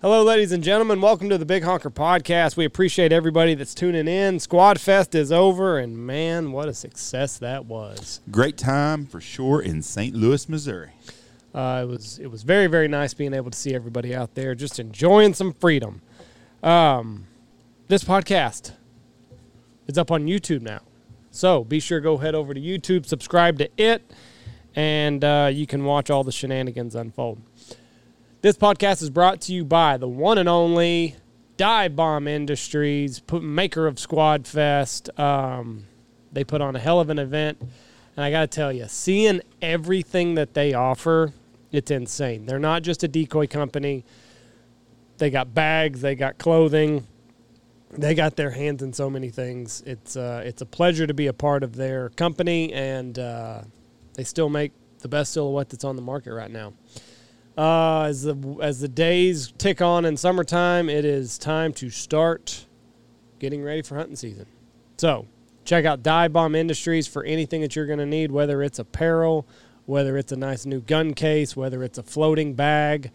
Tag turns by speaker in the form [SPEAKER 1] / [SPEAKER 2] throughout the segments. [SPEAKER 1] Hello, ladies and gentlemen. Welcome to the Big Honker Podcast. We appreciate everybody that's tuning in. Squad Fest is over, and man, what a success that was!
[SPEAKER 2] Great time for sure in St. Louis, Missouri.
[SPEAKER 1] Uh, it was it was very very nice being able to see everybody out there just enjoying some freedom. Um, this podcast is up on YouTube now, so be sure to go head over to YouTube, subscribe to it, and uh, you can watch all the shenanigans unfold. This podcast is brought to you by the one and only Dive Bomb Industries, put, maker of Squad Fest. Um, they put on a hell of an event. And I got to tell you, seeing everything that they offer, it's insane. They're not just a decoy company, they got bags, they got clothing, they got their hands in so many things. It's, uh, it's a pleasure to be a part of their company, and uh, they still make the best silhouette that's on the market right now. Uh, as the as the days tick on in summertime, it is time to start getting ready for hunting season. So check out Dive Bomb Industries for anything that you're going to need, whether it's apparel, whether it's a nice new gun case, whether it's a floating bag,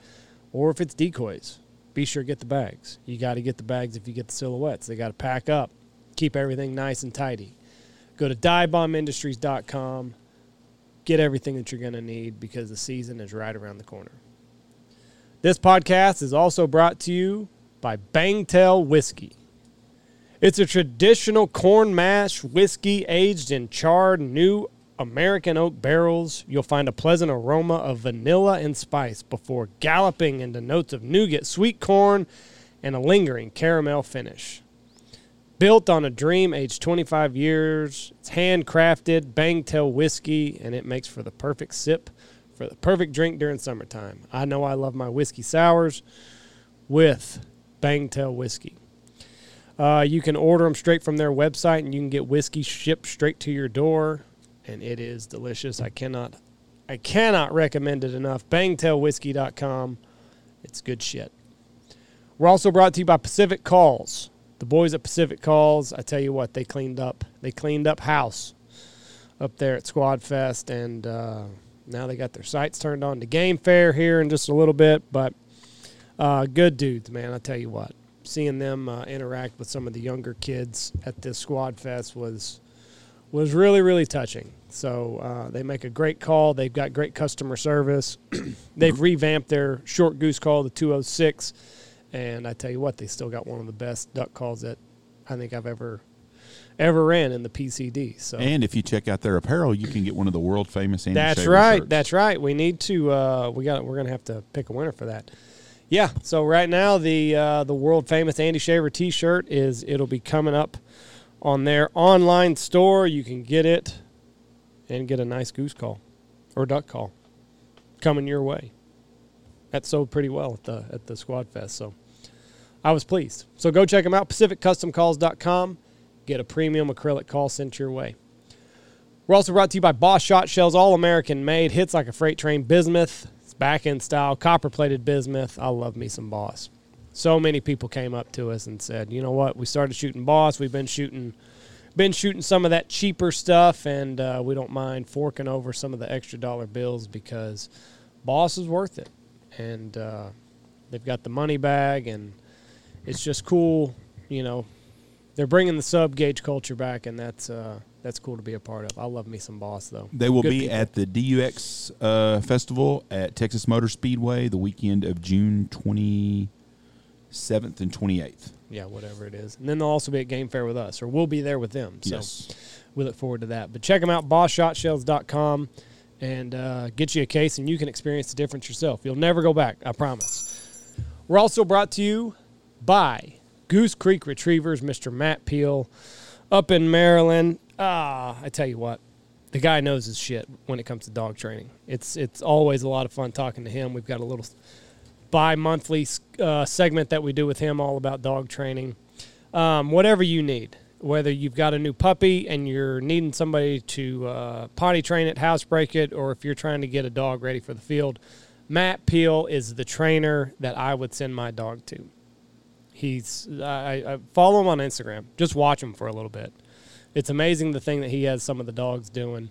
[SPEAKER 1] or if it's decoys. Be sure to get the bags. You got to get the bags if you get the silhouettes. They got to pack up, keep everything nice and tidy. Go to divebombindustries.com. Get everything that you're going to need because the season is right around the corner. This podcast is also brought to you by Bangtail Whiskey. It's a traditional corn mash whiskey aged in charred new American oak barrels. You'll find a pleasant aroma of vanilla and spice before galloping into notes of nougat, sweet corn, and a lingering caramel finish. Built on a dream aged 25 years, it's handcrafted Bangtail whiskey and it makes for the perfect sip for the perfect drink during summertime. I know I love my whiskey sours with Bangtail whiskey. Uh, you can order them straight from their website, and you can get whiskey shipped straight to your door, and it is delicious. I cannot, I cannot recommend it enough. BangtailWhiskey.com, it's good shit. We're also brought to you by Pacific Calls. The boys at Pacific Calls, I tell you what, they cleaned up. They cleaned up house up there at Squad Fest, and uh, now they got their sights turned on to Game Fair here in just a little bit. But uh, good dudes, man. I tell you what, seeing them uh, interact with some of the younger kids at this Squad Fest was was really really touching. So uh, they make a great call. They've got great customer service. They've revamped their short goose call, the 206, and I tell you what, they still got one of the best duck calls that I think I've ever ever ran in the PCD. So
[SPEAKER 2] And if you check out their apparel, you can get one of the world famous Andy
[SPEAKER 1] That's
[SPEAKER 2] Shaver
[SPEAKER 1] right.
[SPEAKER 2] shirts.
[SPEAKER 1] That's right. We need to. Uh, we got. We're gonna have to pick a winner for that. Yeah. So right now, the uh, the world famous Andy Shaver T-shirt is. It'll be coming up on their online store. You can get it and get a nice goose call or duck call coming your way. That sold pretty well at the at the Squad Fest. So I was pleased. So go check them out. PacificCustomCalls.com. Get a premium acrylic call sent your way. We're also brought to you by Boss Shot Shells, all American made, hits like a freight train. Bismuth, it's back in style, copper plated bismuth. I love me some Boss. So many people came up to us and said, "You know what? We started shooting Boss. We've been shooting, been shooting some of that cheaper stuff, and uh, we don't mind forking over some of the extra dollar bills because Boss is worth it." And uh, they've got the money bag, and it's just cool, you know, they're bringing the sub gauge culture back, and that's uh, that's cool to be a part of. I love me some Boss though.
[SPEAKER 2] They will
[SPEAKER 1] Good
[SPEAKER 2] be
[SPEAKER 1] people.
[SPEAKER 2] at the DUX uh, Festival at Texas Motor Speedway the weekend of June 27th and 28th.
[SPEAKER 1] yeah, whatever it is, and then they'll also be at Game Fair with us, or we'll be there with them. So
[SPEAKER 2] Yes.
[SPEAKER 1] we look forward to that. But check them out, BossShotShells.com, and uh, get you a case, and you can experience the difference yourself. You'll never go back, I promise. We're also brought to you by Goose Creek Retrievers, Mr. Matt Peel, up in Maryland. Ah, I tell you what, the guy knows his shit when it comes to dog training. It's it's always a lot of fun talking to him. We've got a little bi-monthly uh, segment that we do with him all about dog training um, whatever you need whether you've got a new puppy and you're needing somebody to uh, potty train it house break it or if you're trying to get a dog ready for the field matt peel is the trainer that i would send my dog to he's I, I follow him on instagram just watch him for a little bit it's amazing the thing that he has some of the dogs doing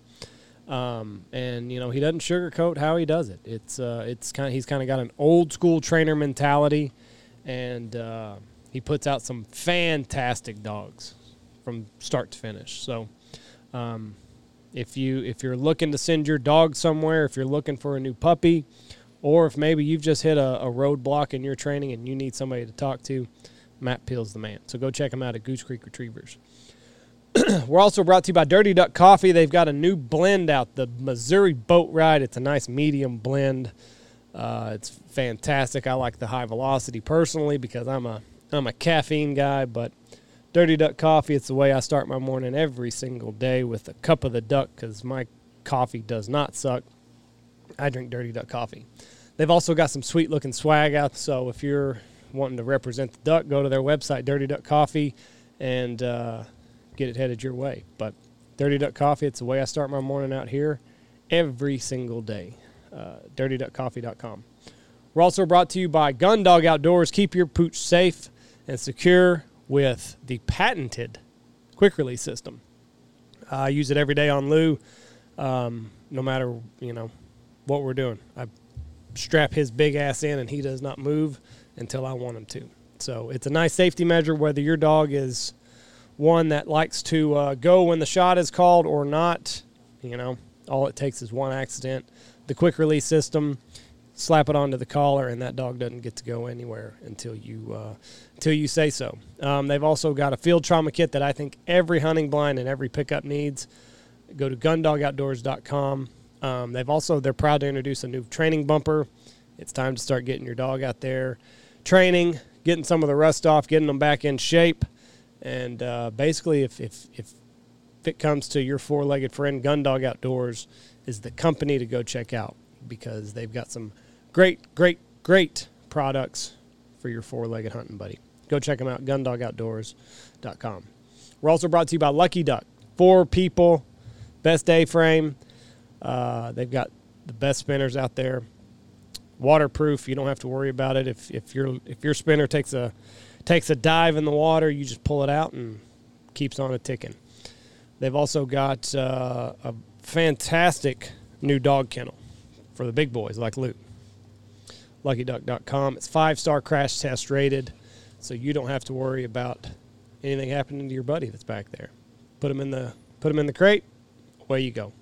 [SPEAKER 1] um, and you know he doesn't sugarcoat how he does it. It's uh, it's kind he's kind of got an old school trainer mentality, and uh, he puts out some fantastic dogs from start to finish. So, um, if you if you're looking to send your dog somewhere, if you're looking for a new puppy, or if maybe you've just hit a, a roadblock in your training and you need somebody to talk to, Matt Peel's the man. So go check him out at Goose Creek Retrievers. We're also brought to you by Dirty Duck Coffee. They've got a new blend out, the Missouri Boat Ride. It's a nice medium blend. Uh, it's fantastic. I like the high velocity personally because I'm a I'm a caffeine guy, but Dirty Duck Coffee, it's the way I start my morning every single day with a cup of the duck because my coffee does not suck. I drink Dirty Duck Coffee. They've also got some sweet looking swag out, so if you're wanting to represent the duck, go to their website, Dirty Duck Coffee, and uh, get it headed your way. But Dirty Duck Coffee, it's the way I start my morning out here every single day. Uh, DirtyDuckCoffee.com. We're also brought to you by Gun Dog Outdoors. Keep your pooch safe and secure with the patented quick release system. I use it every day on Lou, um, no matter you know what we're doing. I strap his big ass in, and he does not move until I want him to. So it's a nice safety measure whether your dog is one that likes to uh, go when the shot is called or not. You know, all it takes is one accident. The quick release system, slap it onto the collar, and that dog doesn't get to go anywhere until you uh, until you say so. Um, they've also got a field trauma kit that I think every hunting blind and every pickup needs. Go to gundogoutdoors.com. Um, they've also they're proud to introduce a new training bumper. It's time to start getting your dog out there, training, getting some of the rust off, getting them back in shape. And uh, basically, if, if, if it comes to your four legged friend, Gun Dog Outdoors is the company to go check out because they've got some great, great, great products for your four legged hunting buddy. Go check them out, gundogoutdoors.com. We're also brought to you by Lucky Duck. Four people, best day frame. Uh, they've got the best spinners out there. Waterproof, you don't have to worry about it. If, if, your if your spinner takes a takes a dive in the water, you just pull it out and keeps on a ticking. They've also got uh, a fantastic new dog kennel for the big boys like Luke. LuckyDuck.com. It's five star crash test rated, so you don't have to worry about anything happening to your buddy that's back there. Put him in the put him in the crate. Away you go.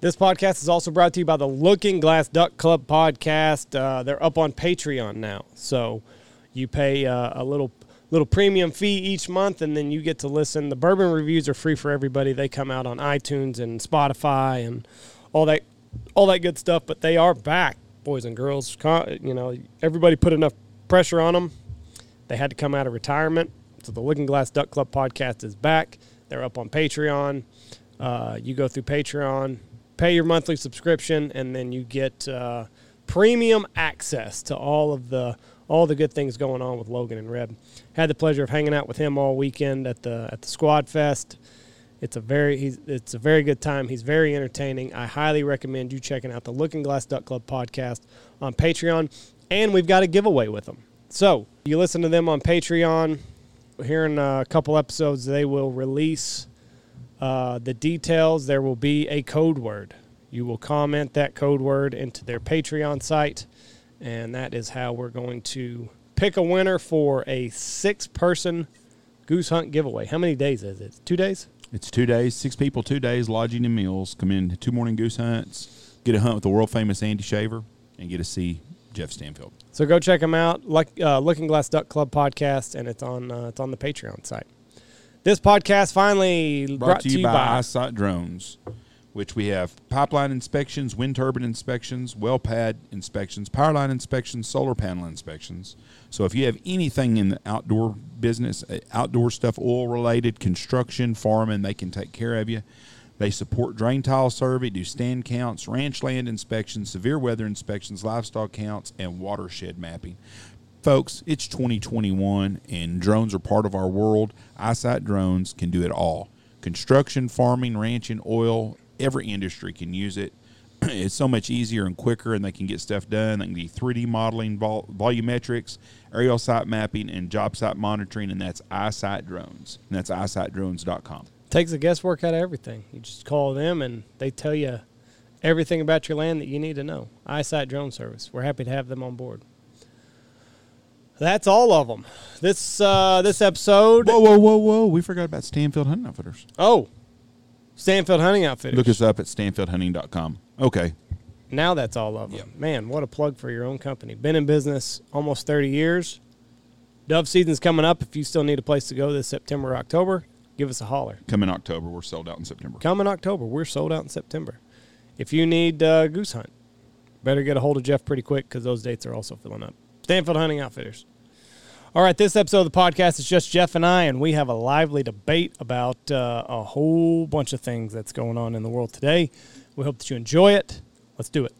[SPEAKER 1] This podcast is also brought to you by the Looking Glass Duck Club podcast. Uh, they're up on Patreon now, so you pay uh, a little little premium fee each month, and then you get to listen. The bourbon reviews are free for everybody. They come out on iTunes and Spotify and all that all that good stuff. But they are back, boys and girls. Con- You know, everybody put enough pressure on them. They had to come out of retirement. So the Looking Glass Duck Club podcast is back. They're up on Patreon. Uh, you go through Patreon, pay your monthly subscription, and then you get uh, premium access to all of the all the good things going on with Logan and Reb. Had the pleasure of hanging out with him all weekend at the at the Squad Fest. It's a very he's, it's a very good time. He's very entertaining. I highly recommend you checking out the Looking Glass Duck Club podcast on Patreon, and we've got a giveaway with them. So you listen to them on Patreon. Here in a couple episodes, they will release uh, the details. There will be a code word. You will comment that code word into their Patreon site, and that is how we're going to pick a winner for a six-person goose hunt giveaway. How many days is it? Two days.
[SPEAKER 2] It's two days, six people, two days, lodging and meals. Come in to two morning goose hunts, get a hunt with the world famous Andy Shaver, and get to see Jeff Stanfield.
[SPEAKER 1] So go check them out, like uh, Looking Glass Duck Club podcast, and it's on uh, it's on the Patreon site. This podcast finally brought,
[SPEAKER 2] Brought, to you by, EyeSight Drones, which we have pipeline inspections, wind turbine inspections, well pad inspections, power line inspections, solar panel inspections. So if you have anything in the outdoor business, uh, outdoor stuff, oil related, construction, farming, they can take care of you. They support drain tile survey, do stand counts, ranch land inspections, severe weather inspections, livestock counts, and watershed mapping. Folks, it's 2021 and drones are part of our world. Eyesight drones can do it all construction, farming, ranching, oil, every industry can use it. It's so much easier and quicker, and they can get stuff done. They can do 3D modeling, vol- volumetrics, aerial site mapping, and job site monitoring, and that's Eyesight Drones. And that's eyesightdrones.com.
[SPEAKER 1] Takes the guesswork out of everything. You just call them, and they tell you everything about your land that you need to know. Eyesight Drone Service. We're happy to have them on board. That's all of them. This uh, this episode.
[SPEAKER 2] Whoa, whoa, whoa, whoa! We forgot about Stanfield Hunting Outfitters.
[SPEAKER 1] Oh, Stanfield Hunting Outfitters.
[SPEAKER 2] Look us up at stanfieldhunting.com. Okay,
[SPEAKER 1] Now that's all of them. Man, what a plug for your own company. Been in business almost 30 years. Dove season's coming up. If you still need a place to go this September, October, give us a holler.
[SPEAKER 2] come in October. We're sold out in September.
[SPEAKER 1] Come in October. We're sold out in September. If you need uh, goose hunt, better get a hold of Jeff pretty quick because those dates are also filling up. Stanfield Hunting Outfitters. All right, this episode of the podcast is just Jeff and I, and we have a lively debate about uh, a whole bunch of things that's going on in the world today. We hope that you enjoy it. Let's do it.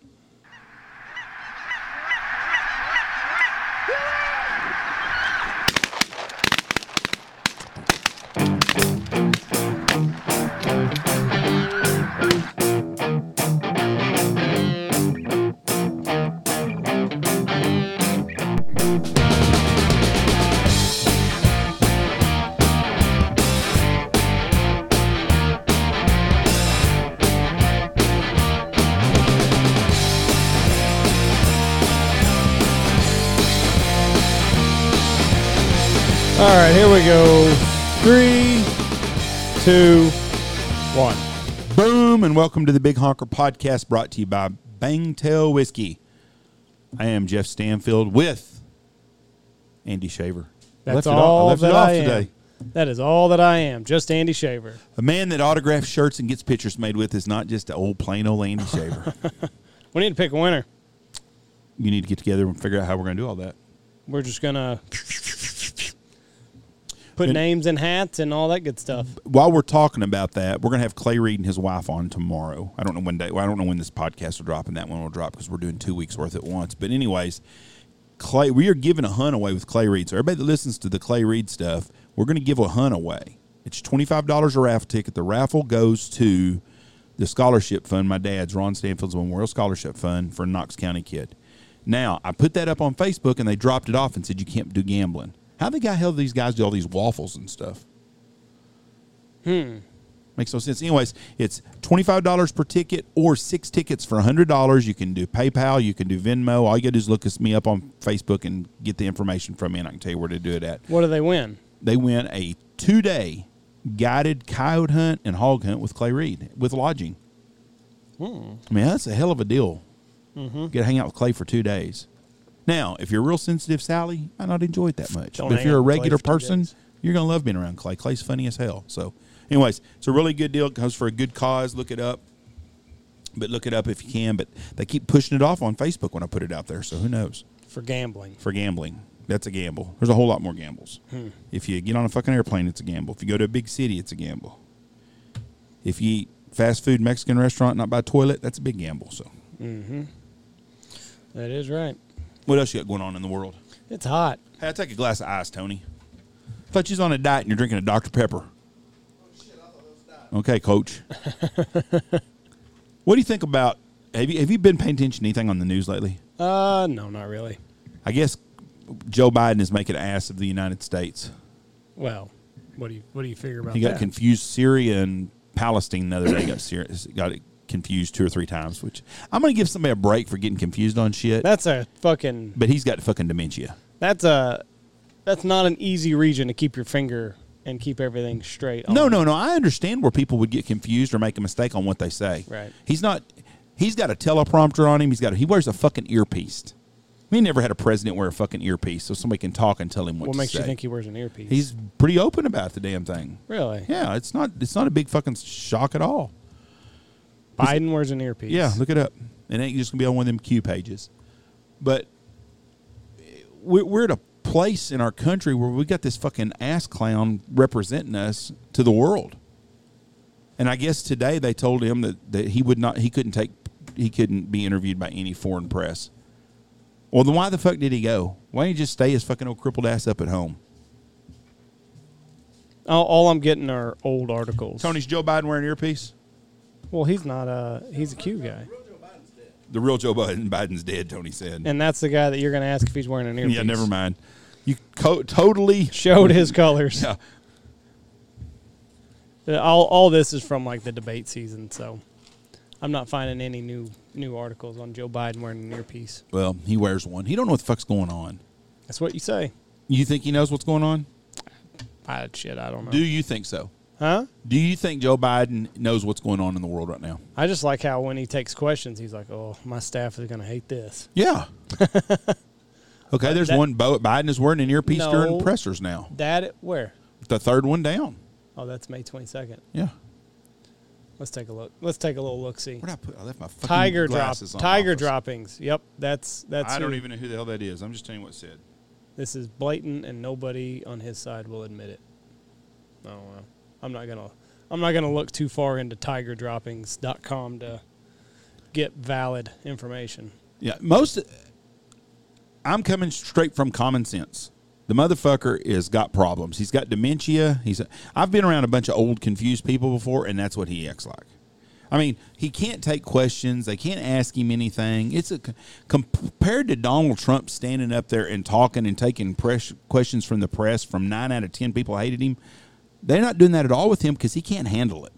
[SPEAKER 1] All right, here we go. Three, two, one.
[SPEAKER 2] Boom, and welcome to the Big Honker Podcast, brought to you by Bangtail Whiskey. I am Jeff Stanfield with Andy Shaver.
[SPEAKER 1] That's
[SPEAKER 2] Left it off-
[SPEAKER 1] all
[SPEAKER 2] left it
[SPEAKER 1] that
[SPEAKER 2] off
[SPEAKER 1] I am.
[SPEAKER 2] today.
[SPEAKER 1] That is all that I am. Just Andy Shaver.
[SPEAKER 2] A man that autographs shirts and gets pictures made with is not just an old plain old Andy Shaver.
[SPEAKER 1] We need to pick a winner.
[SPEAKER 2] you need to get together and figure out how we're going to do all that.
[SPEAKER 1] We're just gonna put
[SPEAKER 2] And-
[SPEAKER 1] names in hats and all that good stuff.
[SPEAKER 2] While we're talking about that, we're going to have Clay Reed and his wife on tomorrow. I don't know when day. Well, I don't know when this podcast will drop and that one will drop because we're doing two weeks worth at once. But anyways, Clay, we are giving a hunt away with Clay Reed. So everybody that listens to the Clay Reed stuff, we're going to give a hunt away. It's twenty five dollars a raffle ticket. The raffle goes to the scholarship fund. My dad's Ron Stanfield's Memorial Scholarship Fund for a Knox County kid. Now I put that up on Facebook and they dropped it off and said you can't do gambling. How the guy hell do these guys do all these waffles and stuff? Makes no sense. Anyways, it's $25 per ticket or six tickets for $100. You can do PayPal, you can do Venmo. All you got to do is look us me up on Facebook and get the information from me, and I can tell you where to do it at.
[SPEAKER 1] What do they win?
[SPEAKER 2] They win a two day guided coyote hunt and hog hunt with Clay Reed with lodging.
[SPEAKER 1] Hmm.
[SPEAKER 2] I mean, that's a hell of a deal.
[SPEAKER 1] Mm-hmm.
[SPEAKER 2] Get to hang out with Clay for two days. Now, if you're real sensitive, Sally, you might not enjoy it that much.
[SPEAKER 1] Don't
[SPEAKER 2] but if
[SPEAKER 1] hang
[SPEAKER 2] you're a
[SPEAKER 1] out with Clay
[SPEAKER 2] regular
[SPEAKER 1] for two
[SPEAKER 2] person,
[SPEAKER 1] days.
[SPEAKER 2] you're gonna love being around Clay. Clay's funny as hell. So, anyways, it's a really good deal. It goes for a good cause. Look it up, but look it up if you can. But they keep pushing it off on Facebook when I put it out there. So who knows?
[SPEAKER 1] For gambling.
[SPEAKER 2] for gambling. That's a gamble. There's a whole lot more gambles. If you get on a fucking airplane, it's a gamble. If you go to a big city, it's a gamble. If you eat fast food Mexican restaurant, not by toilet, that's a big gamble. So,
[SPEAKER 1] That is right.
[SPEAKER 2] what else you got going on in the world?
[SPEAKER 1] It's hot.
[SPEAKER 2] Hey, I'll take a glass of ice, Tony. Thought you was on a diet and you're drinking a Dr. Pepper. Okay, coach. what do you think about have you have you been paying attention to anything on the news lately?
[SPEAKER 1] Uh, no, not really.
[SPEAKER 2] I guess Joe Biden is making an ass of the United States.
[SPEAKER 1] Well, what do you what do you figure about
[SPEAKER 2] He got
[SPEAKER 1] that?
[SPEAKER 2] confused Syria and Palestine the other day. got Syria, got it confused two or three times. Which I'm going to give somebody a break for getting confused on shit.
[SPEAKER 1] that's a fucking.
[SPEAKER 2] but he's got fucking dementia.
[SPEAKER 1] That's a. That's not an easy region to keep your finger and keep everything straight.
[SPEAKER 2] No,
[SPEAKER 1] on.
[SPEAKER 2] no, no. I understand where people would get confused or make a mistake on what they say.
[SPEAKER 1] Right.
[SPEAKER 2] He's not. He's got a teleprompter on him. He's got. A, he wears a fucking earpiece. We never had a president wear a fucking earpiece, so somebody can talk and tell him what,
[SPEAKER 1] What
[SPEAKER 2] to
[SPEAKER 1] makes
[SPEAKER 2] say.
[SPEAKER 1] you think he wears an earpiece?
[SPEAKER 2] he's pretty open about the damn thing.
[SPEAKER 1] really.
[SPEAKER 2] Yeah, it's not. It's not a big fucking shock at all.
[SPEAKER 1] Biden wears an earpiece.
[SPEAKER 2] Yeah, look it up. It ain't just gonna be on one of them Q pages. But we're, we're at a place in our country where we got this fucking ass clown representing us to the world. And I guess today they told him that, that he would not, he couldn't take, he couldn't be interviewed by any foreign press. Well, then why the fuck did he go? Why didn't he just stay his fucking old crippled ass up at home?
[SPEAKER 1] All, all I'm getting are old articles.
[SPEAKER 2] Tony's Joe Biden wearing earpiece?
[SPEAKER 1] Well, he's not a he's a Q guy,
[SPEAKER 2] The real Joe Biden, Biden's dead, Tony said.
[SPEAKER 1] and that's the guy that you're going to ask if he's wearing an earpiece.
[SPEAKER 2] yeah, never mind. You co- totally
[SPEAKER 1] Showed his colors.
[SPEAKER 2] Yeah.
[SPEAKER 1] Uh, All all this is from like the debate season, so I'm not finding any new new articles on Joe Biden wearing an earpiece.
[SPEAKER 2] Well, he wears one. He don't know what the fuck's going on.
[SPEAKER 1] That's what you say.
[SPEAKER 2] You think he knows what's going on?
[SPEAKER 1] I, shit, I don't know.
[SPEAKER 2] Do you think so?
[SPEAKER 1] Huh?
[SPEAKER 2] Do you think Joe Biden knows what's going on in the world right now?
[SPEAKER 1] I just like how when he takes questions, he's like, "Oh, my staff is going to hate this."
[SPEAKER 2] Yeah. okay, there's
[SPEAKER 1] that-
[SPEAKER 2] one. Bo- Biden is wearing an earpiece
[SPEAKER 1] No.
[SPEAKER 2] during pressers now.
[SPEAKER 1] That where?
[SPEAKER 2] The third one down.
[SPEAKER 1] Oh, that's May twenty second.
[SPEAKER 2] Yeah.
[SPEAKER 1] Let's take a look. Let's take a little look. See,
[SPEAKER 2] Where did I put? I left my fucking
[SPEAKER 1] tiger drop,
[SPEAKER 2] glasses on my
[SPEAKER 1] tiger
[SPEAKER 2] office.
[SPEAKER 1] droppings. Yep, that's that's.
[SPEAKER 2] I don't
[SPEAKER 1] who-
[SPEAKER 2] even know who the hell that is. I'm just telling you what it said.
[SPEAKER 1] This is blatant, and nobody on his side will admit it. Oh well, I'm not gonna. I'm not gonna look too far into tigerdroppings.com to get valid information.
[SPEAKER 2] Yeah, most. I'm coming straight from common sense. The motherfucker is got problems. He's got dementia. He's. I've been around a bunch of old, confused people before, and that's what he acts like. I mean, he can't take questions. They can't ask him anything. It's a compared to Donald Trump standing up there and talking and taking press, questions from the press from nine out of ten people hated him. They're not doing that at all with him because he can't handle it.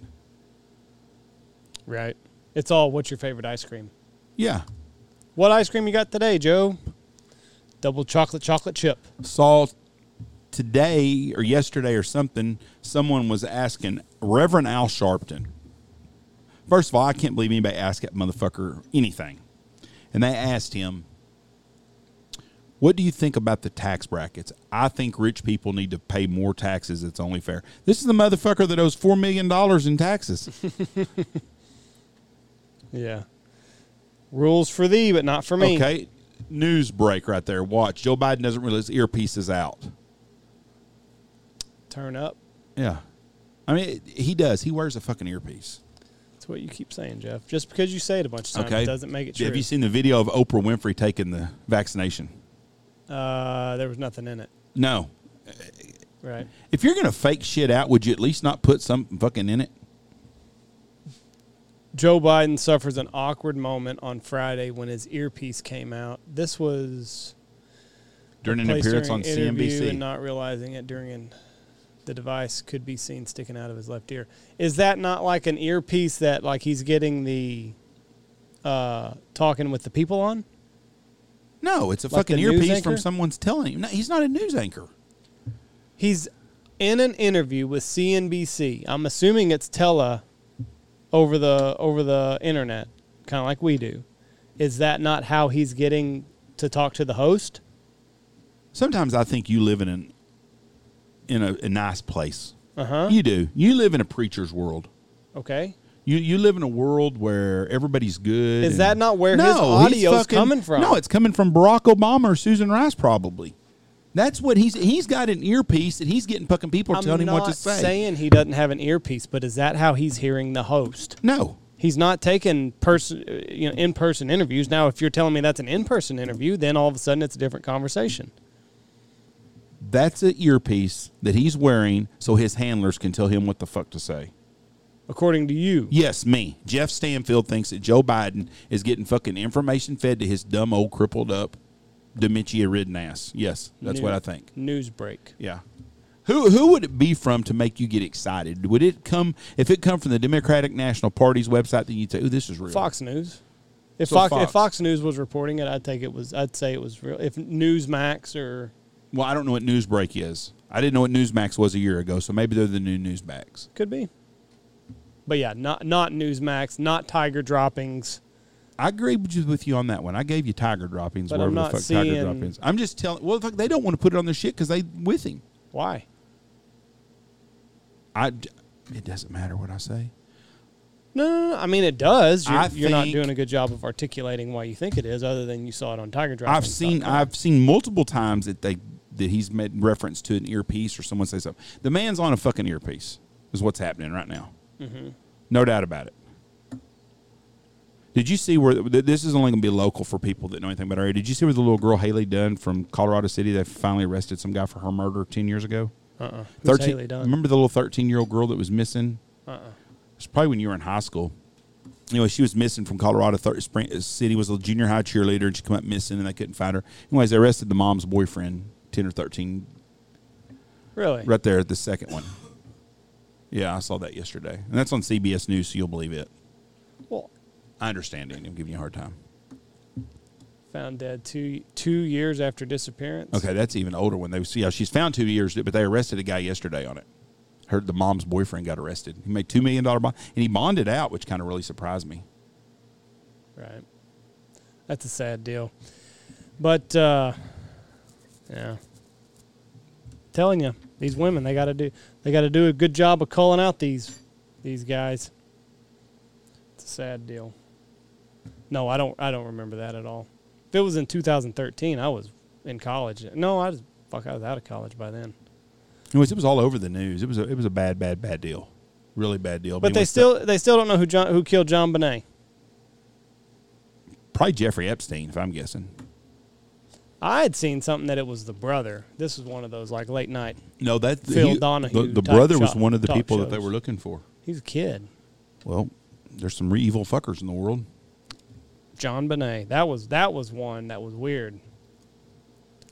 [SPEAKER 1] Right. It's all what's your favorite ice cream?
[SPEAKER 2] Yeah,
[SPEAKER 1] What ice cream you got today, Joe? Double chocolate chocolate chip.
[SPEAKER 2] saw today or yesterday or something, someone was asking Reverend Al Sharpton. First of all, I can't believe anybody asked that motherfucker anything. And they asked him, What do you think about the tax brackets? I think rich people need to pay more taxes. It's only fair. This is the motherfucker that owes $4 million in taxes.
[SPEAKER 1] Yeah. Rules for thee, but not for me.
[SPEAKER 2] Okay. News break right there. Watch. Joe Biden doesn't realize his earpiece is out.
[SPEAKER 1] Turn up.
[SPEAKER 2] Yeah. I mean, he does. He wears a fucking earpiece.
[SPEAKER 1] That's what you keep saying, Jeff. Just because you say it a bunch of times
[SPEAKER 2] Okay.
[SPEAKER 1] doesn't make it true.
[SPEAKER 2] Have you seen the video of Oprah Winfrey taking the vaccination?
[SPEAKER 1] uh, there was nothing in it.
[SPEAKER 2] No.
[SPEAKER 1] Right.
[SPEAKER 2] If you're going to fake shit out, would you at least not put something fucking in it?
[SPEAKER 1] Joe Biden suffers an awkward moment on Friday when his earpiece came out. This was
[SPEAKER 2] During an
[SPEAKER 1] placed
[SPEAKER 2] appearance
[SPEAKER 1] during
[SPEAKER 2] on
[SPEAKER 1] interview
[SPEAKER 2] CNBC.
[SPEAKER 1] and not realizing it during an, the device could be seen sticking out of his left ear. Is that not like an earpiece that like he's getting the uh, talking with the people on?
[SPEAKER 2] no, it's a
[SPEAKER 1] Like
[SPEAKER 2] fucking
[SPEAKER 1] the news
[SPEAKER 2] earpiece
[SPEAKER 1] anchor?
[SPEAKER 2] from someone's telling him. No, he's not a news anchor.
[SPEAKER 1] He's in an interview with CNBC. I'm assuming it's tele over the over the internet, kind of like we do. Is that not how he's getting to talk to the host?
[SPEAKER 2] Sometimes I think you live in an, in a, a nice place.
[SPEAKER 1] Uh huh.
[SPEAKER 2] You do. You live in a preacher's world.
[SPEAKER 1] Okay.
[SPEAKER 2] You you live in a world where everybody's good.
[SPEAKER 1] Is
[SPEAKER 2] and-
[SPEAKER 1] that not where his
[SPEAKER 2] he's
[SPEAKER 1] audio's coming from?
[SPEAKER 2] No, it's coming from Barack Obama or Susan Rice probably. That's what he's he's got an earpiece that he's getting fucking people
[SPEAKER 1] I'm
[SPEAKER 2] telling him
[SPEAKER 1] not
[SPEAKER 2] what to say.
[SPEAKER 1] saying he doesn't have an earpiece, but is that how he's hearing the host?
[SPEAKER 2] no.
[SPEAKER 1] He's not taking person, uh, you know, in-person interviews. Now, if you're telling me that's an in-person interview, then all of a sudden it's a different conversation.
[SPEAKER 2] That's an earpiece that he's wearing so his handlers can tell him what the fuck to say.
[SPEAKER 1] According to you,
[SPEAKER 2] Yes, me. Jeff Stanfield thinks that Joe Biden is getting fucking information fed to his dumb old crippled up dementia ridden ass. Yes, that's what
[SPEAKER 1] New-
[SPEAKER 2] I think.
[SPEAKER 1] News break.
[SPEAKER 2] Yeah. Who who would it be from to make you get excited? Would it come if it come from the Democratic National Party's website? Then you'd say, "Oh, this is real."
[SPEAKER 1] Fox News. If
[SPEAKER 2] So
[SPEAKER 1] Fox,
[SPEAKER 2] Fox.
[SPEAKER 1] if Fox News was reporting it, I'd take it was I'd say it was real. If Newsmax or
[SPEAKER 2] Well, I don't know what Newsbreak is. I didn't know what Newsmax was a year ago, so maybe they're the new Newsmax.
[SPEAKER 1] could be, but yeah, not not Newsmax, not Tiger droppings.
[SPEAKER 2] I agree with you- with you on that one. I gave you Tiger droppings,
[SPEAKER 1] But
[SPEAKER 2] wherever
[SPEAKER 1] I'm not
[SPEAKER 2] the fuck
[SPEAKER 1] seeing-
[SPEAKER 2] Tiger droppings. I'm just telling. Well, fuck, they don't want to put it on their shit because they with him.
[SPEAKER 1] Why?
[SPEAKER 2] I. It doesn't matter what I say.
[SPEAKER 1] No, no, no. I mean it does. You're,
[SPEAKER 2] I
[SPEAKER 1] you're not
[SPEAKER 2] think-
[SPEAKER 1] doing a good job of articulating why you think it is, other than you saw it on Tiger Uh-uh. Drive.
[SPEAKER 2] I've seen I've seen multiple times that they that he's made reference to an earpiece or someone say something. The man's on a fucking earpiece is what's happening right now. Mm-hmm. No doubt about it. Did you see where th- this is only going to be local for people that know anything about our area? Did you see where the little girl Haley Dunn from Colorado City they finally arrested some guy for her murder ten years ago?
[SPEAKER 1] uh-uh. Who's
[SPEAKER 2] Thirteen.
[SPEAKER 1] Haley Dunn? Uh-uh.
[SPEAKER 2] Remember the little thirteen-year-old girl that was missing? It's probably when you were in high school. Anyway, she was missing from Colorado thir- Spring uh, City. Was a junior high cheerleader, and she come up missing, and they couldn't find her. Anyways, they arrested the mom's boyfriend, ten or thirteen,
[SPEAKER 1] really?
[SPEAKER 2] right there at the second one. Yeah, I saw that yesterday, and that's on CBS News, so you'll believe it.
[SPEAKER 1] Well,
[SPEAKER 2] I understand, Andy. I'm giving you a hard time.
[SPEAKER 1] found dead two two years after disappearance.
[SPEAKER 2] Okay, that's even older when they see how she's found two years, but they arrested a guy yesterday on it. Her the mom's boyfriend got arrested. He made two million dollar bond, and he bonded out, which kind of really surprised me.
[SPEAKER 1] Right. That's a sad deal. But uh yeah. Telling you, these women they got to do they got to do a good job of calling out these these guys. It's a sad deal. No, I don't I don't remember that at all. If it was in 2013, I was in college. No, I was fuck I was out of college by then.
[SPEAKER 2] Anyways, it was all over the news. It was a, it was a bad, bad, bad deal, really bad deal.
[SPEAKER 1] But they
[SPEAKER 2] anyways,
[SPEAKER 1] still they still don't know who John, who killed John Bonet.
[SPEAKER 2] probably Jeffrey Epstein, if I'm guessing.
[SPEAKER 1] I had seen something that it was the brother. This was one of those like late night.
[SPEAKER 2] No, that
[SPEAKER 1] Phil
[SPEAKER 2] he-
[SPEAKER 1] Donahue
[SPEAKER 2] The, the
[SPEAKER 1] type
[SPEAKER 2] brother was
[SPEAKER 1] shop-
[SPEAKER 2] one of the
[SPEAKER 1] talk
[SPEAKER 2] people that they
[SPEAKER 1] shows.
[SPEAKER 2] were looking for.
[SPEAKER 1] He's a kid.
[SPEAKER 2] Well, there's some re- evil fuckers in the world.
[SPEAKER 1] John Bonet. That was that was one that was weird.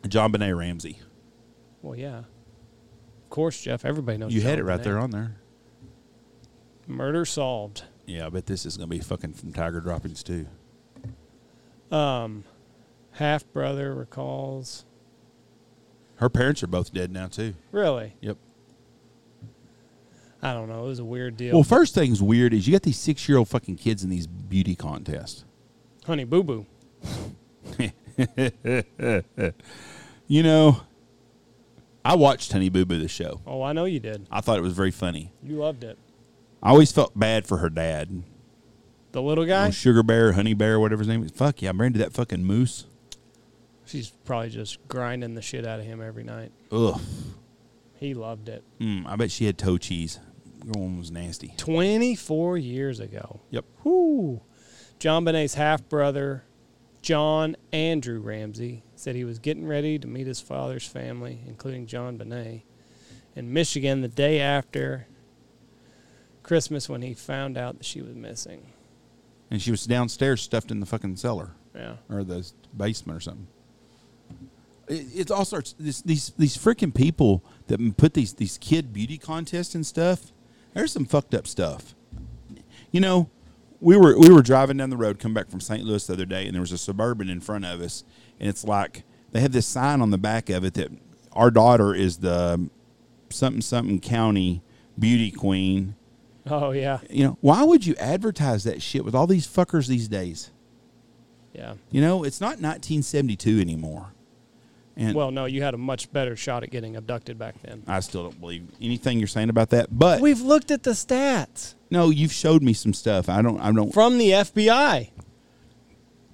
[SPEAKER 2] John Benet Ramsey.
[SPEAKER 1] Well, yeah. Of course, Jeff. Everybody knows.
[SPEAKER 2] You
[SPEAKER 1] Oh, John
[SPEAKER 2] had it right
[SPEAKER 1] Bonet.
[SPEAKER 2] there on there.
[SPEAKER 1] Murder solved.
[SPEAKER 2] Yeah, I bet this is gonna be fucking from Tiger droppings too.
[SPEAKER 1] Um, half brother recalls.
[SPEAKER 2] Her parents are both dead now too.
[SPEAKER 1] Really,
[SPEAKER 2] Yep.
[SPEAKER 1] I don't know. It was a weird deal.
[SPEAKER 2] Well, first thing's weird is you got these six year old fucking kids in these beauty contests.
[SPEAKER 1] Honey Boo Boo.
[SPEAKER 2] You know, I watched Honey Boo Boo the show.
[SPEAKER 1] Oh, I know you did.
[SPEAKER 2] I thought it was very funny.
[SPEAKER 1] You loved it.
[SPEAKER 2] I always felt bad for her dad.
[SPEAKER 1] The little guy.
[SPEAKER 2] Little Sugar Bear, Honey Bear, whatever his name is. Fuck yeah, I'm married to that fucking moose.
[SPEAKER 1] She's probably just grinding the shit out of him every night.
[SPEAKER 2] Ugh.
[SPEAKER 1] He loved it.
[SPEAKER 2] Mm, I bet she had toe cheese. Your one was nasty.
[SPEAKER 1] Twenty four years ago.
[SPEAKER 2] Yep.
[SPEAKER 1] Whoo. John Bonet's half brother, John Andrew Ramsey, said he was getting ready to meet his father's family, including John Bonet, in Michigan the day after Christmas when he found out that she was missing.
[SPEAKER 2] And she was downstairs stuffed in the fucking cellar
[SPEAKER 1] Yeah.
[SPEAKER 2] or the basement or something. It, it all starts this, these these freaking people that m- put these these kid beauty contests and stuff. There's some fucked up stuff. You know, we were we were driving down the road, come back from St. Louis the other day, and there was a suburban in front of us, and it's like they have this sign on the back of it that our daughter is the something something county beauty queen.
[SPEAKER 1] Oh yeah.
[SPEAKER 2] You know, why would you advertise that shit with all these fuckers these days?
[SPEAKER 1] Yeah.
[SPEAKER 2] You know, it's not 1972 anymore. And
[SPEAKER 1] Well, no, you had a much better shot at getting abducted back then.
[SPEAKER 2] I still don't believe anything you're saying about that. But
[SPEAKER 1] We've looked at the stats
[SPEAKER 2] no, you've showed me some stuff. I don't. I don't.
[SPEAKER 1] from the FBI.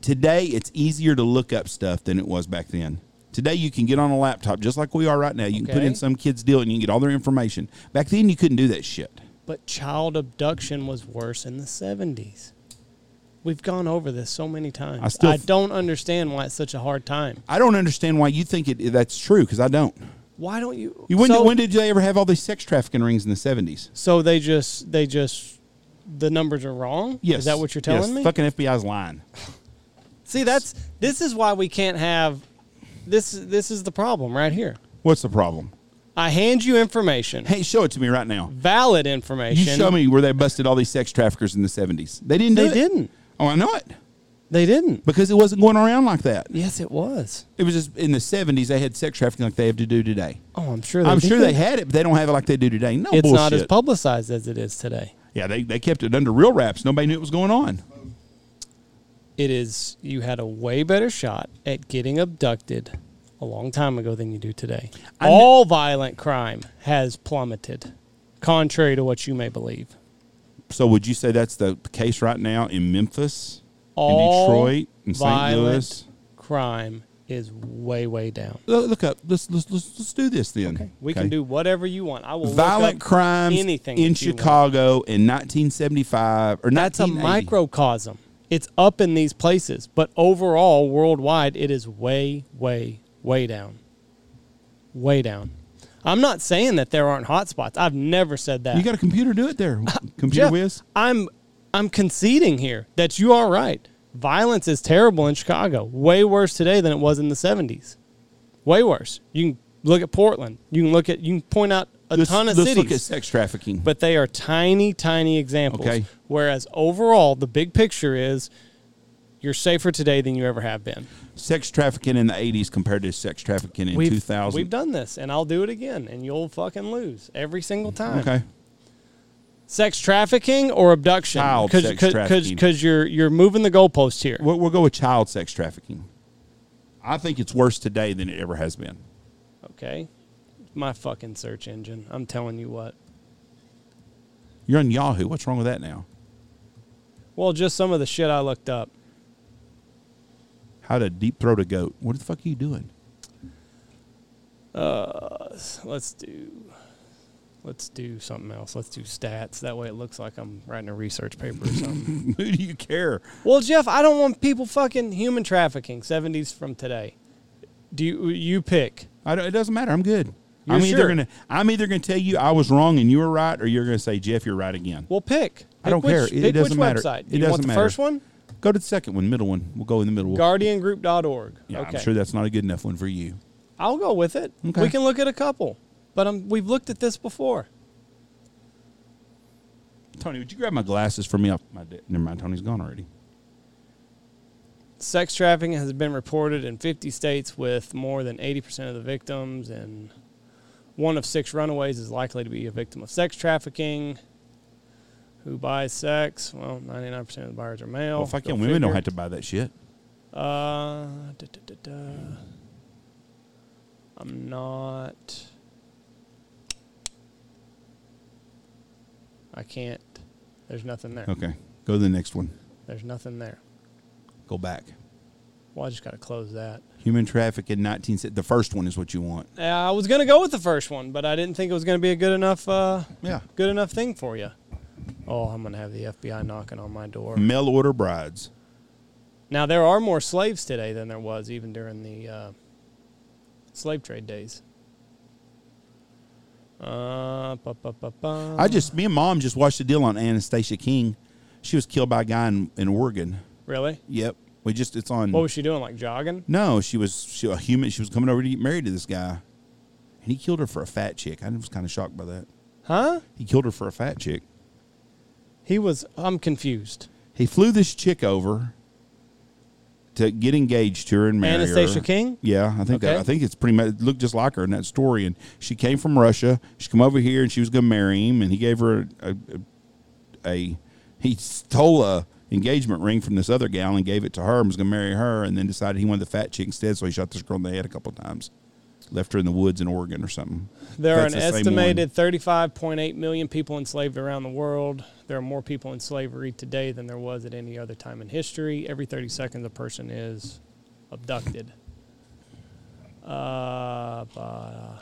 [SPEAKER 2] Today, it's easier to look up stuff than it was back then. Today, you can get on a laptop just like we are right now. You can put
[SPEAKER 1] Okay.
[SPEAKER 2] in some kid's deal and you can get all their information. Back then, you couldn't do that shit.
[SPEAKER 1] But child abduction was worse in the 70s. We've gone over this so many times.
[SPEAKER 2] I still-
[SPEAKER 1] don't understand why it's such a hard time.
[SPEAKER 2] I don't understand why you think it, that's true because I don't.
[SPEAKER 1] Why don't you?
[SPEAKER 2] You when,
[SPEAKER 1] so,
[SPEAKER 2] when did they ever have all these sex trafficking rings in the 70s?
[SPEAKER 1] so they just they just the numbers are wrong.
[SPEAKER 2] Yes.
[SPEAKER 1] is that what you're
[SPEAKER 2] Yes.
[SPEAKER 1] telling me?
[SPEAKER 2] Fucking FBI's lying.
[SPEAKER 1] See, that's this is why we can't have this. This is the problem right here.
[SPEAKER 2] What's the problem?
[SPEAKER 1] I hand you information,
[SPEAKER 2] Hey, show it to me right now.
[SPEAKER 1] valid
[SPEAKER 2] You
[SPEAKER 1] information.
[SPEAKER 2] show me where they busted all these sex traffickers in the seventies. They didn't. Do
[SPEAKER 1] They
[SPEAKER 2] it.
[SPEAKER 1] didn't.
[SPEAKER 2] Oh, I know it
[SPEAKER 1] They didn't.
[SPEAKER 2] because it wasn't going around like that.
[SPEAKER 1] Yes, it was.
[SPEAKER 2] It was just in the seventies they had sex trafficking like they have to do today.
[SPEAKER 1] Oh, I'm sure. They
[SPEAKER 2] I'm sure
[SPEAKER 1] did.
[SPEAKER 2] they had it, but they don't have it like they do today. No
[SPEAKER 1] It's
[SPEAKER 2] bullshit.
[SPEAKER 1] not as publicized as it is today.
[SPEAKER 2] yeah, they, they kept it under real wraps. Nobody knew it was going on.
[SPEAKER 1] it is you had a way better shot at getting abducted a long time ago than you do today.
[SPEAKER 2] I kn-
[SPEAKER 1] All violent crime has plummeted, contrary to what you may believe.
[SPEAKER 2] So would you say that's the case right now in Memphis,
[SPEAKER 1] All
[SPEAKER 2] in Detroit, in St.
[SPEAKER 1] violent
[SPEAKER 2] Louis?
[SPEAKER 1] crime is way way down.
[SPEAKER 2] Lo- Look up. Let's let's let's, let's do this then.
[SPEAKER 1] We
[SPEAKER 2] Okay.
[SPEAKER 1] can do whatever you want. I will look
[SPEAKER 2] violent
[SPEAKER 1] up
[SPEAKER 2] crimes
[SPEAKER 1] anything
[SPEAKER 2] in
[SPEAKER 1] that you want.
[SPEAKER 2] Chicago in 1975 or
[SPEAKER 1] That's a
[SPEAKER 2] 1980.
[SPEAKER 1] microcosm. It's up in these places, but overall, worldwide, it is way, way, way down. Way down. I'm not saying that there aren't hot spots. I've never said that.
[SPEAKER 2] You got a computer? Do it there. Computer
[SPEAKER 1] Jeff,
[SPEAKER 2] whiz.
[SPEAKER 1] I'm I'm conceding here that you are right. Violence is terrible in Chicago. Way worse today than it was in the 70s. Way worse. You can look at Portland. You can look at you can point out a
[SPEAKER 2] let's,
[SPEAKER 1] ton of
[SPEAKER 2] let's
[SPEAKER 1] cities
[SPEAKER 2] look at sex trafficking.
[SPEAKER 1] but they are tiny, tiny examples.
[SPEAKER 2] Okay.
[SPEAKER 1] Whereas overall, the big picture is You're safer today than you ever have been.
[SPEAKER 2] Sex trafficking in the 80s compared to sex trafficking in
[SPEAKER 1] we've,
[SPEAKER 2] 2000.
[SPEAKER 1] We've done this, and I'll do it again, and you'll fucking lose every single time.
[SPEAKER 2] Okay.
[SPEAKER 1] Sex trafficking or abduction?
[SPEAKER 2] Child
[SPEAKER 1] Cause,
[SPEAKER 2] sex
[SPEAKER 1] cause,
[SPEAKER 2] trafficking.
[SPEAKER 1] Because you're, you're moving the goalpost here.
[SPEAKER 2] We'll, we'll go with child sex trafficking. I think it's worse today than it ever has been.
[SPEAKER 1] Okay. My fucking search engine. I'm telling you what.
[SPEAKER 2] You're on Yahoo. What's wrong with that now?
[SPEAKER 1] Well, just some of the shit I looked up.
[SPEAKER 2] How to deep throat a goat. What the fuck are you doing?
[SPEAKER 1] Let's do. Let's do something else. Let's do stats. That way, it looks like I'm writing a research paper or something.
[SPEAKER 2] Who do you care?
[SPEAKER 1] well, Jeff, I don't want people fucking human trafficking. Seventies from today. Do you you pick?
[SPEAKER 2] I don't, it doesn't matter. I'm good.
[SPEAKER 1] You're
[SPEAKER 2] I'm either
[SPEAKER 1] sure?
[SPEAKER 2] gonna I'm either gonna tell you I was wrong and you were right, or you're gonna say Jeff, you're right again.
[SPEAKER 1] Well, pick.
[SPEAKER 2] I don't
[SPEAKER 1] Pick
[SPEAKER 2] care.
[SPEAKER 1] which-
[SPEAKER 2] It- it
[SPEAKER 1] pick
[SPEAKER 2] doesn't
[SPEAKER 1] which
[SPEAKER 2] matter.
[SPEAKER 1] Website.
[SPEAKER 2] It
[SPEAKER 1] Do you want
[SPEAKER 2] doesn't
[SPEAKER 1] the
[SPEAKER 2] matter.
[SPEAKER 1] first one?
[SPEAKER 2] Go to the second one, middle one. We'll go in the middle.
[SPEAKER 1] GuardianGroup.org.
[SPEAKER 2] yeah,
[SPEAKER 1] okay.
[SPEAKER 2] I'm sure that's not a good enough one for you.
[SPEAKER 1] I'll go with it.
[SPEAKER 2] Okay.
[SPEAKER 1] We can look at a couple, but um, we've looked at this before.
[SPEAKER 2] Tony, would you grab my glasses for me off my de- Never mind, Tony's gone already.
[SPEAKER 1] Sex trafficking has been reported in 50 states with more than 80% of the victims, and one of six runaways is likely to be a victim of sex trafficking. Who buys sex? Well, 99% of the buyers are male.
[SPEAKER 2] well, fucking women don't have to buy that shit.
[SPEAKER 1] to. Uh, da, da, da, da. I'm not. I can't. There's nothing there.
[SPEAKER 2] Okay, go to the next one.
[SPEAKER 1] There's nothing there.
[SPEAKER 2] Go back.
[SPEAKER 1] Well, I just got to close that.
[SPEAKER 2] Human trafficking, nineteen. se- The first one is what you want.
[SPEAKER 1] Uh, I was gonna go with the first one, but I didn't think it was gonna be a good enough, uh,
[SPEAKER 2] Yeah.
[SPEAKER 1] good enough thing for you. Oh, I'm gonna have the FBI knocking on my door.
[SPEAKER 2] Mail order brides.
[SPEAKER 1] Now there are more slaves today than there was even during the uh, slave trade days. Uh, ba, ba, ba, ba.
[SPEAKER 2] I just me and mom just watched a deal on Anastasia King. She was killed by a guy in, in Oregon.
[SPEAKER 1] really.
[SPEAKER 2] Yep. We just it's on.
[SPEAKER 1] What was she doing? Like jogging?
[SPEAKER 2] no, she was she a human. She was coming over to get married to this guy, and he killed her for a fat chick. I was kind of shocked by that.
[SPEAKER 1] Huh?
[SPEAKER 2] He killed her for a fat chick.
[SPEAKER 1] He was. I'm confused.
[SPEAKER 2] He flew this chick over to get engaged to her and marry
[SPEAKER 1] Anastasia
[SPEAKER 2] her.
[SPEAKER 1] King?
[SPEAKER 2] Yeah, I think that-
[SPEAKER 1] Okay.
[SPEAKER 2] I think it's pretty much it looked just like her in that story. And she came from Russia. She come over here and she was going to marry him. And he gave her a, a, a he stole a engagement ring from this other gal and gave it to her and was going to marry her. And then decided he wanted the fat chick instead, so he shot this girl in the head a couple times. Left her in the woods in Oregon or something.
[SPEAKER 1] There
[SPEAKER 2] That's
[SPEAKER 1] are
[SPEAKER 2] the
[SPEAKER 1] an
[SPEAKER 2] same one.
[SPEAKER 1] estimated 35.8 million people enslaved around the world. There are more people in slavery today than there was at any other time in history. Every 30 seconds, a person is abducted. Uh, but, uh,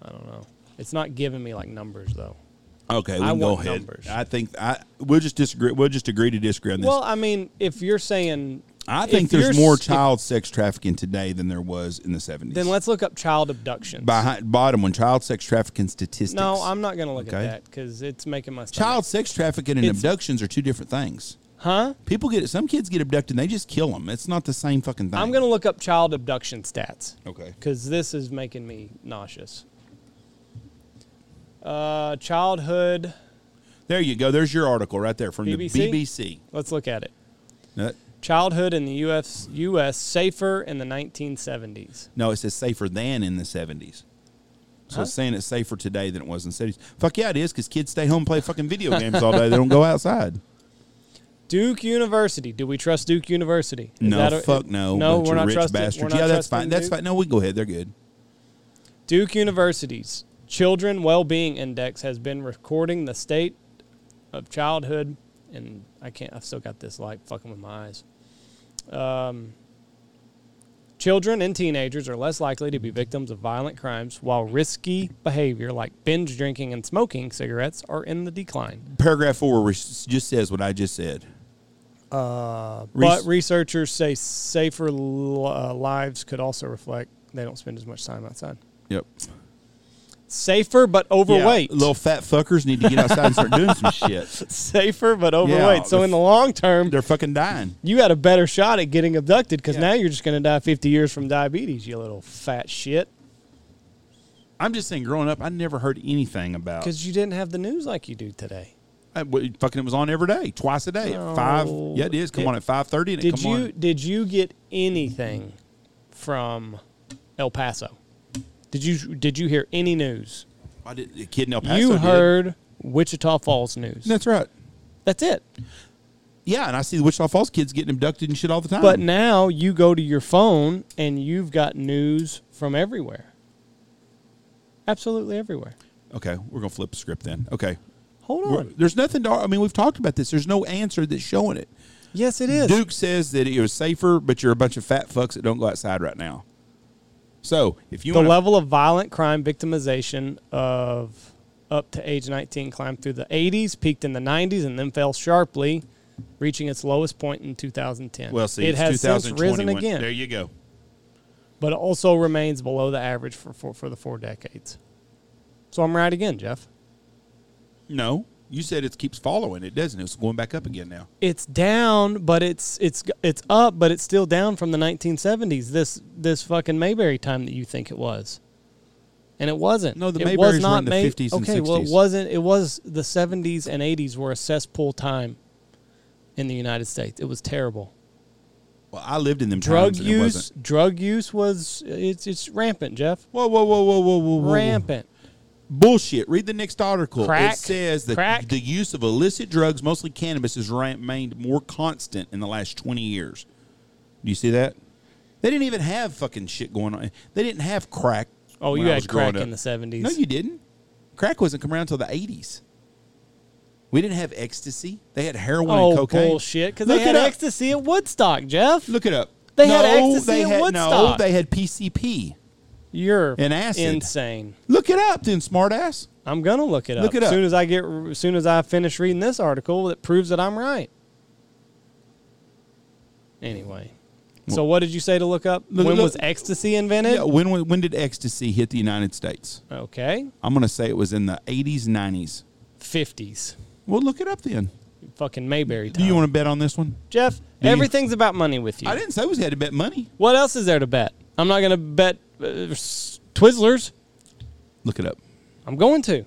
[SPEAKER 1] I don't know. It's not giving me like numbers though.
[SPEAKER 2] Okay, we
[SPEAKER 1] I
[SPEAKER 2] can go
[SPEAKER 1] want
[SPEAKER 2] ahead.
[SPEAKER 1] numbers.
[SPEAKER 2] I think I we'll just disagree. We'll just agree to disagree on this.
[SPEAKER 1] Well, I mean, if you're saying,
[SPEAKER 2] I
[SPEAKER 1] if
[SPEAKER 2] think
[SPEAKER 1] you're
[SPEAKER 2] there's more
[SPEAKER 1] s- if-
[SPEAKER 2] child sex trafficking today than there was in the 70s.
[SPEAKER 1] then let's look up child abductions.
[SPEAKER 2] Behind, bottom one, child sex trafficking statistics.
[SPEAKER 1] No, I'm not going to look
[SPEAKER 2] Okay.
[SPEAKER 1] at that because it's making my stomach.
[SPEAKER 2] Child sex trafficking and
[SPEAKER 1] It's-
[SPEAKER 2] abductions are two different things.
[SPEAKER 1] huh?
[SPEAKER 2] People get some kids get abducted and they just kill them. It's not the same fucking thing.
[SPEAKER 1] I'm going to look up child abduction stats.
[SPEAKER 2] Okay.
[SPEAKER 1] because this is making me nauseous. Uh, childhood.
[SPEAKER 2] There you go. There's your article right there from
[SPEAKER 1] BBC?
[SPEAKER 2] the BBC.
[SPEAKER 1] Let's look at it.
[SPEAKER 2] No, that-
[SPEAKER 1] Childhood in the U.S. U.S. safer in the 1970s.
[SPEAKER 2] No, it says safer than in the 70s. So
[SPEAKER 1] Huh?
[SPEAKER 2] it's saying it's safer today than it was in the 70s. Fuck yeah, it is because kids stay home and play fucking video games all day. They don't go outside.
[SPEAKER 1] Duke University. Do we trust Duke University? Is
[SPEAKER 2] No,
[SPEAKER 1] that a-
[SPEAKER 2] fuck no.
[SPEAKER 1] No,
[SPEAKER 2] bunch
[SPEAKER 1] we're
[SPEAKER 2] of
[SPEAKER 1] not
[SPEAKER 2] rich
[SPEAKER 1] trusting.
[SPEAKER 2] bastards.
[SPEAKER 1] We're not
[SPEAKER 2] yeah, that's
[SPEAKER 1] trusting
[SPEAKER 2] fine. That's
[SPEAKER 1] Duke.
[SPEAKER 2] fine. No, we can go ahead. They're good.
[SPEAKER 1] Duke University's Children Well-Being Index has been recording the state of childhood, and I can't. I've still got this light fucking with my eyes. Um, children and teenagers are less likely to be victims of violent crimes, while risky behavior like binge drinking and smoking cigarettes are in the decline.
[SPEAKER 2] paragraph four re- just says what I just said.
[SPEAKER 1] but
[SPEAKER 2] Res-
[SPEAKER 1] researchers say safer l- uh, lives could also reflect they don't spend as much time outside.
[SPEAKER 2] Yep.
[SPEAKER 1] Safer but overweight.
[SPEAKER 2] little fat fuckers need to get outside and start doing some shit.
[SPEAKER 1] safer but overweight. so
[SPEAKER 2] the
[SPEAKER 1] in the long term,
[SPEAKER 2] They're fucking dying.
[SPEAKER 1] you had a better shot at getting abducted because
[SPEAKER 2] Yeah.
[SPEAKER 1] now you're just going to die 50 years from diabetes, you little fat shit.
[SPEAKER 2] I'm just saying, growing up, I never heard anything about.
[SPEAKER 1] Because you didn't have the news like you do today.
[SPEAKER 2] I- w- fucking, it was on every day, twice a day, at five.
[SPEAKER 1] No.
[SPEAKER 2] Yeah, it is. Come
[SPEAKER 1] Did-
[SPEAKER 2] on at five thirty, and it
[SPEAKER 1] Did
[SPEAKER 2] come
[SPEAKER 1] you
[SPEAKER 2] on.
[SPEAKER 1] did you get anything from El Paso? Did you did you hear any news?
[SPEAKER 2] I did, the kid in El Paso.
[SPEAKER 1] you
[SPEAKER 2] did.
[SPEAKER 1] heard Wichita Falls news.
[SPEAKER 2] That's right.
[SPEAKER 1] That's it.
[SPEAKER 2] Yeah, and I see the Wichita Falls kids getting abducted and shit all the time.
[SPEAKER 1] But now you go to your phone and you've got news from everywhere. Absolutely everywhere.
[SPEAKER 2] okay, we're gonna flip the script then. Okay,
[SPEAKER 1] Hold
[SPEAKER 2] We're-
[SPEAKER 1] on.
[SPEAKER 2] there's nothing to. I mean, we've talked about this. There's no answer that's showing it.
[SPEAKER 1] Yes, it is.
[SPEAKER 2] Duke says that it was safer, but you're a bunch of fat fucks that don't go outside right now. So if you
[SPEAKER 1] the
[SPEAKER 2] want,
[SPEAKER 1] level of violent crime victimization of up to age 19 climbed through the 80s, peaked in the 90s, and then fell sharply, reaching its lowest point in 2010.
[SPEAKER 2] well, see,
[SPEAKER 1] it
[SPEAKER 2] it's
[SPEAKER 1] has since
[SPEAKER 2] 2021.
[SPEAKER 1] risen again,
[SPEAKER 2] There you go.
[SPEAKER 1] but it also remains below the average for, for for the four decades. So I'm right again, Jeff.
[SPEAKER 2] No, you said it keeps following. It doesn't. It's going back up again now.
[SPEAKER 1] It's down, but it's it's it's up, but it's still down from the 1970s. This this fucking Mayberry time that you think it was, and it wasn't.
[SPEAKER 2] No, the
[SPEAKER 1] it
[SPEAKER 2] Mayberries were
[SPEAKER 1] was not
[SPEAKER 2] in the
[SPEAKER 1] May-
[SPEAKER 2] 50s and
[SPEAKER 1] Okay, well, it
[SPEAKER 2] 60s.
[SPEAKER 1] wasn't. It was the 70s and 80s were a cesspool time in the United States. It was terrible.
[SPEAKER 2] Well, I lived in them
[SPEAKER 1] Drug
[SPEAKER 2] times and it
[SPEAKER 1] use,
[SPEAKER 2] wasn't.
[SPEAKER 1] drug use was it's it's rampant, Jeff.
[SPEAKER 2] Whoa, whoa, whoa, whoa, whoa, whoa, whoa.
[SPEAKER 1] Rampant.
[SPEAKER 2] Bullshit. Read the next article.
[SPEAKER 1] Crack.
[SPEAKER 2] It says that
[SPEAKER 1] Crack.
[SPEAKER 2] the use of illicit drugs, mostly cannabis, has remained more constant in the last 20 years. Do you see that? They didn't even have fucking shit going on. They didn't have crack.
[SPEAKER 1] Oh,
[SPEAKER 2] when
[SPEAKER 1] you
[SPEAKER 2] I
[SPEAKER 1] had
[SPEAKER 2] was growing
[SPEAKER 1] crack
[SPEAKER 2] up.
[SPEAKER 1] in the 70s.
[SPEAKER 2] No, you didn't. Crack wasn't coming around until the 80s. We didn't have ecstasy. They had heroin and
[SPEAKER 1] oh
[SPEAKER 2] cocaine.
[SPEAKER 1] bullshit! Because
[SPEAKER 2] Look
[SPEAKER 1] they had
[SPEAKER 2] it up.
[SPEAKER 1] ecstasy at Woodstock, Jeff.
[SPEAKER 2] Look it up.
[SPEAKER 1] They had
[SPEAKER 2] No,
[SPEAKER 1] ecstasy
[SPEAKER 2] they
[SPEAKER 1] and
[SPEAKER 2] had,
[SPEAKER 1] Woodstock.
[SPEAKER 2] No, they had PCP.
[SPEAKER 1] You're
[SPEAKER 2] And acid.
[SPEAKER 1] insane.
[SPEAKER 2] Look it up, then, smartass.
[SPEAKER 1] I'm gonna look it up.
[SPEAKER 2] Look it
[SPEAKER 1] As
[SPEAKER 2] up.
[SPEAKER 1] soon as I get, as soon as I finish reading this article, that proves that I'm right. Anyway, so what did you say to look up?
[SPEAKER 2] Look-
[SPEAKER 1] when
[SPEAKER 2] look-
[SPEAKER 1] was ecstasy invented?
[SPEAKER 2] Yeah, when, when when did ecstasy hit the United States?
[SPEAKER 1] Okay,
[SPEAKER 2] I'm going to say it was in the 80s, 90s.
[SPEAKER 1] fifties,
[SPEAKER 2] Well, look it up then.
[SPEAKER 1] fucking Mayberry
[SPEAKER 2] Do
[SPEAKER 1] time.
[SPEAKER 2] you want to bet on this one?
[SPEAKER 1] Jeff?
[SPEAKER 2] do you-
[SPEAKER 1] everything's about money with you.
[SPEAKER 2] I didn't say we had to bet money.
[SPEAKER 1] What else is there to bet? I'm not gonna bet uh, s- Twizzlers.
[SPEAKER 2] Look it up.
[SPEAKER 1] I'm going to.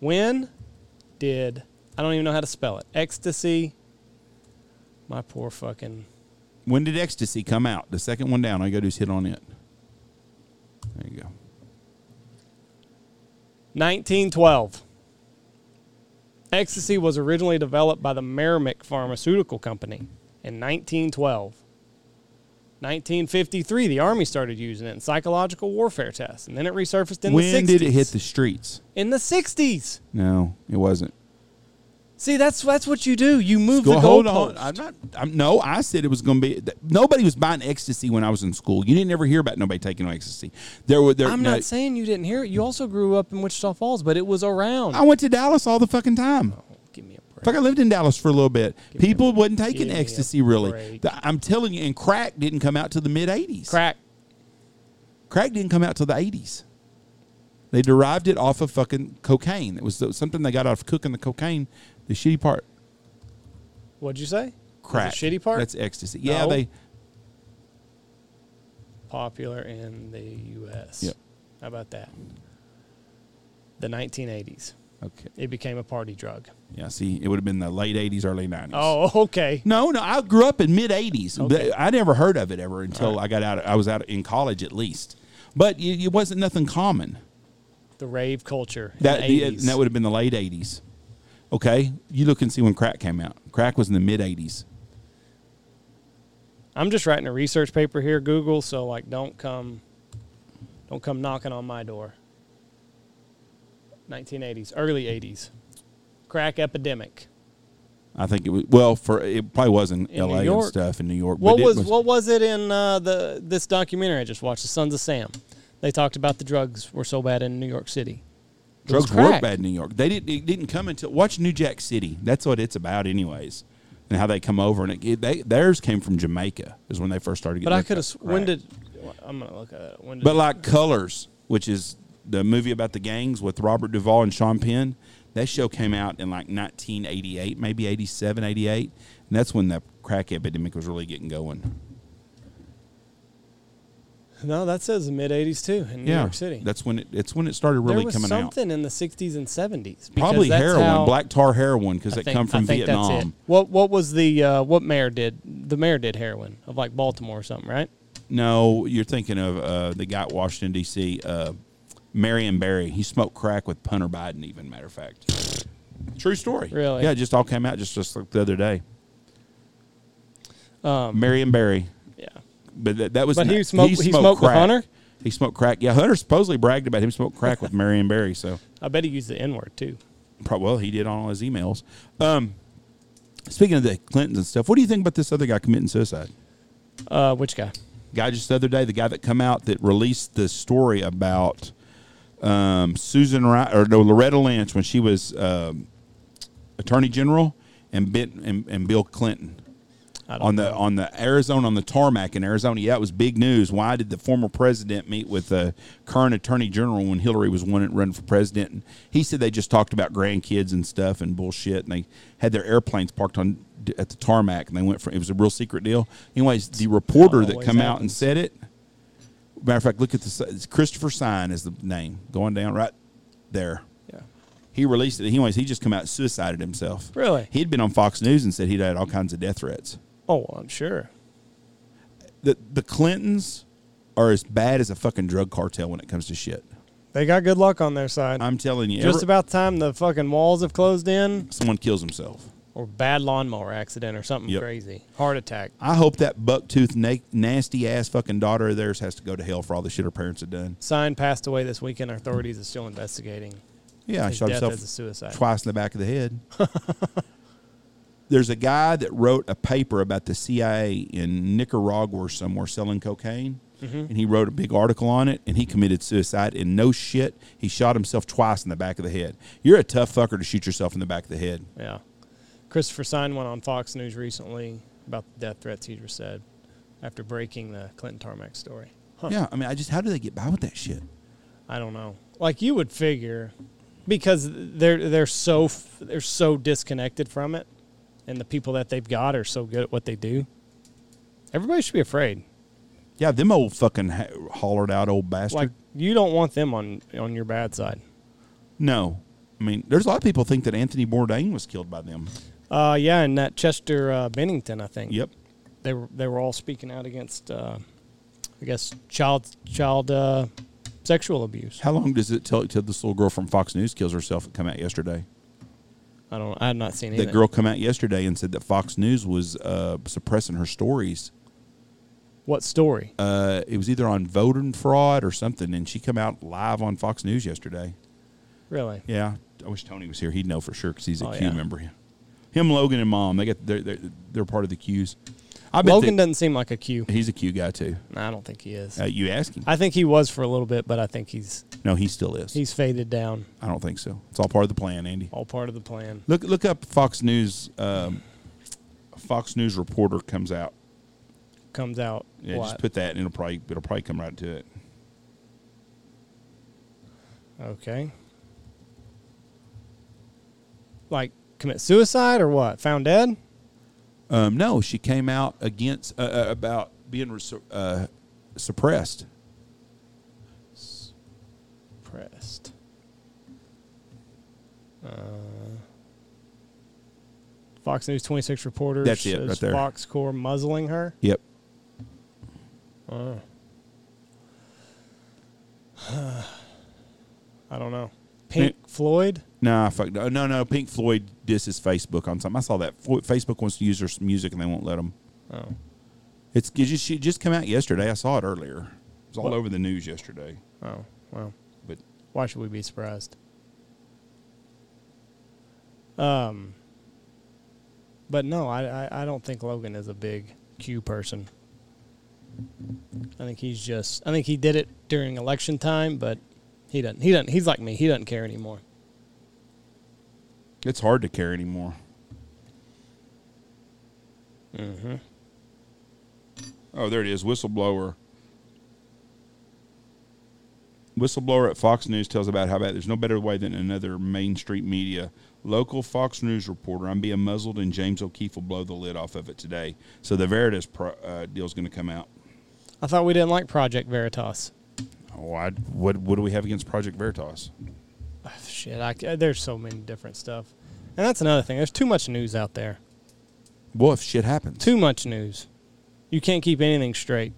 [SPEAKER 1] When did I don't even know how to spell it? Ecstasy. My poor fucking.
[SPEAKER 2] When did ecstasy come out? The second one down. All you got to do is hit on it. There you go.
[SPEAKER 1] 1912. Ecstasy was originally developed by the Merrimack Pharmaceutical Company in 1912. 1953, the Army started using it in psychological warfare tests, and then it resurfaced in
[SPEAKER 2] when
[SPEAKER 1] the 60s.
[SPEAKER 2] did it hit the streets?
[SPEAKER 1] in the 60s.
[SPEAKER 2] No, it wasn't.
[SPEAKER 1] See, that's that's what you do. You move the
[SPEAKER 2] hold
[SPEAKER 1] goalpost.
[SPEAKER 2] on. I'm not. I'm, no, I said it was going to be. th- Nobody was buying ecstasy when I was in school. You didn't ever hear about nobody taking ecstasy. There were. There,
[SPEAKER 1] I'm
[SPEAKER 2] no,
[SPEAKER 1] not saying you didn't hear it. You also grew up in Wichita Falls, but it was around.
[SPEAKER 2] I went to Dallas all the fucking time.
[SPEAKER 1] Give me a break.
[SPEAKER 2] Fuck, I lived in Dallas for a little bit. People wasn't taking
[SPEAKER 1] give me a
[SPEAKER 2] ecstasy really.
[SPEAKER 1] break.
[SPEAKER 2] The- I'm telling you, and crack didn't come out till the mid '80s.
[SPEAKER 1] Crack.
[SPEAKER 2] Crack didn't come out till the '80s. They derived it off of fucking cocaine. It was th- something they got out of cooking the cocaine. The shitty part,
[SPEAKER 1] What'd you say?
[SPEAKER 2] crack.
[SPEAKER 1] The shitty part?
[SPEAKER 2] That's ecstasy. Yeah,
[SPEAKER 1] No.
[SPEAKER 2] they.
[SPEAKER 1] popular in the U.S.
[SPEAKER 2] Yep.
[SPEAKER 1] How about that? The 1980s.
[SPEAKER 2] Okay.
[SPEAKER 1] It became a party drug.
[SPEAKER 2] Yeah. See, it would have been the late '80s, early '90s.
[SPEAKER 1] Oh, okay.
[SPEAKER 2] No, no. I grew up in mid '80s.
[SPEAKER 1] Okay.
[SPEAKER 2] I never heard of it ever until I got out. Of, I was out in college at least, but it, it wasn't nothing common.
[SPEAKER 1] The rave culture. in
[SPEAKER 2] That
[SPEAKER 1] the
[SPEAKER 2] the, uh,
[SPEAKER 1] 80s.
[SPEAKER 2] that would have been the late '80s. Okay, you look and see when crack came out. Crack was in the mid '80s.
[SPEAKER 1] I'm just writing a research paper here, Google. So like, don't come, don't come knocking on my door. 1980s, early 80s, crack epidemic.
[SPEAKER 2] I think it was well for it probably was in,
[SPEAKER 1] In New
[SPEAKER 2] L.A. and
[SPEAKER 1] York.
[SPEAKER 2] stuff in New York.
[SPEAKER 1] What
[SPEAKER 2] but it
[SPEAKER 1] was, what was it in uh, the this documentary I just watched, The Sons of Sam? They talked about the drugs were so bad in New York City. It was
[SPEAKER 2] drugs were
[SPEAKER 1] crack.
[SPEAKER 2] bad in New York. They didn't it didn't come until watch New Jack City. That's what it's about, anyways. And how they come over and it, it- they theirs came from Jamaica is when they first started.
[SPEAKER 1] But
[SPEAKER 2] getting
[SPEAKER 1] I
[SPEAKER 2] hooked
[SPEAKER 1] could
[SPEAKER 2] up
[SPEAKER 1] have.
[SPEAKER 2] to
[SPEAKER 1] When
[SPEAKER 2] crack.
[SPEAKER 1] did? I'm gonna look at it. When did?
[SPEAKER 2] But like Colors, which is the movie about the gangs with Robert Duvall and Sean Penn, that show came out in like 1988, maybe 87, 88. And that's when the crack epidemic was really getting going.
[SPEAKER 1] No, that says mid '80s too in New
[SPEAKER 2] yeah,
[SPEAKER 1] York City.
[SPEAKER 2] that's when it. It's when it started really
[SPEAKER 1] there was
[SPEAKER 2] coming out.
[SPEAKER 1] something in the '60s and '70s. because
[SPEAKER 2] Probably
[SPEAKER 1] that's
[SPEAKER 2] heroin,
[SPEAKER 1] how-
[SPEAKER 2] black tar heroin, because
[SPEAKER 1] I
[SPEAKER 2] it
[SPEAKER 1] think-
[SPEAKER 2] come
[SPEAKER 1] I
[SPEAKER 2] from
[SPEAKER 1] think that's it.
[SPEAKER 2] Vietnam.
[SPEAKER 1] What What was the uh, what mayor did? The mayor did heroin of like Baltimore or something, right?
[SPEAKER 2] No, you're thinking of uh, the guy at Washington D.C. Uh, Marion Barry. He smoked crack with Punter Biden. Even matter of fact, true story.
[SPEAKER 1] Really?
[SPEAKER 2] Yeah, it just all came out just just like the other day. Marion Barry,
[SPEAKER 1] Yeah.
[SPEAKER 2] but that, that was
[SPEAKER 1] Um, But he
[SPEAKER 2] not-
[SPEAKER 1] smoked- he smoked with
[SPEAKER 2] crack.
[SPEAKER 1] Hunter?
[SPEAKER 2] He smoked crack. Yeah, Hunter supposedly bragged about him smoked crack with Marion Barry. So
[SPEAKER 1] I bet he used the N word too.
[SPEAKER 2] Pro- well, he did on all his emails. Um, speaking of the Clintons and stuff, what do you think about this other guy committing suicide?
[SPEAKER 1] Uh, which guy?
[SPEAKER 2] Guy just the other day, the guy that come out that released the story about um, Susan Ri or no Loretta Lynch when she was um, Attorney General and bit and, and Bill Clinton
[SPEAKER 1] I don't
[SPEAKER 2] on the on the Arizona on the tarmac in Arizona. Yeah, it was big news. Why did the former president meet with the current attorney general when Hillary was running running for president? And he said they just talked about grandkids and stuff and bullshit, and they had their airplanes parked on at the tarmac, and they went for it was a real secret deal. Anyways, the reporter that
[SPEAKER 1] Always
[SPEAKER 2] come out and
[SPEAKER 1] happens.
[SPEAKER 2] said it. Matter of fact, look at the si- it's Christopher Sign is the name going down right there.
[SPEAKER 1] Yeah.
[SPEAKER 2] He released it. Anyways, he just come out and suicided himself.
[SPEAKER 1] Really?
[SPEAKER 2] He'd been on Fox News and said he'd had all kinds of death threats
[SPEAKER 1] Oh, well, I'm sure.
[SPEAKER 2] the the Clintons are as bad as a fucking drug cartel when it comes to shit.
[SPEAKER 1] They got good luck on their side.
[SPEAKER 2] I'm telling you,
[SPEAKER 1] Just
[SPEAKER 2] every-
[SPEAKER 1] about time the fucking walls have closed in,
[SPEAKER 2] someone kills himself.
[SPEAKER 1] or bad lawnmower accident, or something
[SPEAKER 2] Yep.
[SPEAKER 1] crazy, heart attack.
[SPEAKER 2] I hope that bucktooth na- nasty ass fucking daughter of theirs has to go to hell for all the shit her parents have done.
[SPEAKER 1] Sign passed away this weekend. Authorities are still investigating.
[SPEAKER 2] Yeah, I
[SPEAKER 1] His
[SPEAKER 2] shot
[SPEAKER 1] death
[SPEAKER 2] himself
[SPEAKER 1] as a suicide.
[SPEAKER 2] twice in the back of the head. There's a guy that wrote a paper about the CIA in Nicaragua or somewhere selling cocaine,
[SPEAKER 1] Mm-hmm.
[SPEAKER 2] and he wrote a big article on it. And he committed suicide, and no shit, he shot himself twice in the back of the head. You're a tough fucker to shoot yourself in the back of the head.
[SPEAKER 1] Yeah. Christopher Sign went on Fox News recently about the death threats he just said after breaking the Clinton tarmac story. Huh.
[SPEAKER 2] Yeah, I mean, I just how do they get by with that shit?
[SPEAKER 1] I don't know. Like you would figure, because they're they're so f- they're so disconnected from it, and the people that they've got are so good at what they do. Everybody should be afraid.
[SPEAKER 2] Yeah, them old fucking ha- hollered out old bastard.
[SPEAKER 1] Like you don't want them on on your bad side.
[SPEAKER 2] no, I mean, there's a lot of people think that Anthony Bourdain was killed by them.
[SPEAKER 1] Uh, yeah, and that Chester uh, Bennington, I think.
[SPEAKER 2] Yep,
[SPEAKER 1] They were they were all speaking out against, uh, I guess child child uh, sexual abuse.
[SPEAKER 2] How long does it tell till this little girl from Fox News kills herself? It come out yesterday.
[SPEAKER 1] I don't. I have not seen anything.
[SPEAKER 2] That girl come out yesterday and said that Fox News was uh, suppressing her stories.
[SPEAKER 1] What story?
[SPEAKER 2] Uh, it was either on voting fraud or something, and she come out live on Fox News yesterday.
[SPEAKER 1] Really?
[SPEAKER 2] Yeah, I wish Tony was here. He'd know for sure because he's a
[SPEAKER 1] Oh,
[SPEAKER 2] Q
[SPEAKER 1] yeah.
[SPEAKER 2] member. Him, Logan, and Mom. They got they're they're, they're part of the Qs. I bet
[SPEAKER 1] Logan
[SPEAKER 2] that-
[SPEAKER 1] doesn't seem like a Q.
[SPEAKER 2] he's a Q guy too.
[SPEAKER 1] Nah, I don't think he is.
[SPEAKER 2] Uh, you ask him?
[SPEAKER 1] I think he was for a little bit, but I think he's
[SPEAKER 2] no, he still is.
[SPEAKER 1] he's faded down.
[SPEAKER 2] I don't think so. It's all part of the plan, Andy.
[SPEAKER 1] All part of the plan.
[SPEAKER 2] Look, look up Fox News. Um, Fox News reporter comes out.
[SPEAKER 1] Comes out.
[SPEAKER 2] Yeah,
[SPEAKER 1] what?
[SPEAKER 2] just put that, and it'll probably it'll probably come right to it.
[SPEAKER 1] okay. Like commit suicide or what? Found dead?
[SPEAKER 2] Um, no, she came out against uh, uh, about being res- uh, suppressed.
[SPEAKER 1] Pressed. Uh, Fox News 26 reporters
[SPEAKER 2] That's it,
[SPEAKER 1] says
[SPEAKER 2] right there.
[SPEAKER 1] Fox Corps muzzling her.
[SPEAKER 2] Yep.
[SPEAKER 1] I don't know. Pink Floyd?
[SPEAKER 2] Nah, fuck no, no, no. Pink Floyd disses Facebook on something. I saw that Fo- Facebook wants to use their s- music, and they won't let them.
[SPEAKER 1] Oh.
[SPEAKER 2] It's it just she just came out yesterday. I saw it earlier. It was all
[SPEAKER 1] What?
[SPEAKER 2] over the news yesterday.
[SPEAKER 1] Oh, well.
[SPEAKER 2] But
[SPEAKER 1] Why should we be surprised? Um, but no, I, I, I don't think Logan is a big Q person. I think he's just. I think he did it during election time, but he doesn't. He doesn't. He's like me. He doesn't care anymore.
[SPEAKER 2] it's hard to care anymore.
[SPEAKER 1] Mm-hmm.
[SPEAKER 2] Oh, there it is. Whistleblower. Whistleblower at Fox News tells about how bad there's no better way than another Main Street media. Local Fox News reporter, I'm being muzzled, and James O'Keefe will blow the lid off of it today. So the Veritas pro, uh, deal is going to come out.
[SPEAKER 1] I thought we didn't like Project Veritas.
[SPEAKER 2] Oh, I, what what do we have against Project Veritas?
[SPEAKER 1] Ugh, Shit, I, c- there's so many different stuff, and that's another thing. There's too much news out there.
[SPEAKER 2] Well, if shit happens,
[SPEAKER 1] Too much news. You can't keep anything straight.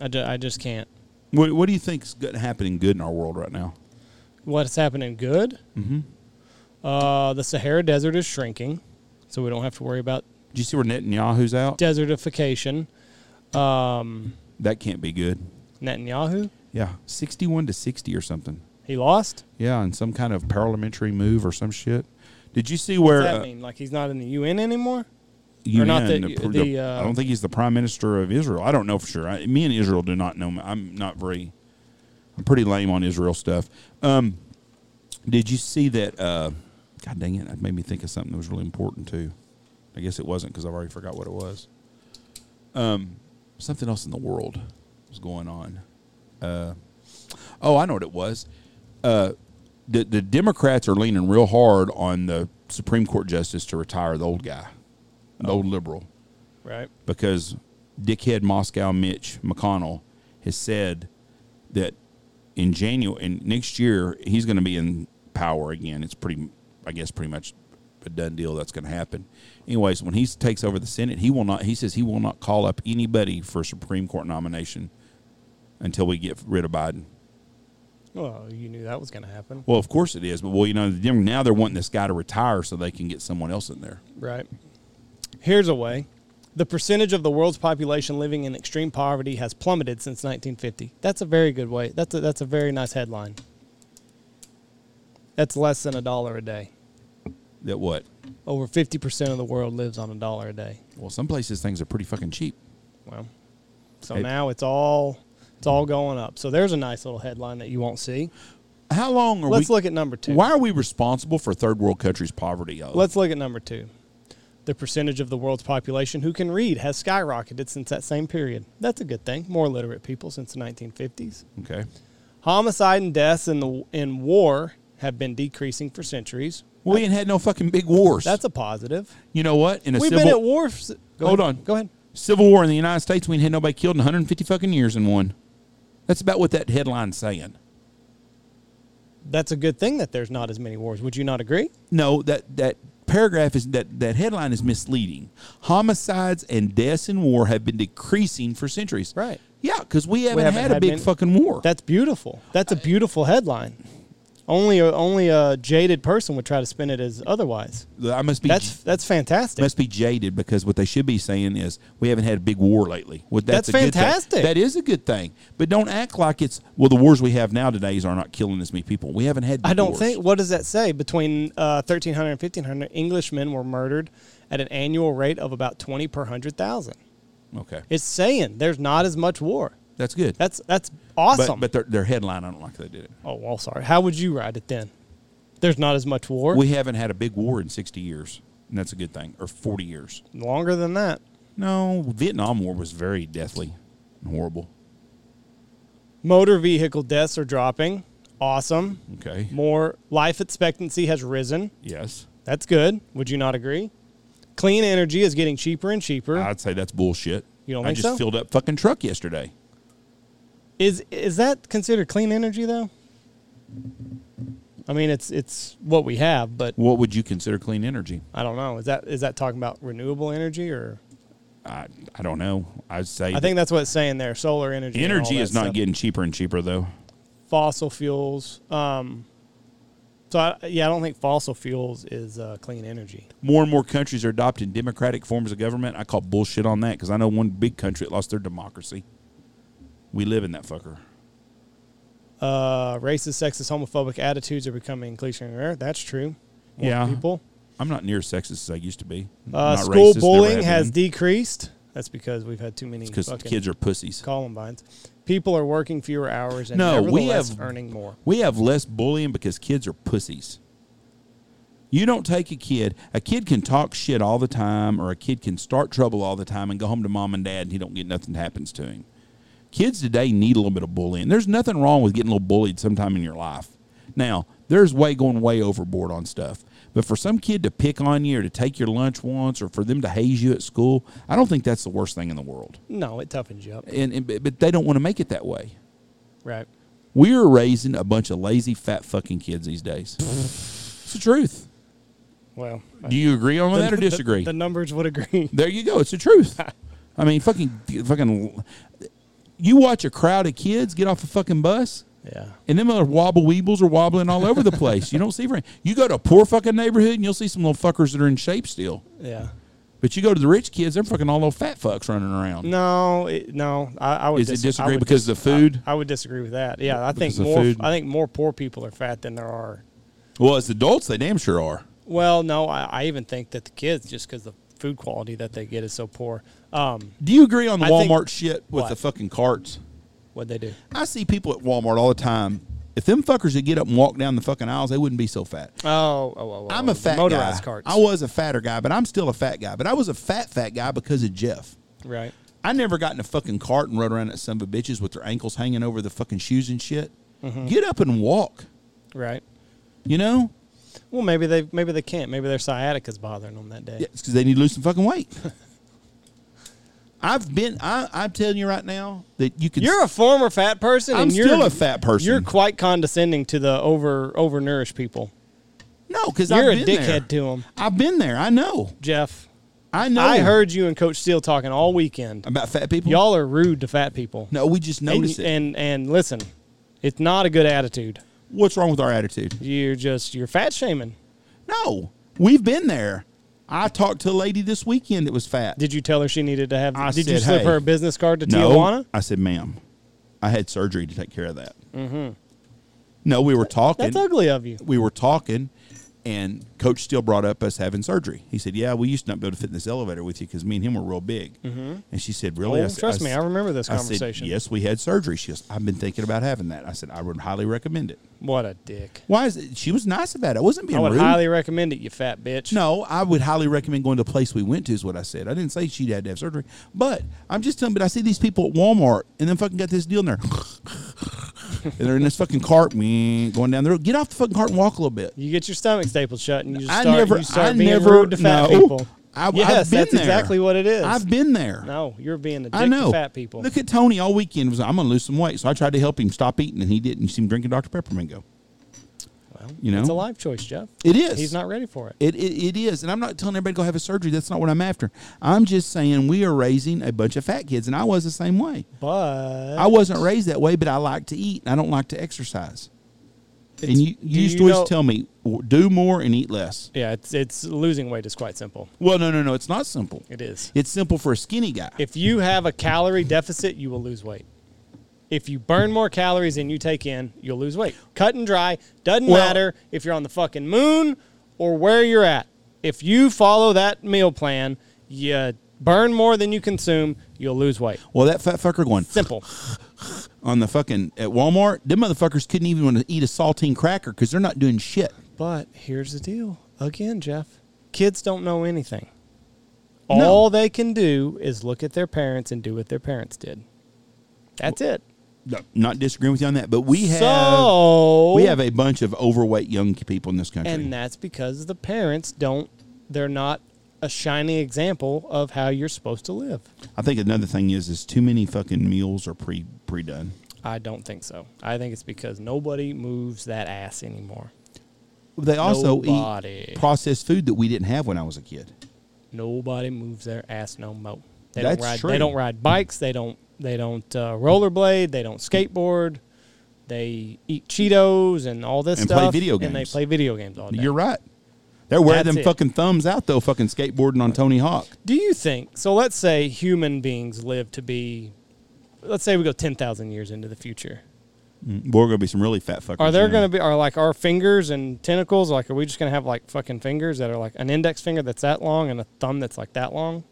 [SPEAKER 1] I, ju- I just can't.
[SPEAKER 2] what what do you think's go- happening good in our world right now?
[SPEAKER 1] What's happening good?
[SPEAKER 2] Mm-hmm.
[SPEAKER 1] Uh, the Sahara Desert is shrinking, so we don't have to worry about
[SPEAKER 2] Do you see where Netanyahu's out?
[SPEAKER 1] desertification. Um,
[SPEAKER 2] that can't be good.
[SPEAKER 1] Netanyahu,
[SPEAKER 2] Yeah, sixty-one to sixty or something.
[SPEAKER 1] he lost.
[SPEAKER 2] Yeah, and some kind of parliamentary move or some shit. Did you see where?
[SPEAKER 1] What does that
[SPEAKER 2] uh,
[SPEAKER 1] mean? Like he's not in the UN anymore?
[SPEAKER 2] UN,
[SPEAKER 1] Or not the- the,
[SPEAKER 2] the, the-
[SPEAKER 1] uh,
[SPEAKER 2] I don't think he's the prime minister of Israel. I don't know for sure. I, me and Israel do not know. I'm not very. I'm pretty lame on Israel stuff. Um, did you see that? Uh, God dang it! That made me think of something that was really important too. I guess it wasn't because I've already forgot what it was. Um, something else in the world was going on. Uh, oh, I know what it was. Uh, the the Democrats are leaning real hard on the Supreme Court justice to retire the old guy, the old liberal
[SPEAKER 1] Right.
[SPEAKER 2] because dickhead Moscow Mitch McConnell has said that in January in next year he's going to be in power again. It's pretty, I guess, pretty much a done deal that's going to happen. Anyways, when he takes over the Senate, he will not. He says he will not call up anybody for a Supreme Court nomination until we get rid of Biden.
[SPEAKER 1] Well, you knew that was going to happen.
[SPEAKER 2] Well, of course it is, but well, you know, the Dem- now they're wanting this guy to retire so they can get someone else in there.
[SPEAKER 1] Right. Here's a way. The percentage of the world's population living in extreme poverty has plummeted since 1950. That's a very good way. That's a, that's a very nice headline. That's less than a dollar a day.
[SPEAKER 2] That what?
[SPEAKER 1] Over 50% of the world lives on a dollar a day.
[SPEAKER 2] Well, some places things are pretty fucking cheap.
[SPEAKER 1] Well, so
[SPEAKER 2] It-
[SPEAKER 1] now it's all it's all going up. So there's a nice little headline that you won't see.
[SPEAKER 2] How long are we?
[SPEAKER 1] Let's look at number 2.
[SPEAKER 2] Why are we responsible for third world countries' poverty? Owen?
[SPEAKER 1] Let's look at number 2. The percentage of the world's population who can read has skyrocketed since that same period. That's a good thing. More literate people since the 1950s.
[SPEAKER 2] okay.
[SPEAKER 1] Homicide and deaths in the in war have been decreasing for centuries.
[SPEAKER 2] We ain't had no fucking big wars.
[SPEAKER 1] That's a positive.
[SPEAKER 2] you know what? In a
[SPEAKER 1] We've
[SPEAKER 2] civil
[SPEAKER 1] been at war. s- Go
[SPEAKER 2] Hold
[SPEAKER 1] ahead.
[SPEAKER 2] on.
[SPEAKER 1] Go ahead.
[SPEAKER 2] civil war in the United States, we ain't had nobody killed in 150 fucking years in one. That's about what that headline's saying.
[SPEAKER 1] That's a good thing that there's not as many wars. Would you not agree?
[SPEAKER 2] No, that that paragraph is that that headline is misleading. Homicides and deaths in war have been decreasing for centuries.
[SPEAKER 1] Right.
[SPEAKER 2] Yeah, because we haven't,
[SPEAKER 1] haven't
[SPEAKER 2] had a
[SPEAKER 1] had
[SPEAKER 2] big
[SPEAKER 1] many-
[SPEAKER 2] fucking war.
[SPEAKER 1] That's beautiful. That's a beautiful headline. Only a, only a jaded person would try to spin it as otherwise.
[SPEAKER 2] I must be
[SPEAKER 1] That's that's fantastic.
[SPEAKER 2] must be jaded because what they should be saying is we haven't had a big war lately. Well,
[SPEAKER 1] That's
[SPEAKER 2] that's a good thing.
[SPEAKER 1] fantastic.
[SPEAKER 2] That is a good thing. But don't act like it's well the wars we have now today are not killing as many people. We haven't had.
[SPEAKER 1] I
[SPEAKER 2] big
[SPEAKER 1] don't
[SPEAKER 2] wars.
[SPEAKER 1] think. What does that say? Between uh, 1300 and 1500, Englishmen were murdered at an annual rate of about 20 per hundred thousand.
[SPEAKER 2] Okay,
[SPEAKER 1] It's saying there's not as much war.
[SPEAKER 2] that's good.
[SPEAKER 1] That's that's
[SPEAKER 2] but,
[SPEAKER 1] awesome.
[SPEAKER 2] But their, their headline, I don't like they did it.
[SPEAKER 1] oh, well, sorry. How would you write it then? There's not as much war.
[SPEAKER 2] We haven't had a big war in sixty years, and that's a good thing, or forty years.
[SPEAKER 1] Longer than that.
[SPEAKER 2] No, Vietnam War was very deathly, and horrible.
[SPEAKER 1] Motor vehicle deaths are dropping. Awesome.
[SPEAKER 2] Okay.
[SPEAKER 1] More life expectancy has risen.
[SPEAKER 2] Yes,
[SPEAKER 1] That's good. Would you not agree? Clean energy is getting cheaper and cheaper.
[SPEAKER 2] I'd say that's bullshit.
[SPEAKER 1] You don't
[SPEAKER 2] I
[SPEAKER 1] think
[SPEAKER 2] just
[SPEAKER 1] so?
[SPEAKER 2] filled up fucking truck yesterday.
[SPEAKER 1] is is that considered clean energy though? I mean, it's it's what we have, but
[SPEAKER 2] What would you consider clean energy?
[SPEAKER 1] I don't know. Is that is that talking about renewable energy or?
[SPEAKER 2] I I don't know. I'd say
[SPEAKER 1] I think that's what it's saying there. Solar energy. and all
[SPEAKER 2] Energy
[SPEAKER 1] that
[SPEAKER 2] is not
[SPEAKER 1] stuff.
[SPEAKER 2] getting cheaper and cheaper though.
[SPEAKER 1] fossil fuels. Um, so I, yeah, I don't think fossil fuels is uh, clean energy.
[SPEAKER 2] More and more countries are adopting democratic forms of government. I call bullshit on that because I know one big country that lost their democracy. We live in that fucker.
[SPEAKER 1] Uh, racist, sexist, homophobic attitudes are becoming increasingly rare. That's true. More
[SPEAKER 2] Yeah.
[SPEAKER 1] people.
[SPEAKER 2] I'm not near as sexist as I used to be.
[SPEAKER 1] Uh,
[SPEAKER 2] Not
[SPEAKER 1] school
[SPEAKER 2] racist, never
[SPEAKER 1] bullying
[SPEAKER 2] have
[SPEAKER 1] has
[SPEAKER 2] been.
[SPEAKER 1] decreased. That's because we've had too many
[SPEAKER 2] because
[SPEAKER 1] fucking
[SPEAKER 2] kids are pussies.
[SPEAKER 1] Columbines. People are working fewer hours and
[SPEAKER 2] No, we
[SPEAKER 1] nevertheless
[SPEAKER 2] have-
[SPEAKER 1] earning more.
[SPEAKER 2] We have less bullying because kids are pussies. You don't take a kid. A kid can talk shit all the time, or a kid can start trouble all the time and go home to mom and dad, and he don't get nothing happens to him. Kids today need a little bit of bullying. There's nothing wrong with getting a little bullied sometime in your life. Now, there's way going way overboard on stuff, But for some kid to pick on you or to take your lunch once or for them to haze you at school, I don't think that's the worst thing in the world.
[SPEAKER 1] No, it toughens you up.
[SPEAKER 2] And, and but- but they don't want to make it that way.
[SPEAKER 1] Right.
[SPEAKER 2] We are raising a bunch of lazy fat fucking kids these days. it's the truth.
[SPEAKER 1] Well,
[SPEAKER 2] Do you agree on
[SPEAKER 1] the-
[SPEAKER 2] that or
[SPEAKER 1] the-
[SPEAKER 2] disagree?
[SPEAKER 1] The, numbers would agree.
[SPEAKER 2] There you go. It's the truth. I mean, fucking, fucking. You watch a crowd of kids get off a fucking bus,
[SPEAKER 1] Yeah.
[SPEAKER 2] and them other wobble weebles are wobbling all over the place. You don't see very. You go to a poor fucking neighborhood, and you'll see some little fuckers that are in shape still.
[SPEAKER 1] Yeah.
[SPEAKER 2] But you go to the rich kids, they're fucking all little fat fucks running around.
[SPEAKER 1] No, it, no. I, I would.
[SPEAKER 2] Is it
[SPEAKER 1] dis- I
[SPEAKER 2] disagree
[SPEAKER 1] would
[SPEAKER 2] because
[SPEAKER 1] dis-
[SPEAKER 2] of the food?
[SPEAKER 1] I, I would disagree with that. Yeah, I
[SPEAKER 2] Because
[SPEAKER 1] think
[SPEAKER 2] of
[SPEAKER 1] more.
[SPEAKER 2] food?
[SPEAKER 1] I think more poor people are fat than there are.
[SPEAKER 2] Well, as adults, they damn sure are.
[SPEAKER 1] Well, no, I, I even think that the kids, just because the food quality that they get is so poor, um,
[SPEAKER 2] Do you agree on the
[SPEAKER 1] I think-
[SPEAKER 2] Walmart shit with
[SPEAKER 1] What?
[SPEAKER 2] the fucking carts?
[SPEAKER 1] what they do.
[SPEAKER 2] I see people at Walmart all the time. If them fuckers would get up and walk down the fucking aisles, they wouldn't be so fat.
[SPEAKER 1] Oh, oh, oh, oh
[SPEAKER 2] I'm
[SPEAKER 1] oh,
[SPEAKER 2] a fat
[SPEAKER 1] motorized
[SPEAKER 2] guy.
[SPEAKER 1] carts.
[SPEAKER 2] I was a fatter guy, but I'm still a fat guy. But I was a fat fat guy because of Jeff.
[SPEAKER 1] right.
[SPEAKER 2] I never got in a fucking cart and rode around at some of the bitches with their ankles hanging over the fucking shoes and shit.
[SPEAKER 1] Mm-hmm.
[SPEAKER 2] Get up and walk.
[SPEAKER 1] Right.
[SPEAKER 2] You know,
[SPEAKER 1] Well, maybe they maybe they can't. Maybe their sciatica's bothering them that day.
[SPEAKER 2] yeah, because they need to lose some fucking weight. I've been. I, I'm telling you right now that you can.
[SPEAKER 1] You're a former fat person.
[SPEAKER 2] I'm
[SPEAKER 1] and you're,
[SPEAKER 2] still a fat person.
[SPEAKER 1] You're quite condescending to the over overnourished people.
[SPEAKER 2] no, because
[SPEAKER 1] You're a
[SPEAKER 2] I've been
[SPEAKER 1] dickhead
[SPEAKER 2] there.
[SPEAKER 1] to them,
[SPEAKER 2] I've been there. I know.
[SPEAKER 1] Jeff.
[SPEAKER 2] I know.
[SPEAKER 1] I heard you and Coach Steele talking all weekend.
[SPEAKER 2] about fat people.
[SPEAKER 1] Y'all are rude to fat people.
[SPEAKER 2] No, we just notice
[SPEAKER 1] and,
[SPEAKER 2] it.
[SPEAKER 1] and and listen, it's not a good attitude.
[SPEAKER 2] What's wrong with our attitude?
[SPEAKER 1] You're just you're fat shaming.
[SPEAKER 2] No, we've been there. I talked to a lady this weekend that was fat.
[SPEAKER 1] Did you tell her she needed to have?
[SPEAKER 2] I
[SPEAKER 1] did you
[SPEAKER 2] said,
[SPEAKER 1] slip
[SPEAKER 2] "Hey."
[SPEAKER 1] her a business card to
[SPEAKER 2] no,
[SPEAKER 1] Tijuana?
[SPEAKER 2] I said, ma'am, I had surgery to take care of that. Mm-hmm. No, we were talking.
[SPEAKER 1] That's ugly of you.
[SPEAKER 2] we were talking, and Coach Steele brought up us having surgery. He said, "Yeah, we used to not be able to fit in this elevator with you because me and him were real big." Mm-hmm. And she said, "Really?"
[SPEAKER 1] Oh,
[SPEAKER 2] said-
[SPEAKER 1] trust me, I remember this
[SPEAKER 2] I said,
[SPEAKER 1] conversation.
[SPEAKER 2] yes, we had surgery. She goes, "I've been thinking about having that." I said, "I would highly recommend it."
[SPEAKER 1] What a dick.
[SPEAKER 2] Why is it? She was nice about it. I wasn't being
[SPEAKER 1] I would
[SPEAKER 2] rude.
[SPEAKER 1] highly recommend it, you fat bitch.
[SPEAKER 2] No, I would highly recommend going to the place we went to. Is what I said. I didn't say she would had to have surgery, but I'm just telling. But I see these people at Walmart and then fucking got this deal in there, and they're in this fucking cart, me going down the road. Get off the fucking cart and walk a little bit.
[SPEAKER 1] You get your stomach stapled shut, and you just
[SPEAKER 2] I
[SPEAKER 1] start,
[SPEAKER 2] never,
[SPEAKER 1] you start
[SPEAKER 2] I
[SPEAKER 1] being
[SPEAKER 2] never,
[SPEAKER 1] rude to fat
[SPEAKER 2] no,
[SPEAKER 1] people.
[SPEAKER 2] I, have
[SPEAKER 1] yes,
[SPEAKER 2] been
[SPEAKER 1] that's
[SPEAKER 2] there.
[SPEAKER 1] exactly what it is.
[SPEAKER 2] I've been there.
[SPEAKER 1] no, you're being a dick
[SPEAKER 2] I know.
[SPEAKER 1] to fat people.
[SPEAKER 2] Look at Tony all weekend. Was I'm going to lose some weight, so I tried to help him stop eating, and he didn't. You see him drinking Dr Pepper Mango.
[SPEAKER 1] Well,
[SPEAKER 2] you know.
[SPEAKER 1] it's a life choice, Jeff.
[SPEAKER 2] It is.
[SPEAKER 1] He's not ready for it.
[SPEAKER 2] It, it, it is. And I'm not telling everybody to go have a surgery. That's not what I'm after. I'm just saying we are raising a bunch of fat kids, and I was the same way.
[SPEAKER 1] But
[SPEAKER 2] I wasn't raised that way, but I like to eat, and I don't like to exercise. and you, you
[SPEAKER 1] do
[SPEAKER 2] used
[SPEAKER 1] you
[SPEAKER 2] to always
[SPEAKER 1] know-
[SPEAKER 2] tell me, "W- do more and eat less.
[SPEAKER 1] yeah, it's it's losing weight is quite simple.
[SPEAKER 2] Well, no, no, no. It's not simple.
[SPEAKER 1] It is.
[SPEAKER 2] It's simple for a skinny guy.
[SPEAKER 1] If you have a calorie deficit, you will lose weight. If you burn more calories than you take in, you'll lose weight. Cut and dry doesn't
[SPEAKER 2] Well-
[SPEAKER 1] matter if you're on the fucking moon or where you're at. If you follow that meal plan, you burn more than you consume, you'll lose weight.
[SPEAKER 2] well, that fat fucker going
[SPEAKER 1] Simple.
[SPEAKER 2] on the fucking at Walmart, them motherfuckers couldn't even want to eat a saltine cracker because they're not doing shit.
[SPEAKER 1] But here's the deal. Again, Jeff, kids don't know anything.
[SPEAKER 2] No.
[SPEAKER 1] All they can do is look at their parents and do what their parents did. That's it.
[SPEAKER 2] No, not disagreeing with you on that, but we have
[SPEAKER 1] so
[SPEAKER 2] we have a bunch of overweight young people in this country.
[SPEAKER 1] and that's because the parents don't they're not a shining example of how you're supposed to live.
[SPEAKER 2] I think another thing is is too many fucking meals are pre pre done.
[SPEAKER 1] I don't think so. I think it's because nobody moves that ass anymore.
[SPEAKER 2] They also
[SPEAKER 1] Nobody.
[SPEAKER 2] eat processed food that we didn't have when I was a kid.
[SPEAKER 1] Nobody moves their ass no mo. They
[SPEAKER 2] That's
[SPEAKER 1] don't ride
[SPEAKER 2] true.
[SPEAKER 1] they don't ride bikes, they don't they don't uh, rollerblade, they don't skateboard. They eat Cheetos and all this
[SPEAKER 2] And play
[SPEAKER 1] stuff
[SPEAKER 2] video
[SPEAKER 1] and they
[SPEAKER 2] games.
[SPEAKER 1] play video games all day.
[SPEAKER 2] You're right. They're wearing
[SPEAKER 1] That's
[SPEAKER 2] them
[SPEAKER 1] it.
[SPEAKER 2] fucking thumbs out though, fucking skateboarding on Tony Hawk.
[SPEAKER 1] Do you think so? Let's say human beings live to be, let's say we go ten thousand years into the future.
[SPEAKER 2] We're gonna be some really fat fuckers.
[SPEAKER 1] Are there
[SPEAKER 2] you know.
[SPEAKER 1] going to be are like our fingers and tentacles? Like, are we just going to have like fucking fingers that are like an index finger that's that long and a thumb that's like that long?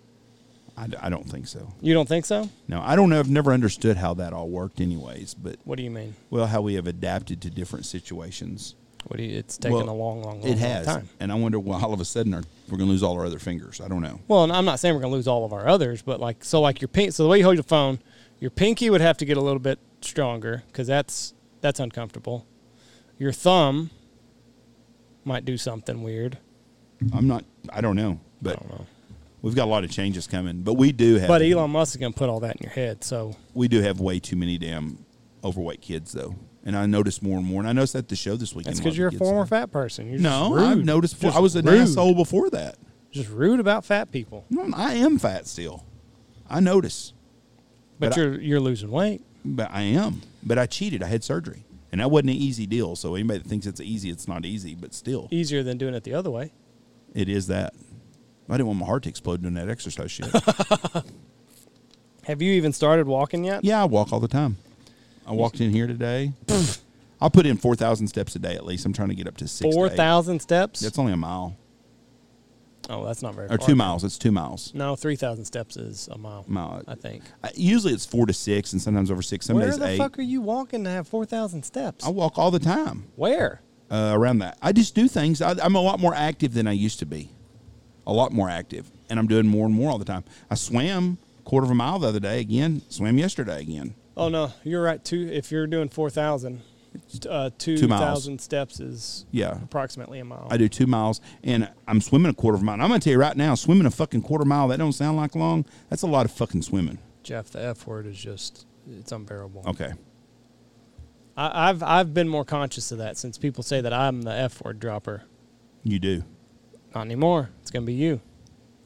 [SPEAKER 2] I, d- I don't think so.
[SPEAKER 1] You don't think so?
[SPEAKER 2] No, I don't know. I've never understood how that all worked, anyways. But
[SPEAKER 1] What do you mean?
[SPEAKER 2] well, how we have adapted to different situations.
[SPEAKER 1] What do you? It's taken
[SPEAKER 2] Well,
[SPEAKER 1] a long, long, long,
[SPEAKER 2] it has,
[SPEAKER 1] long time.
[SPEAKER 2] and I wonder why all of a sudden our, we're going to lose all our other fingers. I don't know.
[SPEAKER 1] Well, and I'm not saying we're going to lose all of our others, but like so, like your pink. So the way you hold your phone, your pinky would have to get a little bit stronger because that's that's uncomfortable. Your thumb might do something weird.
[SPEAKER 2] I'm not. I don't know, but we've got a lot of changes coming. But we do have.
[SPEAKER 1] But Elon Musk is going to put all that in your head. So
[SPEAKER 2] we do have way too many damn overweight kids though, and I notice more and more. And I noticed at the show this weekend.
[SPEAKER 1] that's
[SPEAKER 2] a lot
[SPEAKER 1] because
[SPEAKER 2] of
[SPEAKER 1] you're a
[SPEAKER 2] kids-
[SPEAKER 1] former fat person. You're
[SPEAKER 2] No,
[SPEAKER 1] just rude.
[SPEAKER 2] I've noticed. Before.
[SPEAKER 1] Just
[SPEAKER 2] I was an
[SPEAKER 1] rude.
[SPEAKER 2] asshole before that.
[SPEAKER 1] Just rude about fat people.
[SPEAKER 2] No, I am fat still. I notice,
[SPEAKER 1] But,
[SPEAKER 2] But I-
[SPEAKER 1] you're you're losing weight.
[SPEAKER 2] but I am. But I cheated. I had surgery, and that wasn't an easy deal. So anybody that thinks it's easy, it's not easy. But still,
[SPEAKER 1] Easier than doing it the other way.
[SPEAKER 2] it is that. I didn't want my heart to explode doing that exercise shit.
[SPEAKER 1] Have you even started walking yet?
[SPEAKER 2] Yeah, I walk all the time. I walked in here today. I'll put in four thousand steps a day at least. I'm trying to get up to six. to eight.
[SPEAKER 1] Four thousand steps.
[SPEAKER 2] That's only a mile
[SPEAKER 1] oh, that's not very. far.
[SPEAKER 2] or two miles. It's two miles.
[SPEAKER 1] No, three thousand steps is a mile.
[SPEAKER 2] Mile.
[SPEAKER 1] I think.
[SPEAKER 2] I, usually it's four to six, and sometimes over six. Some
[SPEAKER 1] Where
[SPEAKER 2] days
[SPEAKER 1] the
[SPEAKER 2] eight.
[SPEAKER 1] fuck are you walking to have four thousand steps?
[SPEAKER 2] I walk all the time
[SPEAKER 1] Where?
[SPEAKER 2] uh, around that. I just do things. I, I'm a lot more active than I used to be. A lot more active, and I'm doing more and more all the time. I swam quarter of a mile the other day again. Swam yesterday again.
[SPEAKER 1] Oh no, you're right. Two. If you're doing four thousand, uh, two
[SPEAKER 2] miles.
[SPEAKER 1] thousand steps is
[SPEAKER 2] Yeah.
[SPEAKER 1] approximately a mile.
[SPEAKER 2] I do two miles, and I'm swimming a quarter of a mile. And I'm gonna tell you right now, swimming a fucking quarter mile that don't sound like long. That's a lot of fucking swimming.
[SPEAKER 1] Jeff, the F word is just it's unbearable.
[SPEAKER 2] Okay,
[SPEAKER 1] I, I've I've been more conscious of that since people say that I'm the F word dropper.
[SPEAKER 2] you do.
[SPEAKER 1] Not anymore. It's gonna be you.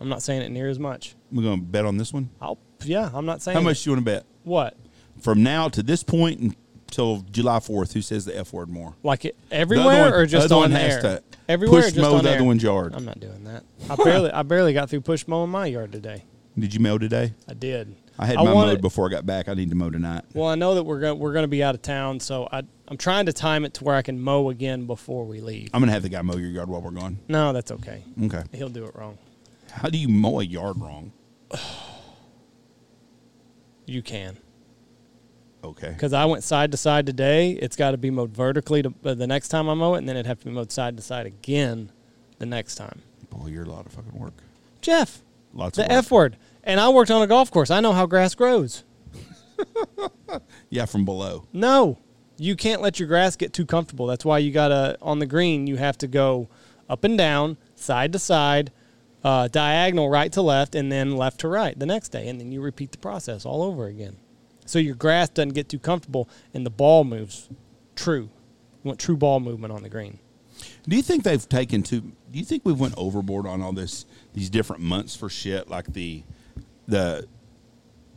[SPEAKER 1] I'm not saying it near as much.
[SPEAKER 2] We're gonna bet on this one.
[SPEAKER 1] I'll yeah. I'm not saying
[SPEAKER 2] How
[SPEAKER 1] it.
[SPEAKER 2] much do you want to bet
[SPEAKER 1] What?
[SPEAKER 2] from now to this point until July fourth? Who says the f word more?
[SPEAKER 1] Like it
[SPEAKER 2] The other
[SPEAKER 1] everywhere
[SPEAKER 2] one-
[SPEAKER 1] or just
[SPEAKER 2] the other
[SPEAKER 1] on
[SPEAKER 2] one
[SPEAKER 1] air?
[SPEAKER 2] has to
[SPEAKER 1] everywhere or
[SPEAKER 2] push
[SPEAKER 1] just
[SPEAKER 2] mow
[SPEAKER 1] on
[SPEAKER 2] the
[SPEAKER 1] air?
[SPEAKER 2] other one's yard.
[SPEAKER 1] I'm not doing that. I barely I barely got through push mowing my yard today.
[SPEAKER 2] Did you mow today?
[SPEAKER 1] I did.
[SPEAKER 2] I had my
[SPEAKER 1] wanted-
[SPEAKER 2] mowed before I got back. I need to mow tonight.
[SPEAKER 1] Well, I know that we're going we're going to be out of town, so I I'm trying to time it to where I can mow again before we leave.
[SPEAKER 2] I'm gonna have the guy mow your yard while we're gone.
[SPEAKER 1] No, that's okay.
[SPEAKER 2] Okay.
[SPEAKER 1] He'll do it wrong.
[SPEAKER 2] How do you mow a yard wrong?
[SPEAKER 1] You can.
[SPEAKER 2] Okay.
[SPEAKER 1] Because I went side to side today, it's got to be mowed vertically to, uh, the next time I mow it, and then it'd have to be mowed side to side again the next time.
[SPEAKER 2] Boy, you're a lot of fucking work.
[SPEAKER 1] Jeff,
[SPEAKER 2] Lots
[SPEAKER 1] the
[SPEAKER 2] of work.
[SPEAKER 1] F word. And I worked on a golf course. I know how grass grows.
[SPEAKER 2] Yeah, from below.
[SPEAKER 1] No, you can't let your grass get too comfortable. That's why you gotta on the green. You have to go up and down, side to side, uh, diagonal, right to left, and then left to right the next day, and then you repeat the process all over again. So your grass doesn't get too comfortable, and the ball moves true. You want true ball movement on the green.
[SPEAKER 2] Do you think they've taken too? Do you think we've went overboard on all this these different months for shit like the the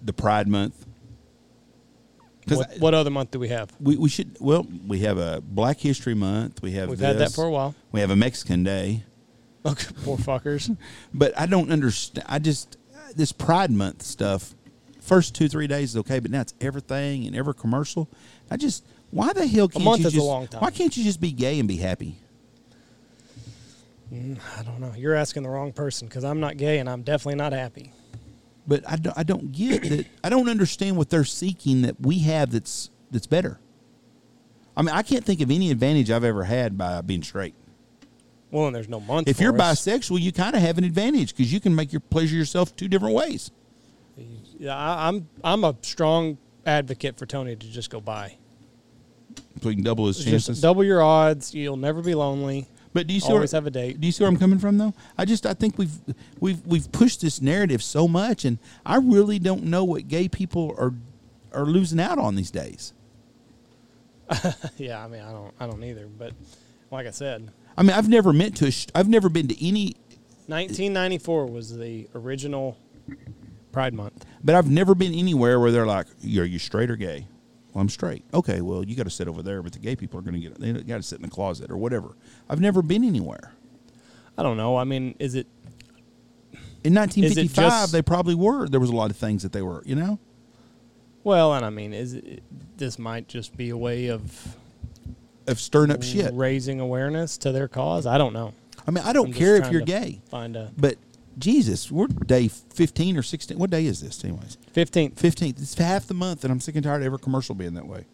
[SPEAKER 2] the Pride Month? Because
[SPEAKER 1] What, what other month do we have?
[SPEAKER 2] we, we should well we have a Black History Month. We have
[SPEAKER 1] We've had that
[SPEAKER 2] this.
[SPEAKER 1] for a while.
[SPEAKER 2] We have a Mexican Day,
[SPEAKER 1] Okay, poor fuckers.
[SPEAKER 2] but I don't understand. I just this Pride Month stuff. First two three days is okay, but now it's everything and every commercial. I just why the hell can't
[SPEAKER 1] month
[SPEAKER 2] you
[SPEAKER 1] is a
[SPEAKER 2] just
[SPEAKER 1] long time.
[SPEAKER 2] why can't you just be gay and be happy?
[SPEAKER 1] I don't know. You're asking the wrong person because I'm not gay and I'm definitely not happy.
[SPEAKER 2] but I don't, I don't get that. I don't understand what they're seeking that we have that's that's better. I mean, I can't think of any advantage I've ever had by being straight.
[SPEAKER 1] Well, and there's no month.
[SPEAKER 2] If you're
[SPEAKER 1] for us.
[SPEAKER 2] bisexual, you kind of have an advantage because you can make your pleasure yourself two different ways.
[SPEAKER 1] Yeah, I, I'm I'm a strong advocate for Tony to just go buy.
[SPEAKER 2] So you can double his chances.
[SPEAKER 1] Just double your odds. You'll never be lonely.
[SPEAKER 2] but do you see where,
[SPEAKER 1] Always have a date.
[SPEAKER 2] do you see where I'm coming from though? I just I think we've we've we've pushed this narrative so much, and I really don't know what gay people are are losing out on these days.
[SPEAKER 1] yeah, I mean, I don't I don't either. But like I said,
[SPEAKER 2] I mean, I've never meant to. I've never been to any
[SPEAKER 1] 1994 was the original Pride Month.
[SPEAKER 2] But I've never been anywhere where they're like, "Are you straight or gay?" Well, I'm straight. Okay, well, you got to sit over there, but the gay people are going to get they got to sit in the closet or whatever. I've never been anywhere.
[SPEAKER 1] I don't know. I mean, is it?
[SPEAKER 2] In 1955,
[SPEAKER 1] just-
[SPEAKER 2] they probably were. There was a lot of things that they were, you know.
[SPEAKER 1] Well, and I mean, is it? This might just be a way of
[SPEAKER 2] Of stirring up shit.
[SPEAKER 1] raising awareness to their cause. I don't know.
[SPEAKER 2] I mean, I don't
[SPEAKER 1] I'm just
[SPEAKER 2] care if
[SPEAKER 1] trying
[SPEAKER 2] you're
[SPEAKER 1] to
[SPEAKER 2] gay,
[SPEAKER 1] Find a
[SPEAKER 2] but Jesus, we're day 15 or 16. What day is this, anyways?
[SPEAKER 1] 15th.
[SPEAKER 2] 15th. It's half the month, and I'm sick and tired of every commercial being that way.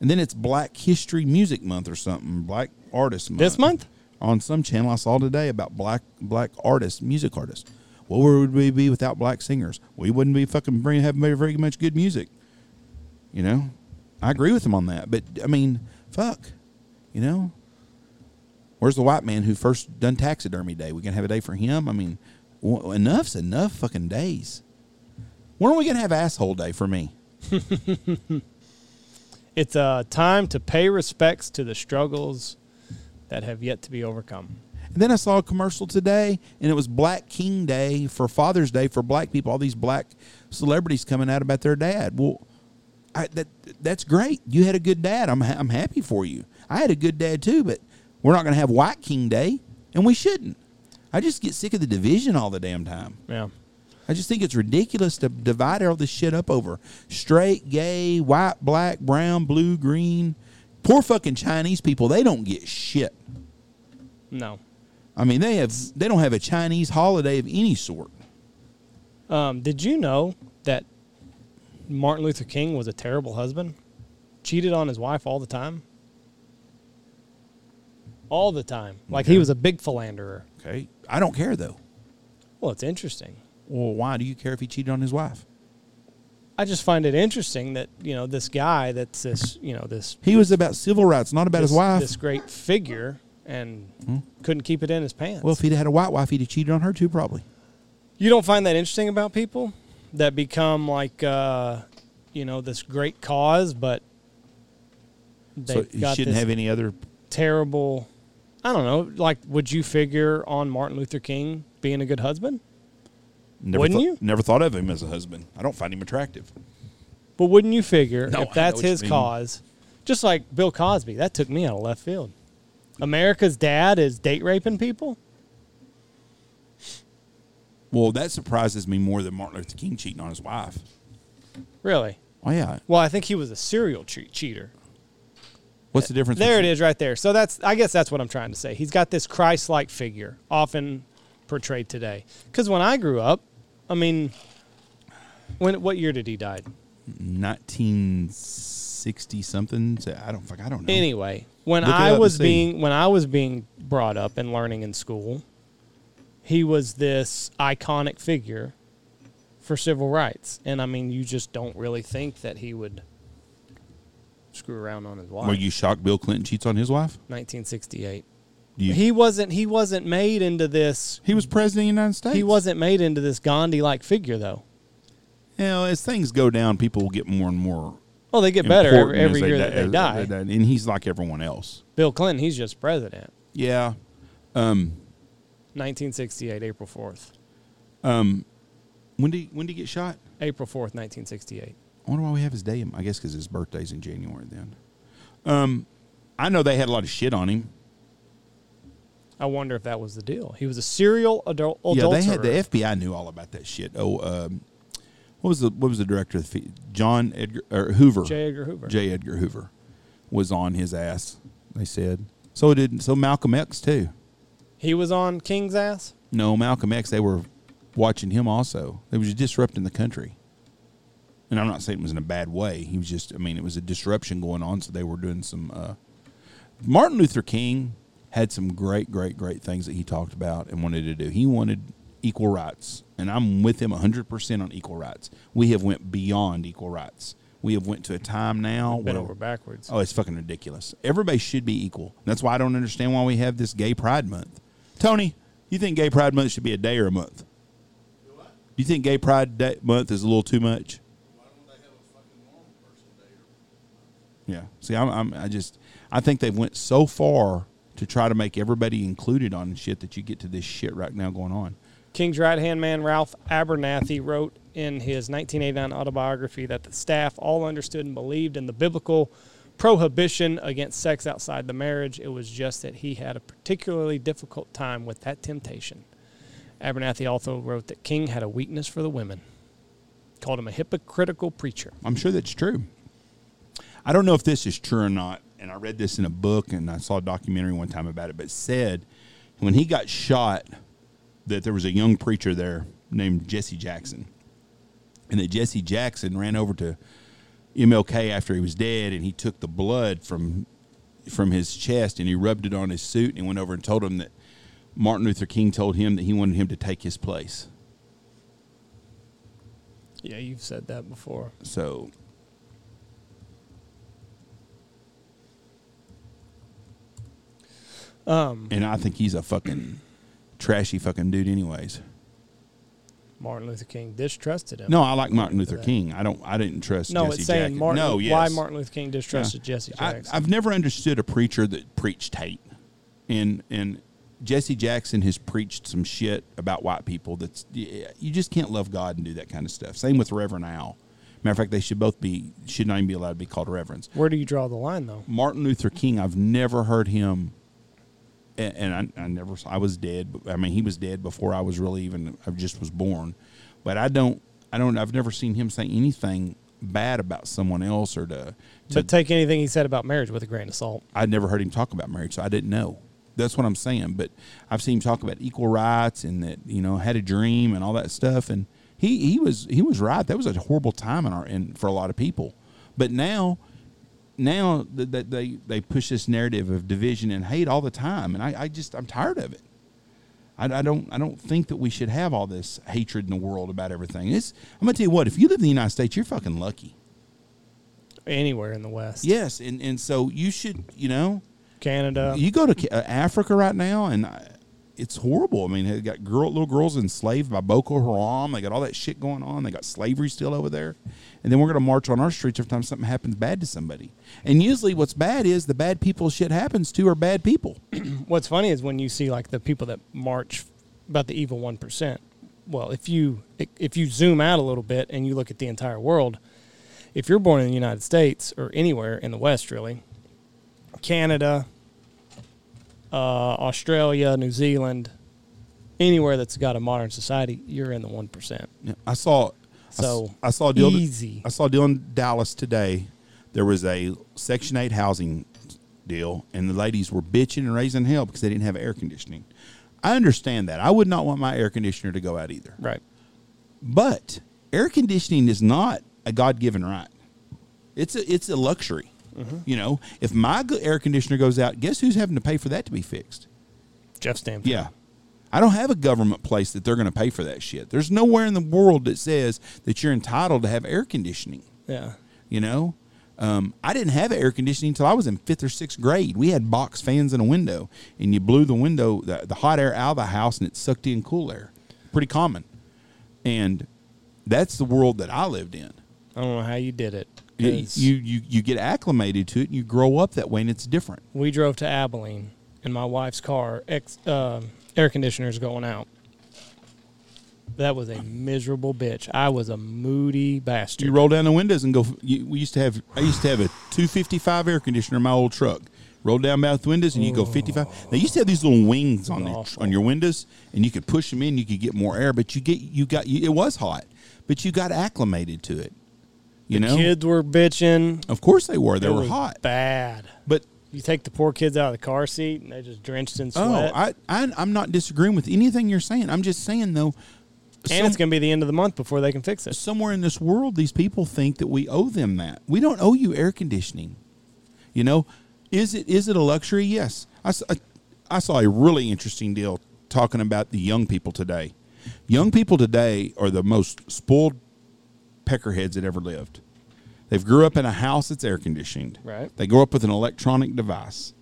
[SPEAKER 2] And then it's Black History Music Month or something, Black Artist Month.
[SPEAKER 1] This month?
[SPEAKER 2] On some channel I saw today about black black artists, music artists. What would we be without black singers? We wouldn't be fucking bringing having very, very much good music. You know, I agree with them on that. But I mean, fuck, you know, Where's the white man who first done taxidermy day? We gonna have a day for him? I mean, w- enough's enough fucking days. When are we gonna have asshole day for me?
[SPEAKER 1] It's uh, time to pay respects to the struggles that have yet to be overcome.
[SPEAKER 2] And then I saw a commercial today, and it was Black King Day for Father's Day for black people. All these black celebrities coming out about their dad. Well, I, that that's great. You had a good dad. I'm ha- I'm happy for you. I had a good dad too, but we're not going to have White King Day, and we shouldn't. I just get sick of the division all the damn time.
[SPEAKER 1] Yeah.
[SPEAKER 2] I just think it's ridiculous to divide all this shit up over straight, gay, white, black, brown, blue, green. Poor fucking Chinese people. They don't get shit.
[SPEAKER 1] No.
[SPEAKER 2] I mean, they have they don't have a Chinese holiday of any sort.
[SPEAKER 1] Um, did you know that Martin Luther King was a terrible husband? Cheated on his wife all the time? All the time. Like he
[SPEAKER 2] Okay.
[SPEAKER 1] was a big philanderer.
[SPEAKER 2] Okay, I don't care though.
[SPEAKER 1] Well, it's interesting.
[SPEAKER 2] Well, why do you care if he cheated on his wife?
[SPEAKER 1] I just find it interesting that, you know, this guy that's this, you know, this
[SPEAKER 2] He was about civil rights, not about
[SPEAKER 1] this,
[SPEAKER 2] his wife. Hmm?
[SPEAKER 1] this great figure and couldn't keep it in his pants.
[SPEAKER 2] well, if he'd had a white wife, he'd have cheated on her too, probably.
[SPEAKER 1] You don't find that interesting about people that become like, uh, you know, this great cause, but they
[SPEAKER 2] so he
[SPEAKER 1] got
[SPEAKER 2] shouldn't
[SPEAKER 1] this
[SPEAKER 2] have any other.
[SPEAKER 1] terrible. I don't know. Like, would you figure on Martin Luther King being a good husband?
[SPEAKER 2] Never
[SPEAKER 1] Wouldn't
[SPEAKER 2] thought,
[SPEAKER 1] you?
[SPEAKER 2] Never thought of him as a husband. I don't find him attractive.
[SPEAKER 1] But wouldn't you figure
[SPEAKER 2] No, I know
[SPEAKER 1] if that's
[SPEAKER 2] what you
[SPEAKER 1] his
[SPEAKER 2] mean.
[SPEAKER 1] cause? Just like Bill Cosby, that took me out of left field. America's dad is date raping people.
[SPEAKER 2] Well, that surprises me more than Martin Luther King cheating on his wife.
[SPEAKER 1] Really?
[SPEAKER 2] Oh yeah,
[SPEAKER 1] Well, I think he was a serial che- cheater.
[SPEAKER 2] what's the difference?
[SPEAKER 1] There it
[SPEAKER 2] between-
[SPEAKER 1] is, right there. So that's, I guess, that's what I'm trying to say. He's got this Christ-like figure, often portrayed today. Because when I grew up, I mean, when what year did he die?
[SPEAKER 2] 1960 something. So I don't fuck. I don't know.
[SPEAKER 1] Anyway, when
[SPEAKER 2] Look it up
[SPEAKER 1] I
[SPEAKER 2] and
[SPEAKER 1] was
[SPEAKER 2] see.
[SPEAKER 1] being when I was being brought up and learning in school, he was this iconic figure for civil rights, and I mean, you just don't really think that he would screw around on his wife.
[SPEAKER 2] Were you shocked Bill Clinton cheats on his wife?
[SPEAKER 1] 1968.
[SPEAKER 2] Do you-
[SPEAKER 1] He wasn't. He wasn't made into this.
[SPEAKER 2] he was president of the United States.
[SPEAKER 1] He wasn't made into this Gandhi-like figure, though.
[SPEAKER 2] You know, as things go down, people will get more and more
[SPEAKER 1] Well, they get better every,
[SPEAKER 2] important
[SPEAKER 1] every
[SPEAKER 2] as
[SPEAKER 1] year
[SPEAKER 2] di-
[SPEAKER 1] that they
[SPEAKER 2] as
[SPEAKER 1] die.
[SPEAKER 2] And he's like everyone else.
[SPEAKER 1] Bill Clinton, he's just president.
[SPEAKER 2] Yeah. Um,
[SPEAKER 1] 1968, April 4th.
[SPEAKER 2] when did he, when did he get shot?
[SPEAKER 1] April 4th, 1968.
[SPEAKER 2] I wonder why we have his day. in- I guess because his birthday's in January. Then, um, I know they had a lot of shit on him.
[SPEAKER 1] I wonder if that was the deal. He was a serial adult adulterer.
[SPEAKER 2] Yeah, they had the FBI knew all about that shit. Oh, um, what was the what was the director? Of the, fe- John Edgar or Hoover.
[SPEAKER 1] J. Edgar Hoover.
[SPEAKER 2] J. Edgar Hoover was on his ass. They said so. Did so Malcolm X too?
[SPEAKER 1] He was on King's ass.
[SPEAKER 2] No, Malcolm X. They were watching him also. They was disrupting the country. And I'm not saying it was in a bad way. He was just. I mean, it was a disruption going on. So they were doing some. Uh, Martin Luther King had some great, great, great things that he talked about and wanted to do. He wanted equal rights, and I'm with him 100% on equal rights. We have went beyond equal rights. We have went to a time now
[SPEAKER 1] Been
[SPEAKER 2] where-
[SPEAKER 1] over backwards.
[SPEAKER 2] Oh, it's fucking ridiculous. Everybody should be equal. That's why I don't understand why we have this Gay Pride Month. Tony, you think Gay Pride Month should be a day or a month? You think Gay Pride day- Month is a little too much? Yeah. See, I'm, I'm, I just, I think they've went so far to try to make everybody included on shit that you get to this shit right now going on.
[SPEAKER 1] King's right hand man, Ralph Abernathy, wrote in his 1989 autobiography that the staff all understood and believed in the biblical prohibition against sex outside the marriage. It was just that he had a particularly difficult time with that temptation. Abernathy also wrote that King had a weakness for the women, called him a hypocritical preacher.
[SPEAKER 2] I'm sure that's true. I don't know if this is true or not. And I read this in a book and I saw a documentary one time about it, but it said when he got shot that there was a young preacher there named Jesse Jackson. And that Jesse Jackson ran over to MLK after he was dead and he took the blood from from his chest and he rubbed it on his suit and went over and told him that Martin Luther King told him that he wanted him to take his place.
[SPEAKER 1] Yeah, you've said that before.
[SPEAKER 2] So
[SPEAKER 1] Um,
[SPEAKER 2] And I think he's a fucking trashy fucking dude, anyways.
[SPEAKER 1] Martin Luther King distrusted him.
[SPEAKER 2] No, I like Martin Luther King. I don't. I didn't trust.
[SPEAKER 1] no,
[SPEAKER 2] Jesse
[SPEAKER 1] it's saying
[SPEAKER 2] Jackson.
[SPEAKER 1] Martin.
[SPEAKER 2] No, yes.
[SPEAKER 1] Why Martin Luther King distrusted
[SPEAKER 2] Yeah.
[SPEAKER 1] Jesse
[SPEAKER 2] I,
[SPEAKER 1] Jackson?
[SPEAKER 2] I've never understood a preacher that preached hate, and and Jesse Jackson has preached some shit about white people. That's yeah, you just can't love God and do that kind of stuff. Same with Reverend Al. Matter of fact, they should both be should not even be allowed to be called reverends.
[SPEAKER 1] Where do you draw the line, though?
[SPEAKER 2] Martin Luther King, I've never heard him. And, and I, I never, saw- I was dead. but- I mean, he was dead before I was really even. I just was born, but I don't, I don't. I've never seen him say anything bad about someone else or to. to
[SPEAKER 1] But take anything he said about marriage with a grain of salt.
[SPEAKER 2] I'd never heard him talk about marriage, so I didn't know. That's what I'm saying. But I've seen him talk about equal rights and that you know had a dream and all that stuff. And he he was he was right. That was a horrible time in our in for a lot of people. But now, now that that they they push this narrative of division and hate all the time, and I, I just I'm tired of it. I, I don't I don't think that we should have all this hatred in the world about everything. It's I'm gonna tell you what. If you live in the United States, you're fucking lucky.
[SPEAKER 1] Anywhere in the West,
[SPEAKER 2] Yes, and and so you should you know
[SPEAKER 1] Canada.
[SPEAKER 2] you go to Ca- uh, Africa right now, and I, it's horrible. I mean, they got girl, little girls enslaved by Boko Haram. They got all that shit going on. They got slavery still over there. And then we're going to march on our streets every time something happens bad to somebody. And usually, what's bad is the bad people shit happens to are bad people.
[SPEAKER 1] What's funny is when you see like the people that march about the evil one percent. Well, if you if you zoom out a little bit and you look at the entire world, if you're born in the United States or anywhere in the West, really, Canada, uh, Australia, New Zealand, anywhere that's got a modern society, you're in the one percent.
[SPEAKER 2] Yeah, I saw. I s-
[SPEAKER 1] So,
[SPEAKER 2] I, saw a deal.
[SPEAKER 1] easy.
[SPEAKER 2] I saw a deal in Dallas today. There was a Section Eight housing deal, and the ladies were bitching and raising hell because they didn't have air conditioning. I understand that. I would not want my air conditioner to go out either.
[SPEAKER 1] Right.
[SPEAKER 2] But air conditioning is not a God given right. It's a it's a luxury. You know, if my go- air conditioner goes out, guess who's having to pay for that to be fixed?
[SPEAKER 1] Jeff Stanford.
[SPEAKER 2] Yeah. I don't have a government place that they're going to pay for that shit. There's nowhere in the world that says that you're entitled to have air conditioning.
[SPEAKER 1] Yeah.
[SPEAKER 2] You know, um, I didn't have air conditioning until I was in fifth or sixth grade. We had box fans in a window, and you blew the window, the, the hot air out of the house, and it sucked in cool air. Pretty common. And that's the world that I lived in.
[SPEAKER 1] I don't know how you did it.
[SPEAKER 2] You,
[SPEAKER 1] 'cause
[SPEAKER 2] you, you, you get acclimated to it, and you grow up that way, and it's different.
[SPEAKER 1] we drove to Abilene in my wife's car. Ex, uh, air conditioner's going out. That was a miserable bitch. I was a moody bastard.
[SPEAKER 2] You roll down the windows and go. You, we used to have. I used to have a 255 air conditioner in my old truck. Roll down both windows and you go 55. They used to have these little wings on the,
[SPEAKER 1] Awful.
[SPEAKER 2] on your windows, and you could push them in. You could get more air, but you get you got you, it was hot, but you got acclimated to it. You know,
[SPEAKER 1] Kids were bitching.
[SPEAKER 2] of course they were. They
[SPEAKER 1] It
[SPEAKER 2] were
[SPEAKER 1] was
[SPEAKER 2] hot,
[SPEAKER 1] Bad.
[SPEAKER 2] but
[SPEAKER 1] You take the poor kids out of the car seat and they're just drenched in sweat.
[SPEAKER 2] oh, I, I I'm not disagreeing with anything you're saying. I'm just saying though,
[SPEAKER 1] and it's going to be the end of the month before they can fix it.
[SPEAKER 2] somewhere in this world, these people think that we owe them that. We don't owe you air conditioning. You know, is it is it a luxury? Yes. I, s- I- I saw a really interesting deal talking about the young people today. Young people today are the most spoiled peckerheads that ever lived. They've grew up in a house that's air conditioned.
[SPEAKER 1] Right.
[SPEAKER 2] They grow up with an electronic device.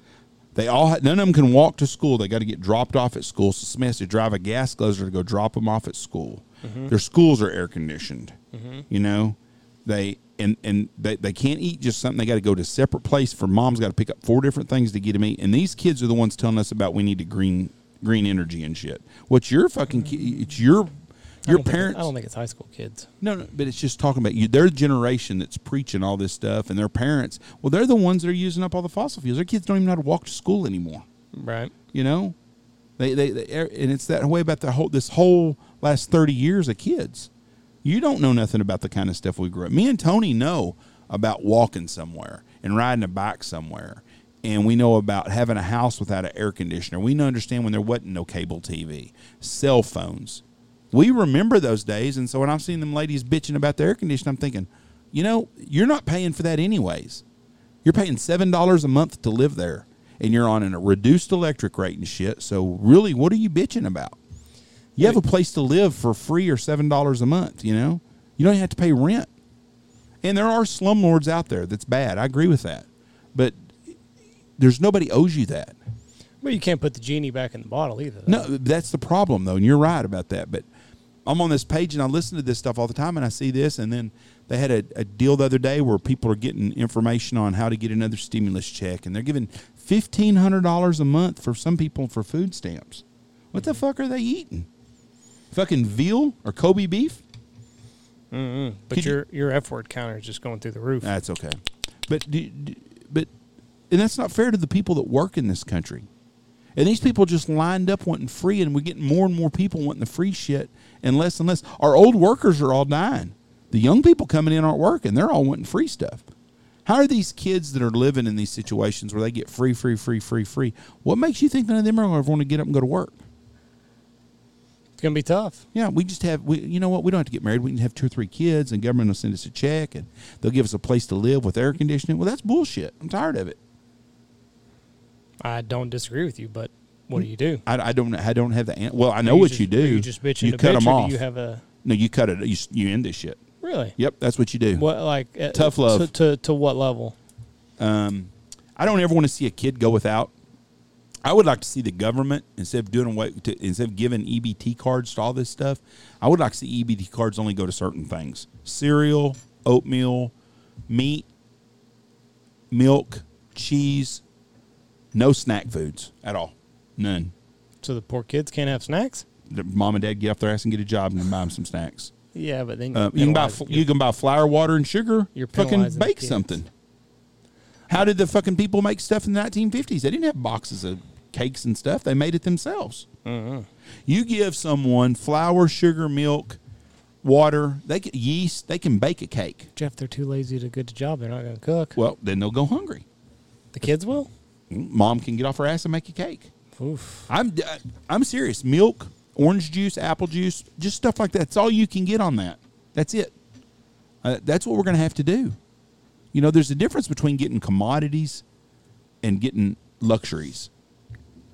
[SPEAKER 2] They all ha- none of them can walk to school. They got to get dropped off at school. So somebody has to drive a gas guzzler to go drop them off at school.
[SPEAKER 1] Mm-hmm.
[SPEAKER 2] Their schools are air conditioned. You know, they and and they, they can't eat just something. They got to go to a separate place for mom's got to pick up four different things to get them eat. And these kids are the ones telling us about we need to green green energy and shit. What's your fucking? Ki- it's your
[SPEAKER 1] I don't
[SPEAKER 2] your
[SPEAKER 1] think it-
[SPEAKER 2] parents.
[SPEAKER 1] I don't think it's high school kids.
[SPEAKER 2] No, no, but it's just talking about you. Their generation that's preaching all this stuff, and their parents. Well, they're the ones that are using up all the fossil fuels. Their kids don't even know how to walk to school anymore.
[SPEAKER 1] Right.
[SPEAKER 2] You know, they they, they and it's that way about the whole this whole last thirty years of kids. You don't know nothing about the kind of stuff we grew up. Me and Tony know about walking somewhere and riding a bike somewhere, and we know about having a house without an air conditioner. We know understand when there wasn't no cable TV, cell phones. We remember those days, and so when I'm seeing them ladies bitching about the air conditioner, I'm thinking, you know, you're not paying for that anyways. You're paying seven dollars a month to live there, and you're on a reduced electric rate and shit. So really, what are you bitching about? You have a place to live for free or seven dollars a month. You know, you don't have to pay rent. And there are slumlords out there. That's bad. I agree with that, but there's nobody owes you that.
[SPEAKER 1] Well, you can't put the genie back in the bottle either. though.
[SPEAKER 2] No, that's the problem though, and you're right about that. But I'm on this page and I listen to this stuff all the time, and I see this, and then they had a, a deal the other day where people are getting information on how to get another stimulus check, and they're giving fifteen hundred dollars a month for some people for food stamps. What the fuck are they eating? Fucking veal or Kobe beef?
[SPEAKER 1] but
[SPEAKER 2] could you-
[SPEAKER 1] your your F word counter is just going through the roof.
[SPEAKER 2] That's okay. But do, do- but and that's not fair to the people that work in this country. And these people just lined up wanting free, and we're getting more and more people wanting the free shit, and less and less. Our old workers are all dying. The young people coming in aren't working; they're all wanting free stuff. How are these kids that are living in these situations where they get free, free, free, free, free? What makes you think none of them are going to want to get up and go to work?
[SPEAKER 1] It's gonna be tough.
[SPEAKER 2] Yeah, we just have we you know what, we don't have to get married. We can have two or three kids and government will send us a check and they'll give us a place to live with air conditioning. Well that's bullshit. I'm tired of it.
[SPEAKER 1] I don't disagree with you, but what do you do?
[SPEAKER 2] I, I don't I don't have the an- well, I know what
[SPEAKER 1] just-
[SPEAKER 2] you do.
[SPEAKER 1] You just bitch and
[SPEAKER 2] You
[SPEAKER 1] a
[SPEAKER 2] cut
[SPEAKER 1] bitch,
[SPEAKER 2] them
[SPEAKER 1] or do
[SPEAKER 2] off.
[SPEAKER 1] You have a
[SPEAKER 2] no, you cut it. You, s- you end this shit.
[SPEAKER 1] really
[SPEAKER 2] Yep, that's what you do.
[SPEAKER 1] what like uh,
[SPEAKER 2] Tough love.
[SPEAKER 1] to, to to what level?
[SPEAKER 2] Um, I don't ever want to see a kid go without. I would like to see the government instead of doing away to, instead of giving EBT cards to all this stuff. I would like to see EBT cards only go to certain things: cereal, oatmeal, meat, milk, cheese. No snack foods at all. None.
[SPEAKER 1] So the poor kids can't have snacks.
[SPEAKER 2] The mom and dad get off their ass and get a job and buy them some snacks.
[SPEAKER 1] Yeah, but then
[SPEAKER 2] Uh, you can buy
[SPEAKER 1] penalize-
[SPEAKER 2] fl- you can buy flour, water, and sugar.
[SPEAKER 1] You're
[SPEAKER 2] fucking
[SPEAKER 1] penalizing the
[SPEAKER 2] bake
[SPEAKER 1] kids.
[SPEAKER 2] something. How did the fucking people make stuff in the 1950s? They didn't have boxes of cakes and stuff. They made it themselves.
[SPEAKER 1] Mm-hmm.
[SPEAKER 2] You give someone flour, sugar, milk, water, they can, yeast, they can bake a cake.
[SPEAKER 1] Jeff, they're too lazy to get the job. They're not gonna cook.
[SPEAKER 2] Well, then they'll go hungry.
[SPEAKER 1] The kids will.
[SPEAKER 2] Mom can get off her ass and make a cake.
[SPEAKER 1] Oof.
[SPEAKER 2] I'm uh, I'm serious. Milk, orange juice, apple juice, just stuff like that. That's all you can get on that. That's it. Uh, that's what we're going to have to do. You know, there's a difference between getting commodities and getting luxuries.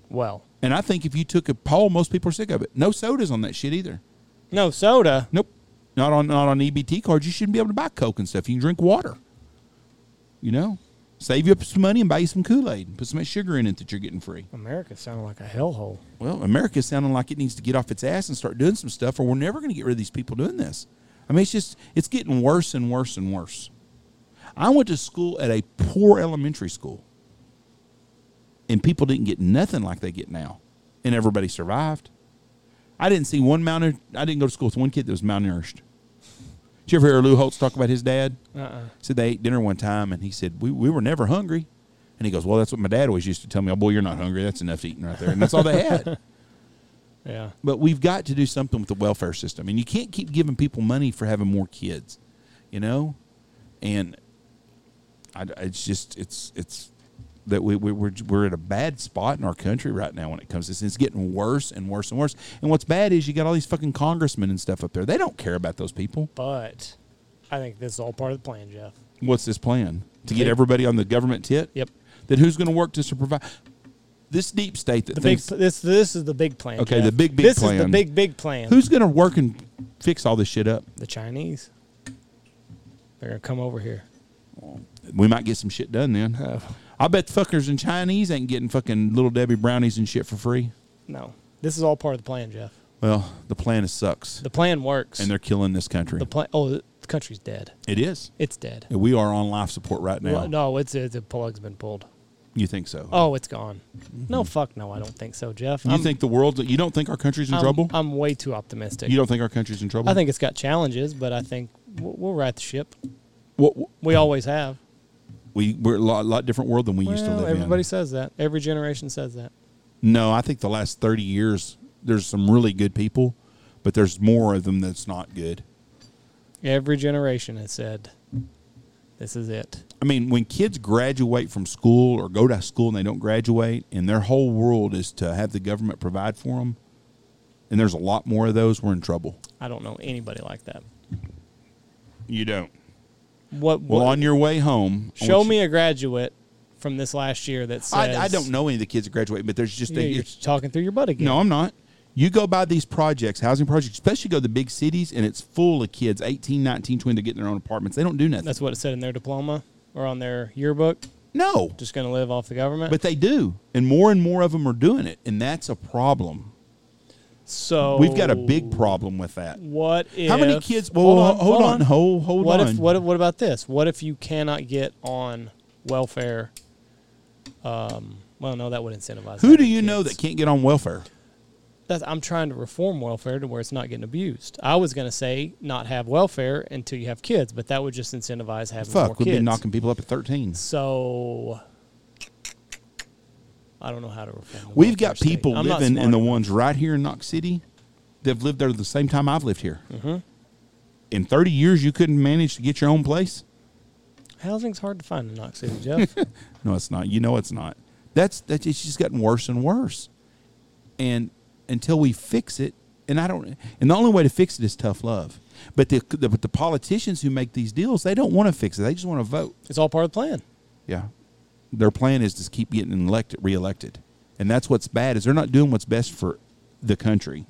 [SPEAKER 1] Well,
[SPEAKER 2] And I think if you took a poll, most people are sick of it. No sodas on that shit either.
[SPEAKER 1] no soda.
[SPEAKER 2] Nope. Not on not on EBT cards. You shouldn't be able to buy Coke and stuff. You can drink water. You know, save you up some money and buy you some Kool Aid and put some of that sugar in it that you're getting free.
[SPEAKER 1] America sounded like a hellhole.
[SPEAKER 2] Well, America's sounding like it needs to get off its ass and start doing some stuff, or we're never going to get rid of these people doing this. I mean, it's just it's getting worse and worse and worse. I went to school at a poor elementary school, and people didn't get nothing like they get now, and everybody survived. I didn't see one malnourished. I didn't go to school with one kid that was malnourished. Did you ever hear Lou Holtz talk about his dad?
[SPEAKER 1] Uh-uh.
[SPEAKER 2] said they ate dinner one time and he said we, we were never hungry and he goes well that's what my dad always used to tell me oh boy you're not hungry that's enough eating right there and that's all they had
[SPEAKER 1] Yeah.
[SPEAKER 2] but we've got to do something with the welfare system and you can't keep giving people money for having more kids you know and I, it's just it's it's that we, we, we're, we're at a bad spot in our country right now when it comes to this it's getting worse and worse and worse and what's bad is you got all these fucking congressmen and stuff up there they don't care about those people
[SPEAKER 1] But I think this is all part of the plan, Jeff.
[SPEAKER 2] what's this plan to get
[SPEAKER 1] Big-
[SPEAKER 2] everybody on the government tit?
[SPEAKER 1] Yep.
[SPEAKER 2] Then who's going to work to supervise this deep state that
[SPEAKER 1] The big
[SPEAKER 2] thinks
[SPEAKER 1] pl- this this is the big plan.
[SPEAKER 2] Okay,
[SPEAKER 1] Jeff.
[SPEAKER 2] the big, big
[SPEAKER 1] this is the
[SPEAKER 2] plan.
[SPEAKER 1] big big plan.
[SPEAKER 2] who's going to work and fix all this shit up?
[SPEAKER 1] the Chinese? They're gonna come over here.
[SPEAKER 2] We might get some shit done then. I bet the fuckers and Chinese ain't getting fucking little Debbie brownies and shit for free.
[SPEAKER 1] No, this is all part of the plan, Jeff.
[SPEAKER 2] Well, the plan is sucks,
[SPEAKER 1] The plan works.
[SPEAKER 2] and they're killing this country.
[SPEAKER 1] the plan. Oh, the country's dead.
[SPEAKER 2] it is.
[SPEAKER 1] It's dead.
[SPEAKER 2] We are on life support right now.
[SPEAKER 1] Well, no, it's uh, the plug's been pulled.
[SPEAKER 2] You think so?
[SPEAKER 1] Oh, it's gone. No, fuck no, I don't think so, Jeff.
[SPEAKER 2] Mm-hmm. you
[SPEAKER 1] I'm,
[SPEAKER 2] think the world? You don't think our country's in
[SPEAKER 1] I'm,
[SPEAKER 2] trouble?
[SPEAKER 1] I'm way too optimistic.
[SPEAKER 2] you don't think our country's in trouble?
[SPEAKER 1] I think it's got challenges, but I think we'll, we'll right the ship.
[SPEAKER 2] What- what-
[SPEAKER 1] We always have.
[SPEAKER 2] we we're a lot, lot different world than we used to
[SPEAKER 1] Well,
[SPEAKER 2] live in.
[SPEAKER 1] everybody says that. Every generation says that.
[SPEAKER 2] No, I think the last 30 years, there's some really good people, but there's more of them that's not good.
[SPEAKER 1] Every generation has said, "This is it."
[SPEAKER 2] I mean, when kids graduate from school or go to school and they don't graduate, and their whole world is to have the government provide for them, and there's a lot more of those, we're in trouble.
[SPEAKER 1] I don't know anybody like that.
[SPEAKER 2] You don't.
[SPEAKER 1] What?
[SPEAKER 2] Well,
[SPEAKER 1] what-
[SPEAKER 2] on your way home, I
[SPEAKER 1] show
[SPEAKER 2] want you-
[SPEAKER 1] me a graduate from this last year that says,
[SPEAKER 2] I, I don't know any of the kids that graduate, but there's just
[SPEAKER 1] Yeah,
[SPEAKER 2] a,
[SPEAKER 1] you're
[SPEAKER 2] it's-
[SPEAKER 1] talking through your butt again.
[SPEAKER 2] No, I'm not. You go by these projects, housing projects, especially go to the big cities, and it's full of kids, 18, 19, 20, they're getting their own apartments. They don't do nothing.
[SPEAKER 1] That's what it said in their diploma or on their yearbook.
[SPEAKER 2] No,
[SPEAKER 1] Just going to live off the government.
[SPEAKER 2] but they do, and more and more of them are doing it, and that's a problem.
[SPEAKER 1] so
[SPEAKER 2] We've got a big problem with that.
[SPEAKER 1] What if
[SPEAKER 2] How many kids? Well, hold on, hold on, hold, hold
[SPEAKER 1] what
[SPEAKER 2] on.
[SPEAKER 1] if what what about this? What if you cannot get on welfare? Um, well, no, that would incentivize.
[SPEAKER 2] Who do
[SPEAKER 1] having
[SPEAKER 2] you know
[SPEAKER 1] kids.
[SPEAKER 2] that can't get on welfare?
[SPEAKER 1] That's, I'm trying to reform welfare to where it's not getting abused. I was going to say not have welfare until you have kids, but that would just incentivize having more
[SPEAKER 2] Fuck, we've
[SPEAKER 1] kids.
[SPEAKER 2] been knocking people up at 13.
[SPEAKER 1] So I don't know how to reform. the
[SPEAKER 2] We've
[SPEAKER 1] welfare
[SPEAKER 2] got
[SPEAKER 1] state.
[SPEAKER 2] people
[SPEAKER 1] I'm not
[SPEAKER 2] living
[SPEAKER 1] smart
[SPEAKER 2] in the
[SPEAKER 1] enough.
[SPEAKER 2] ones right here in Knox City that have lived there the same time I've lived here.
[SPEAKER 1] Mm-hmm.
[SPEAKER 2] In 30 years, you couldn't manage to get your own place?
[SPEAKER 1] Housing's hard to find in Knox City, Jeff.
[SPEAKER 2] No, it's not. You know it's not. That's that's it's just gotten worse and worse. And until we fix it, and I don't and the only way to fix it is tough love. But the the, but the politicians who make these deals, they don't want to fix it. They just want to vote.
[SPEAKER 1] it's all part of the plan.
[SPEAKER 2] Yeah. Their plan is to keep getting elected, reelected. And that's what's bad is they're not doing what's best for the country.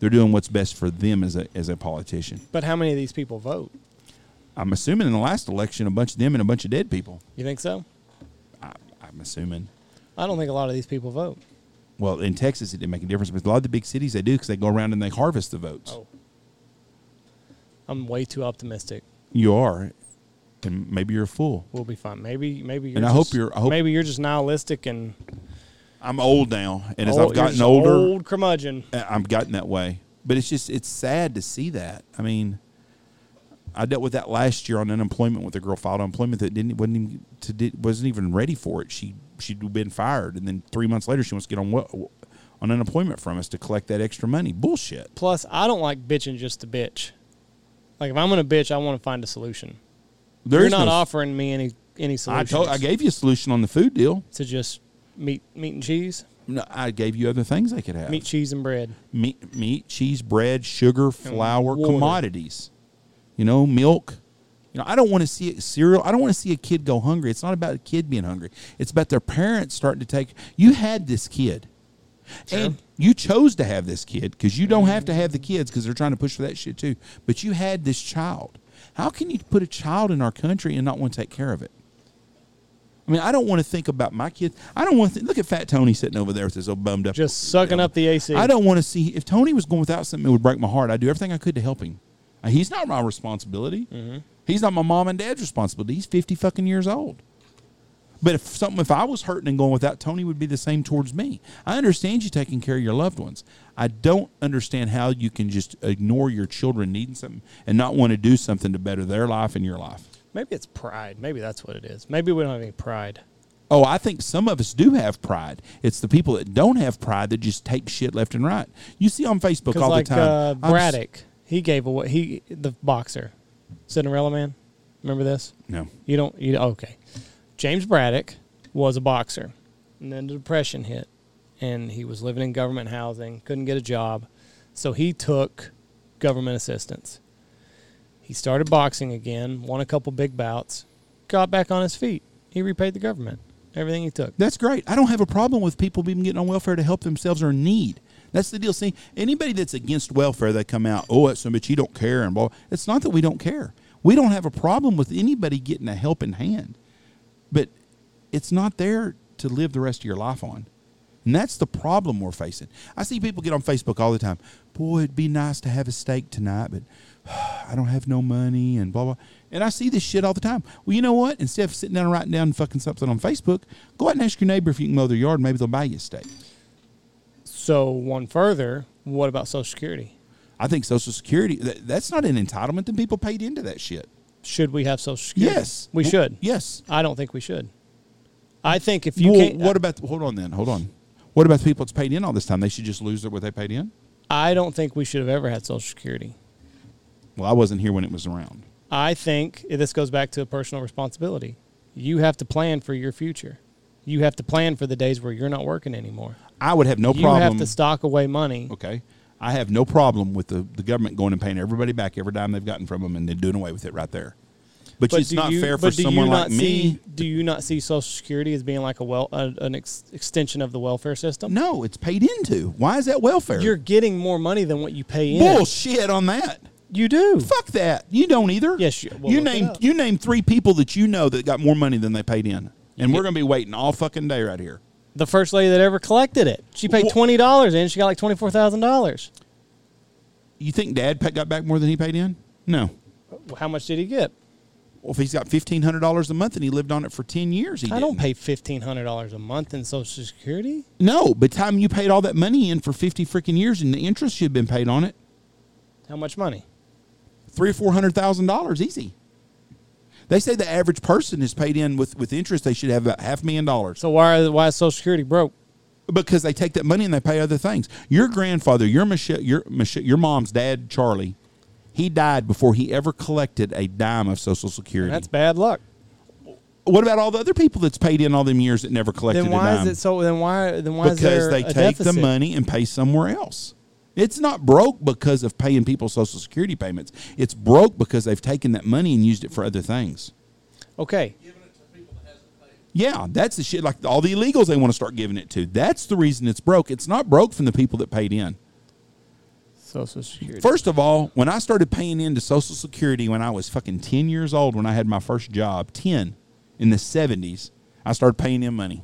[SPEAKER 2] They're doing what's best for them as a as a politician.
[SPEAKER 1] But how many of these people vote?
[SPEAKER 2] I'm assuming in the last election a bunch of them and a bunch of dead people.
[SPEAKER 1] You think so?
[SPEAKER 2] I, I'm assuming.
[SPEAKER 1] I don't think a lot of these people vote.
[SPEAKER 2] Well, in Texas, it didn't make a difference, but a lot of the big cities they do because they go around and they harvest the votes.
[SPEAKER 1] Oh. I'm way too optimistic.
[SPEAKER 2] You are, and maybe you're a fool.
[SPEAKER 1] We'll be fine. Maybe maybe you're
[SPEAKER 2] And I hope
[SPEAKER 1] just,
[SPEAKER 2] you're- I hope-
[SPEAKER 1] maybe you're just nihilistic and
[SPEAKER 2] I'm old now, and as
[SPEAKER 1] old-
[SPEAKER 2] I've
[SPEAKER 1] Oh, you're
[SPEAKER 2] gotten
[SPEAKER 1] just
[SPEAKER 2] older,
[SPEAKER 1] old curmudgeon.
[SPEAKER 2] I- I've gotten that way. But it's just it's sad to see that. I mean, I dealt with that last year on unemployment with a girl filed unemployment that didn't wasn't even to, did, wasn't even ready for it. She she'd been fired, and then three months later she wants to get on wel- on unemployment from us to collect that extra money. Bullshit.
[SPEAKER 1] Plus, I don't like bitching just to bitch. Like if I'm gonna bitch, I want to find a solution.
[SPEAKER 2] There's
[SPEAKER 1] you're not
[SPEAKER 2] no-
[SPEAKER 1] offering me any any
[SPEAKER 2] I
[SPEAKER 1] solutions.
[SPEAKER 2] told I gave you a solution on the food deal.
[SPEAKER 1] to just meat meat and cheese,
[SPEAKER 2] No, I gave you other things they could have.
[SPEAKER 1] meat, cheese, and bread.
[SPEAKER 2] meat, meat, cheese, bread, sugar, flour,
[SPEAKER 1] water.
[SPEAKER 2] commodities. You know, milk. You know, I don't want to see it cereal. I don't want to see a kid go hungry. It's not about a kid being hungry. It's about their parents starting to take. You had this kid, and you chose to have this kid because you don't have
[SPEAKER 1] Mm-hmm.
[SPEAKER 2] to have the kids because they're trying to push for that shit too. But you had this child. How can you put a child in our country and not want to take care of it? I mean, I don't want to think about my kids. I don't want to think, look at Fat Tony sitting over there with his old bummed up,
[SPEAKER 1] Just sucking up the AC.
[SPEAKER 2] I don't want to see if Tony was going without something. It would break my heart. I'd do everything I could to help him. Uh, He's not my responsibility.
[SPEAKER 1] Mm-hmm.
[SPEAKER 2] He's not my mom and dad's responsibility. He's fifty fucking years old. But if something, if I was hurting and going without, Tony would be the same towards me. I understand you taking care of your loved ones. I don't understand how you can just ignore your children needing something and not want to do something to better their life and your life.
[SPEAKER 1] Maybe it's pride. Maybe that's what it is. Maybe we don't have any pride.
[SPEAKER 2] Oh, I think some of us do have pride. It's the people that don't have pride that just take shit left and right. You see on Facebook
[SPEAKER 1] Because
[SPEAKER 2] all
[SPEAKER 1] like
[SPEAKER 2] the time.
[SPEAKER 1] uh,
[SPEAKER 2] I'm s-
[SPEAKER 1] Braddock, he gave away he the boxer, Cinderella Man. Remember this?
[SPEAKER 2] No.
[SPEAKER 1] You don't. You okay? James Braddock was a boxer, and then the depression hit, and he was living in government housing, couldn't get a job, so he took government assistance. He started boxing again, won a couple big bouts, got back on his feet. He repaid the government everything he took.
[SPEAKER 2] That's great. I don't have a problem with people even getting on welfare to help themselves or in need. That's the deal. See, anybody that's against welfare, they come out, oh, it's so much you don't care and blah. It's not that we don't care. We don't have a problem with anybody getting a helping hand, but it's not there to live the rest of your life on. And that's the problem we're facing. I see people get on Facebook all the time. Boy, it'd be nice to have a steak tonight, but I don't have no money and blah blah. And I see this shit all the time. Well, you know what? Instead of sitting down and writing down fucking something on Facebook, go out and ask your neighbor if you can mow their yard. Maybe they'll buy you a steak.
[SPEAKER 1] So one further, what about Social Security?
[SPEAKER 2] I think Social Security that, that's not an entitlement. Then people paid into that shit.
[SPEAKER 1] Should we have Social Security?
[SPEAKER 2] Yes,
[SPEAKER 1] we
[SPEAKER 2] W-
[SPEAKER 1] should.
[SPEAKER 2] Yes.
[SPEAKER 1] I don't think we should. I think if you
[SPEAKER 2] well,
[SPEAKER 1] can't, uh,
[SPEAKER 2] what about? Hold on, then. Hold on. What about the people that's paid in all this time? They should just lose their, what they paid in.
[SPEAKER 1] I don't think we should have ever had Social Security.
[SPEAKER 2] Well, I wasn't here when it was around.
[SPEAKER 1] I think this goes back to personal responsibility. You have to plan for your future. You have to plan for the days where you're not working anymore.
[SPEAKER 2] I would have no
[SPEAKER 1] you
[SPEAKER 2] problem.
[SPEAKER 1] have to stock away money.
[SPEAKER 2] Okay. I have no problem with the, the government going and paying everybody back every dime they've gotten from them and then doing away with it right there. But, it's
[SPEAKER 1] do
[SPEAKER 2] not
[SPEAKER 1] you-
[SPEAKER 2] fair for
[SPEAKER 1] but do you
[SPEAKER 2] someone
[SPEAKER 1] not
[SPEAKER 2] like me.
[SPEAKER 1] see- Do you not see Social Security as being like a well, a, an ex- extension of the welfare system?
[SPEAKER 2] No, it's paid into. Why is that welfare?
[SPEAKER 1] You're getting more money than what you pay in.
[SPEAKER 2] bullshit on that.
[SPEAKER 1] You do.
[SPEAKER 2] Fuck that. You don't either.
[SPEAKER 1] Yes, you- well,
[SPEAKER 2] you
[SPEAKER 1] look it
[SPEAKER 2] name
[SPEAKER 1] up.
[SPEAKER 2] you name three people that you know that got more money than they paid in. and we're going to be waiting all fucking day right here.
[SPEAKER 1] The first lady that ever collected it, she paid
[SPEAKER 2] Wha-
[SPEAKER 1] twenty dollars in. She got like twenty four thousand dollars.
[SPEAKER 2] You think Dad pa- got back more than he paid in? No.
[SPEAKER 1] How much did he get?
[SPEAKER 2] Well, if he's got fifteen hundred dollars a month and he lived on it for ten years, he
[SPEAKER 1] I don't
[SPEAKER 2] didn't.
[SPEAKER 1] pay fifteen hundred dollars a month in Social Security.
[SPEAKER 2] No, by the time you paid all that money in for fifty freaking years, and the interest should have been paid on it,
[SPEAKER 1] How much money?
[SPEAKER 2] three or four hundred thousand dollars easy. They say the average person is paid in with, with interest. They should have about half a million dollars
[SPEAKER 1] So why why is Social Security broke?
[SPEAKER 2] because they take that money and they pay other things. Your grandfather, your Michelle, your Michelle, your mom's dad, Charlie, he died before he ever collected a dime of Social Security.
[SPEAKER 1] That's bad luck.
[SPEAKER 2] what about all the other people that's paid in all them years that never collected
[SPEAKER 1] Then why
[SPEAKER 2] a
[SPEAKER 1] is
[SPEAKER 2] dime?
[SPEAKER 1] it so? Then why then why is
[SPEAKER 2] because
[SPEAKER 1] there
[SPEAKER 2] they
[SPEAKER 1] a
[SPEAKER 2] take
[SPEAKER 1] deficit?
[SPEAKER 2] the money and pay somewhere else. It's not broke because of paying people social security payments. It's broke because they've taken that money and used it for other things.
[SPEAKER 1] Okay,
[SPEAKER 2] Yeah, that's the shit. Like all the illegals, they want to start giving it to. That's the reason it's broke. It's not broke from the people that paid in.
[SPEAKER 1] Social Security.
[SPEAKER 2] First of all, when I started paying into Social Security when I was fucking 10 years old, when I had my first job, 10 in the 70s, I started paying in money.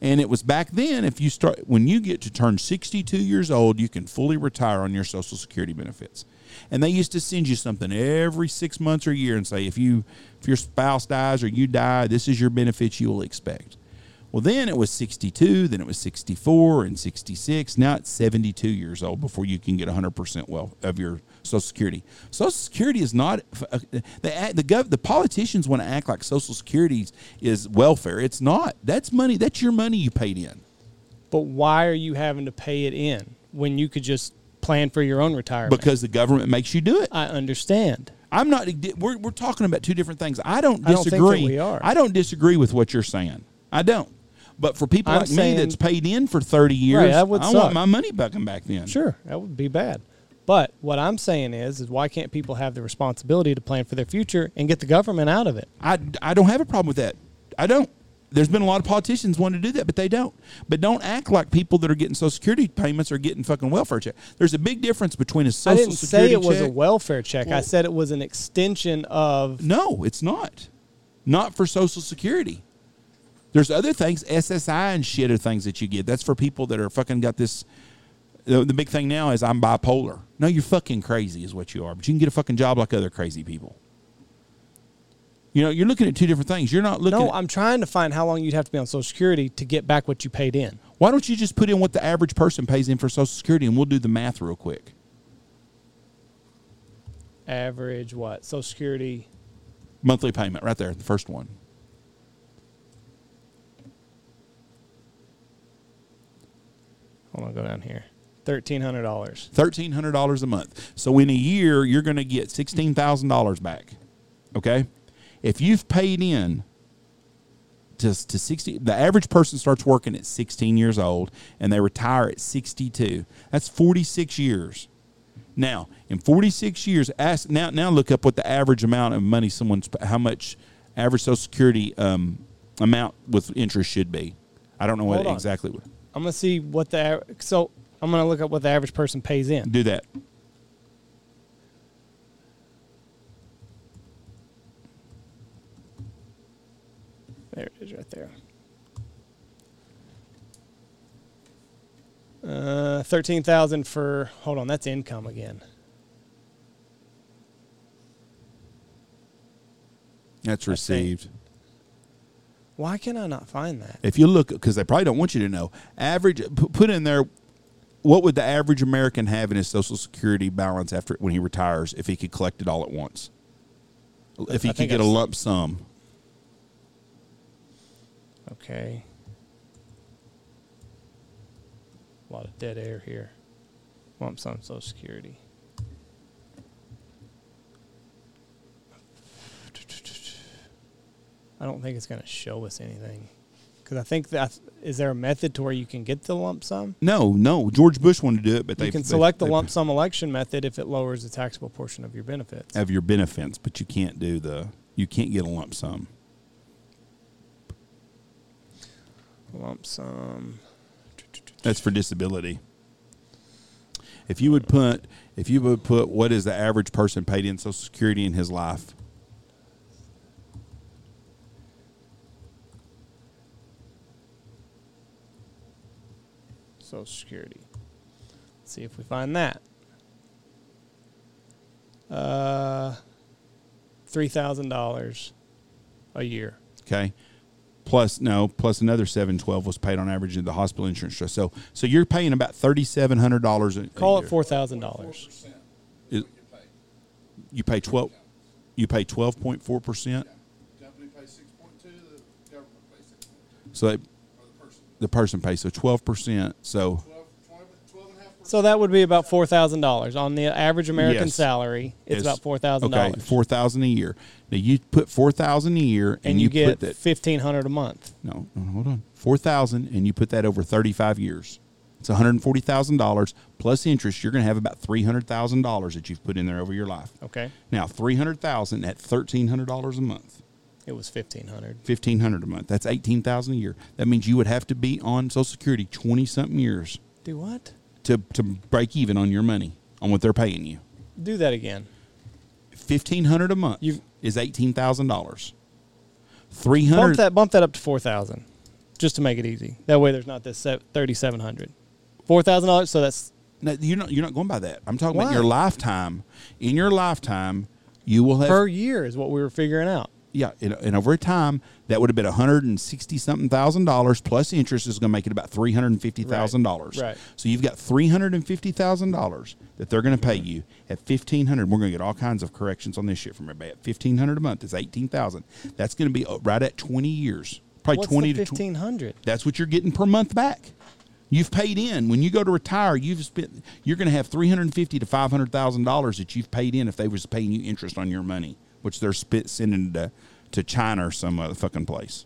[SPEAKER 2] And it was back then, if you start, when you get to turn 62 years old, you can fully retire on your Social Security benefits. And they used to send you something every six months or a year and say, if you, if your spouse dies or you die, this is your benefits you will expect. Well, then it was 62, then it was 64 and 66. Now it's 72 years old before you can get 100% wealth of your Social Security. Social Security is not uh, the act- the gov, the politicians want to act like Social Security is welfare. It's not. That's money. That's your money you paid in.
[SPEAKER 1] But why are you having to pay it in when you could just plan for your own retirement?
[SPEAKER 2] Because the government makes you do it.
[SPEAKER 1] I understand.
[SPEAKER 2] I'm not. We're, we're talking about two different things. I don't
[SPEAKER 1] I don't think
[SPEAKER 2] disagree.
[SPEAKER 1] that we are.
[SPEAKER 2] I don't disagree with what you're saying. I don't. But for people
[SPEAKER 1] I'm
[SPEAKER 2] like
[SPEAKER 1] saying-
[SPEAKER 2] me that's paid in for 30 years,
[SPEAKER 1] that would
[SPEAKER 2] I
[SPEAKER 1] suck.
[SPEAKER 2] want my money back and back then.
[SPEAKER 1] Sure, that would be bad. But what I'm saying is, is why can't people have the responsibility to plan for their future and get the government out of it?
[SPEAKER 2] I, I don't have a problem with that. I don't. There's been a lot of politicians wanting to do that, but they don't. But don't act like people that are getting Social Security payments are getting fucking welfare check. There's a big difference between a
[SPEAKER 1] I
[SPEAKER 2] Social
[SPEAKER 1] didn't say
[SPEAKER 2] Security
[SPEAKER 1] it was a
[SPEAKER 2] check-
[SPEAKER 1] welfare check. I
[SPEAKER 2] Well-
[SPEAKER 1] said it was an extension of.
[SPEAKER 2] no, it's not. Not for Social Security. There's other things, SSI and shit, are things that you get. That's for people that are fucking got this. The, the big thing now is I'm bipolar. No, you're fucking crazy, is what you are. But you can get a fucking job like other crazy people. You know, you're looking at two different things. You're not looking.
[SPEAKER 1] No,
[SPEAKER 2] at-
[SPEAKER 1] I'm trying to find how long you'd have to be on Social Security to get back what you paid in.
[SPEAKER 2] Why don't you just put in what the average person pays in for Social Security and we'll do the math real quick?
[SPEAKER 1] Average what? Social Security.
[SPEAKER 2] Monthly payment, right there, the first one.
[SPEAKER 1] Hold on, go down here. Thirteen hundred dollars.
[SPEAKER 2] $1,300 a month. So in a year, you're going to get $16,000 back. Okay? If you've paid in to, to 60, the average person starts working at 16 years old and they retire at 62. That's 46 years. Now, in 46 years, ask, now now look up what the average amount of money someone's how much average Social Security um, amount with interest should be. I don't know what
[SPEAKER 1] Hold on.
[SPEAKER 2] exactly would
[SPEAKER 1] I'm gonna see what the aver- so I'm gonna look up what the average person pays in.
[SPEAKER 2] do that.
[SPEAKER 1] There it is, right there. Uh, thirteen thousand for. Hold on, that's income again.
[SPEAKER 2] That's received.
[SPEAKER 1] Why can I not find that?
[SPEAKER 2] If you look, because they probably don't want you to know, average p- put in there. What would the average American have in his Social Security balance after when he retires if he could collect it all at once? If he
[SPEAKER 1] I
[SPEAKER 2] could
[SPEAKER 1] think
[SPEAKER 2] get a
[SPEAKER 1] I've-
[SPEAKER 2] lump sum,
[SPEAKER 1] Okay. A lot of dead air here. Lump sum Social Security. I don't think it's going to show us anything. Because I think that is there a method to where you can get the lump sum?
[SPEAKER 2] no, no. George Bush wanted to do it, but they
[SPEAKER 1] you can
[SPEAKER 2] they-
[SPEAKER 1] select the
[SPEAKER 2] they-
[SPEAKER 1] lump sum election method if it lowers the taxable portion of your benefits.
[SPEAKER 2] of your benefits, but you can't do the you can't get a lump sum.
[SPEAKER 1] Lump sum.
[SPEAKER 2] That's for disability. If you would put if you would put what is the average person paid in Social Security in his life?
[SPEAKER 1] Social Security. Let's see if we find that. Uh, three thousand dollars a year.
[SPEAKER 2] Okay. Plus no, plus another seven twelve was paid on average in the hospital insurance trust. So so you're paying about thirty seven hundred dollars.
[SPEAKER 1] Call it four thousand dollars.
[SPEAKER 2] Is- You pay twelve. You pay twelve point four percent.
[SPEAKER 3] Company pays six point two, the government pays six point two,
[SPEAKER 2] So that
[SPEAKER 3] or the person,
[SPEAKER 2] the person pays so twelve percent. So
[SPEAKER 3] twelve, twenty, twelve and a half percent.
[SPEAKER 1] So that would be about four thousand dollars on the average American
[SPEAKER 2] Yes.
[SPEAKER 1] salary. It's, about four thousand
[SPEAKER 2] Okay,
[SPEAKER 1] dollars,
[SPEAKER 2] four thousand a year. Now you put four thousand a year, and,
[SPEAKER 1] and you,
[SPEAKER 2] put
[SPEAKER 1] get
[SPEAKER 2] that.
[SPEAKER 1] fifteen hundred a month.
[SPEAKER 2] No, no, hold on. Four thousand, and you put that over thirty-five years. It's one hundred and forty thousand dollars plus interest. You're going to have about three hundred thousand dollars that you've put in there over your life.
[SPEAKER 1] Okay,
[SPEAKER 2] Now three hundred thousand at thirteen hundred dollars a month,
[SPEAKER 1] it was fifteen hundred.
[SPEAKER 2] fifteen hundred a month. That's eighteen thousand a year. That means you would have to be on Social Security twenty something years
[SPEAKER 1] Do what?
[SPEAKER 2] to to break even on your money on what they're paying you.
[SPEAKER 1] Do that again.
[SPEAKER 2] Fifteen hundred a month
[SPEAKER 1] You-
[SPEAKER 2] is eighteen thousand dollars. Three
[SPEAKER 1] Bump
[SPEAKER 2] hundred.
[SPEAKER 1] that. Bump that up to four thousand, just to make it easy. That way, there's not this thirty-seven hundred. Four thousand dollars. So that's
[SPEAKER 2] No, you're not. You're not going by that. I'm talking about
[SPEAKER 1] Why?
[SPEAKER 2] in your lifetime. In your lifetime, you will have.
[SPEAKER 1] per year is what we were figuring out.
[SPEAKER 2] yeah, and, and over time, that would have been 160 something thousand dollars plus interest is going to make it about 350 thousand dollars.
[SPEAKER 1] Right.
[SPEAKER 2] So you've got 350 thousand dollars that they're going to pay you at 1500. We're going to get all kinds of corrections on this shit from everybody. At 1500 a month is 18,000. That's going to be uh, right at 20 years. Probably
[SPEAKER 1] What's
[SPEAKER 2] 20
[SPEAKER 1] the
[SPEAKER 2] to 20.
[SPEAKER 1] fifteen hundred?
[SPEAKER 2] That's what you're getting per month back. You've paid in. When you go to retire, you've spent. You're going to have three hundred fifty to five hundred thousand dollars that you've paid in if they was paying you interest on your money, which they're spit sending to to China or some other fucking place.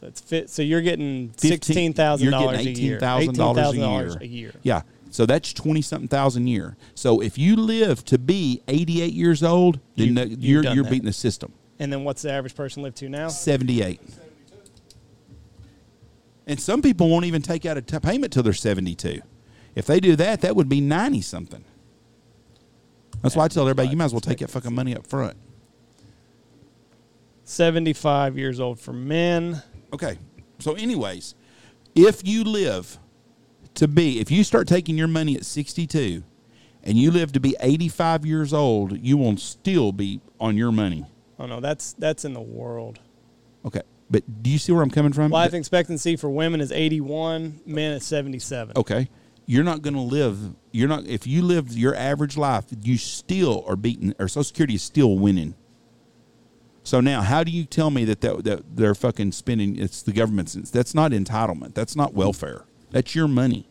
[SPEAKER 1] So it's fit. So you're getting
[SPEAKER 2] 15
[SPEAKER 1] sixteen thousand dollars a
[SPEAKER 2] You're
[SPEAKER 1] year.
[SPEAKER 2] getting eighteen thousand dollars
[SPEAKER 1] $18,000
[SPEAKER 2] a year. Yeah. So that's twenty something thousand a year. So if you live to be eighty eight years old, then
[SPEAKER 1] You-
[SPEAKER 2] that-
[SPEAKER 1] you've
[SPEAKER 2] you're
[SPEAKER 1] done
[SPEAKER 2] you're
[SPEAKER 1] that.
[SPEAKER 2] beating the system.
[SPEAKER 1] And then what's the average person live to now?
[SPEAKER 2] Seventy eight. And some people won't even take out a t- payment till they're 72. If they do that, that would be 90 something. That's why I tell everybody you might as well take that fucking money up front.
[SPEAKER 1] Seventy-five years old for men.
[SPEAKER 2] Okay. So, anyways, if you live to be, if you start taking your money at 62 and you live to be 85 years old, you will still be on your money.
[SPEAKER 1] Oh no, that's that's in the world.
[SPEAKER 2] Okay. But do you see where I'm coming from?
[SPEAKER 1] Life expectancy for women is eighty-one. Men is seventy-seven.
[SPEAKER 2] okay you're not going to live you're not if you live your average life you still are beaten or social security is still winning so now how do you tell me that, that, that they're fucking spending it's the government's it's- that's not entitlement that's not welfare that's your money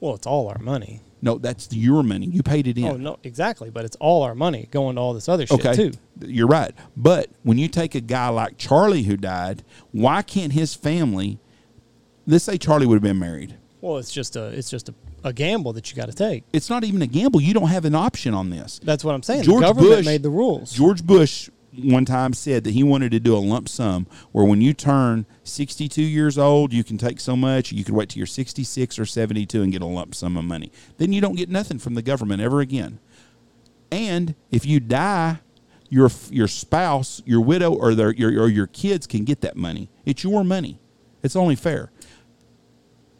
[SPEAKER 1] Well, it's all our money.
[SPEAKER 2] no that's your money you paid it in
[SPEAKER 1] Oh no, exactly. But it's all our money going to all this other Oh, shit
[SPEAKER 2] okay
[SPEAKER 1] too.
[SPEAKER 2] you're right but when you take a guy like charlie who died why can't his family let's say charlie would have been married
[SPEAKER 1] Well, it's just a it's just a, a gamble that you got to take.
[SPEAKER 2] it's not even a gamble you don't have an option on this
[SPEAKER 1] That's what I'm saying.
[SPEAKER 2] George
[SPEAKER 1] the government
[SPEAKER 2] Bush-
[SPEAKER 1] made the rules.
[SPEAKER 2] George Bush one time said that he wanted to do a lump sum where when you turn 62 years old, you can take so much, you could wait till you're 66 or 72 and get a lump sum of money. Then you don't get nothing from the government ever again. And if you die, your your spouse, your widow, or their your or your kids can get that money. It's your money. It's only fair.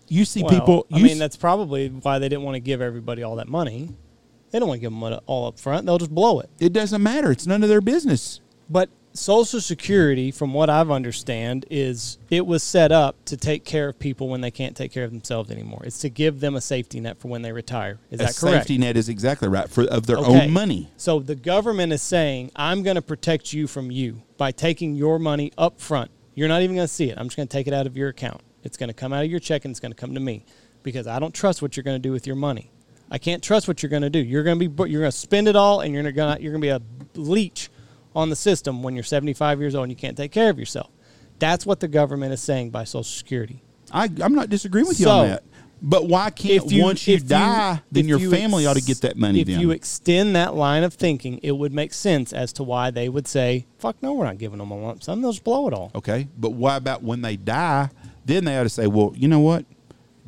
[SPEAKER 2] You see
[SPEAKER 1] Well,
[SPEAKER 2] people.
[SPEAKER 1] I
[SPEAKER 2] you
[SPEAKER 1] mean,
[SPEAKER 2] s-
[SPEAKER 1] that's probably why they didn't want to give everybody all that money. They don't want to give them all up front. They'll just blow it.
[SPEAKER 2] it doesn't matter. It's none of their business.
[SPEAKER 1] But Social Security, from what I've understand, is it was set up to take care of people when they can't take care of themselves anymore. It's to give them a safety net for when they retire. Is
[SPEAKER 2] A
[SPEAKER 1] that correct?
[SPEAKER 2] safety net is exactly right for of their
[SPEAKER 1] Okay.
[SPEAKER 2] own money.
[SPEAKER 1] So the government is saying, I'm going to protect you from you by taking your money up front. You're not even going to see it. I'm just going to take it out of your account. It's going to come out of your check and it's going to come to me because I don't trust what you're going to do with your money. I can't trust what you're going to do. You're going to be you're going to spend it all and you're going to you're going to be a leech on the system when you're 75 years old and you can't take care of yourself. That's what the government is saying by Social Security.
[SPEAKER 2] I, I'm not disagreeing with you
[SPEAKER 1] So,
[SPEAKER 2] on that. But why can't once you
[SPEAKER 1] if
[SPEAKER 2] die, then
[SPEAKER 1] if
[SPEAKER 2] your
[SPEAKER 1] you
[SPEAKER 2] family
[SPEAKER 1] ex-
[SPEAKER 2] ought to get that money?
[SPEAKER 1] If
[SPEAKER 2] then
[SPEAKER 1] you extend that line of thinking, it would make sense as to why they would say, "Fuck no, we're not giving them a lump sum. They'll just blow it all."
[SPEAKER 2] okay, but why about when they die? Then they ought to say, well, you know what?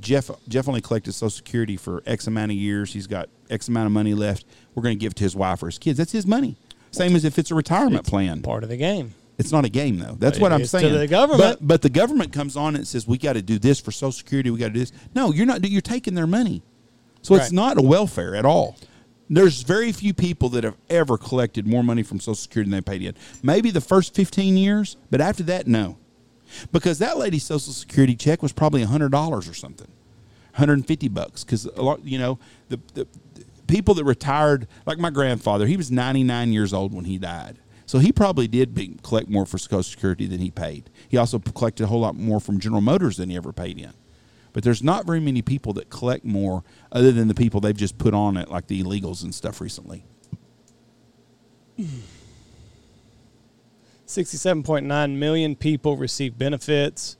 [SPEAKER 2] Jeff Jeff only collected Social Security for X amount of years. He's got X amount of money left. We're going to give it to his wife or his kids. That's his money. Same as if it's a retirement plan.
[SPEAKER 1] Part of the game.
[SPEAKER 2] It's not a game though. That's what
[SPEAKER 1] It
[SPEAKER 2] I'm
[SPEAKER 1] is to
[SPEAKER 2] saying.
[SPEAKER 1] the government.
[SPEAKER 2] but, but the government comes on and says we got to do this for Social Security. We got to do this. No, you're not. You're taking their money, so
[SPEAKER 1] Right.
[SPEAKER 2] it's not a welfare at all. There's very few people that have ever collected more money from Social Security than they paid in. Maybe the first 15 years, but after that, no, because that lady's Social Security check was probably hundred dollars or something, 150 bucks. Because a lot, you know, the, the the people that retired, like my grandfather, he was 99 years old when he died. So he probably did be, collect more for Social Security than he paid. He also p- collected a whole lot more from General Motors than he ever paid in. But there's not very many people that collect more other than the people they've just put on it, like the illegals and stuff recently.
[SPEAKER 1] 67.9 million people received benefits.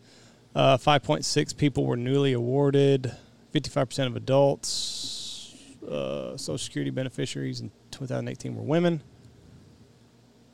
[SPEAKER 1] Uh, 5.6 people were newly awarded. 55% of adults, uh, Social Security beneficiaries in 2018 were women.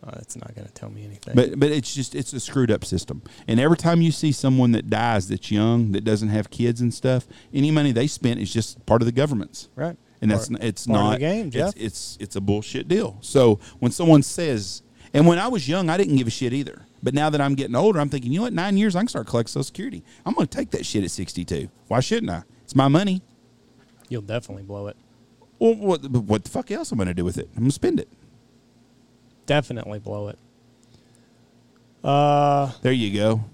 [SPEAKER 1] Uh, that's not going to tell me anything.
[SPEAKER 2] But but it's just it's a screwed up system. And every time you see someone that dies that's young that doesn't have kids and stuff, any money they spent is just part of the government's.
[SPEAKER 1] right.
[SPEAKER 2] And that's
[SPEAKER 1] Part-
[SPEAKER 2] n it's
[SPEAKER 1] part of
[SPEAKER 2] not
[SPEAKER 1] the game,
[SPEAKER 2] it's,
[SPEAKER 1] Jeff.
[SPEAKER 2] it's it's a bullshit deal. So when someone says, and when I was young, I didn't give a shit either. But now that I'm getting older, I'm thinking, you know what? Nine years, I can start collecting Social Security. I'm going to take that shit at 62. Why shouldn't I? It's my money.
[SPEAKER 1] You'll definitely blow it.
[SPEAKER 2] Well, what what the fuck else am I going to do with it? I'm going to spend it.
[SPEAKER 1] Definitely blow it. Uh,
[SPEAKER 2] There you go.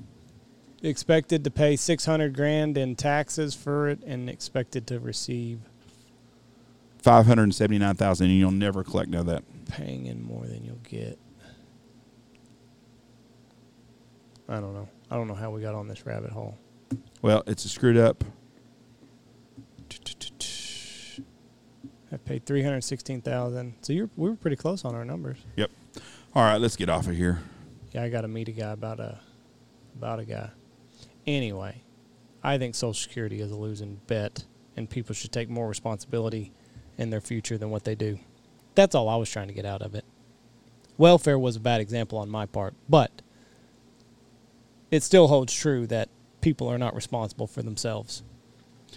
[SPEAKER 1] expected to pay 600 grand in taxes for it and expected to receive
[SPEAKER 2] Five hundred seventy-nine thousand, and you'll never collect none of that.
[SPEAKER 1] paying in more than you'll get. I don't know. I don't know how we got on this rabbit hole.
[SPEAKER 2] Well, it's a screwed up.
[SPEAKER 1] I paid three hundred sixteen thousand. So you're we were pretty close on our numbers.
[SPEAKER 2] Yep. All right, let's get off of here.
[SPEAKER 1] Yeah, I got to meet a guy about a about a guy. Anyway, I think Social Security is a losing bet, and people should take more responsibility in their future than what they do. That's all I was trying to get out of it. Welfare was a bad example on my part, but it still holds true that people are not responsible for themselves.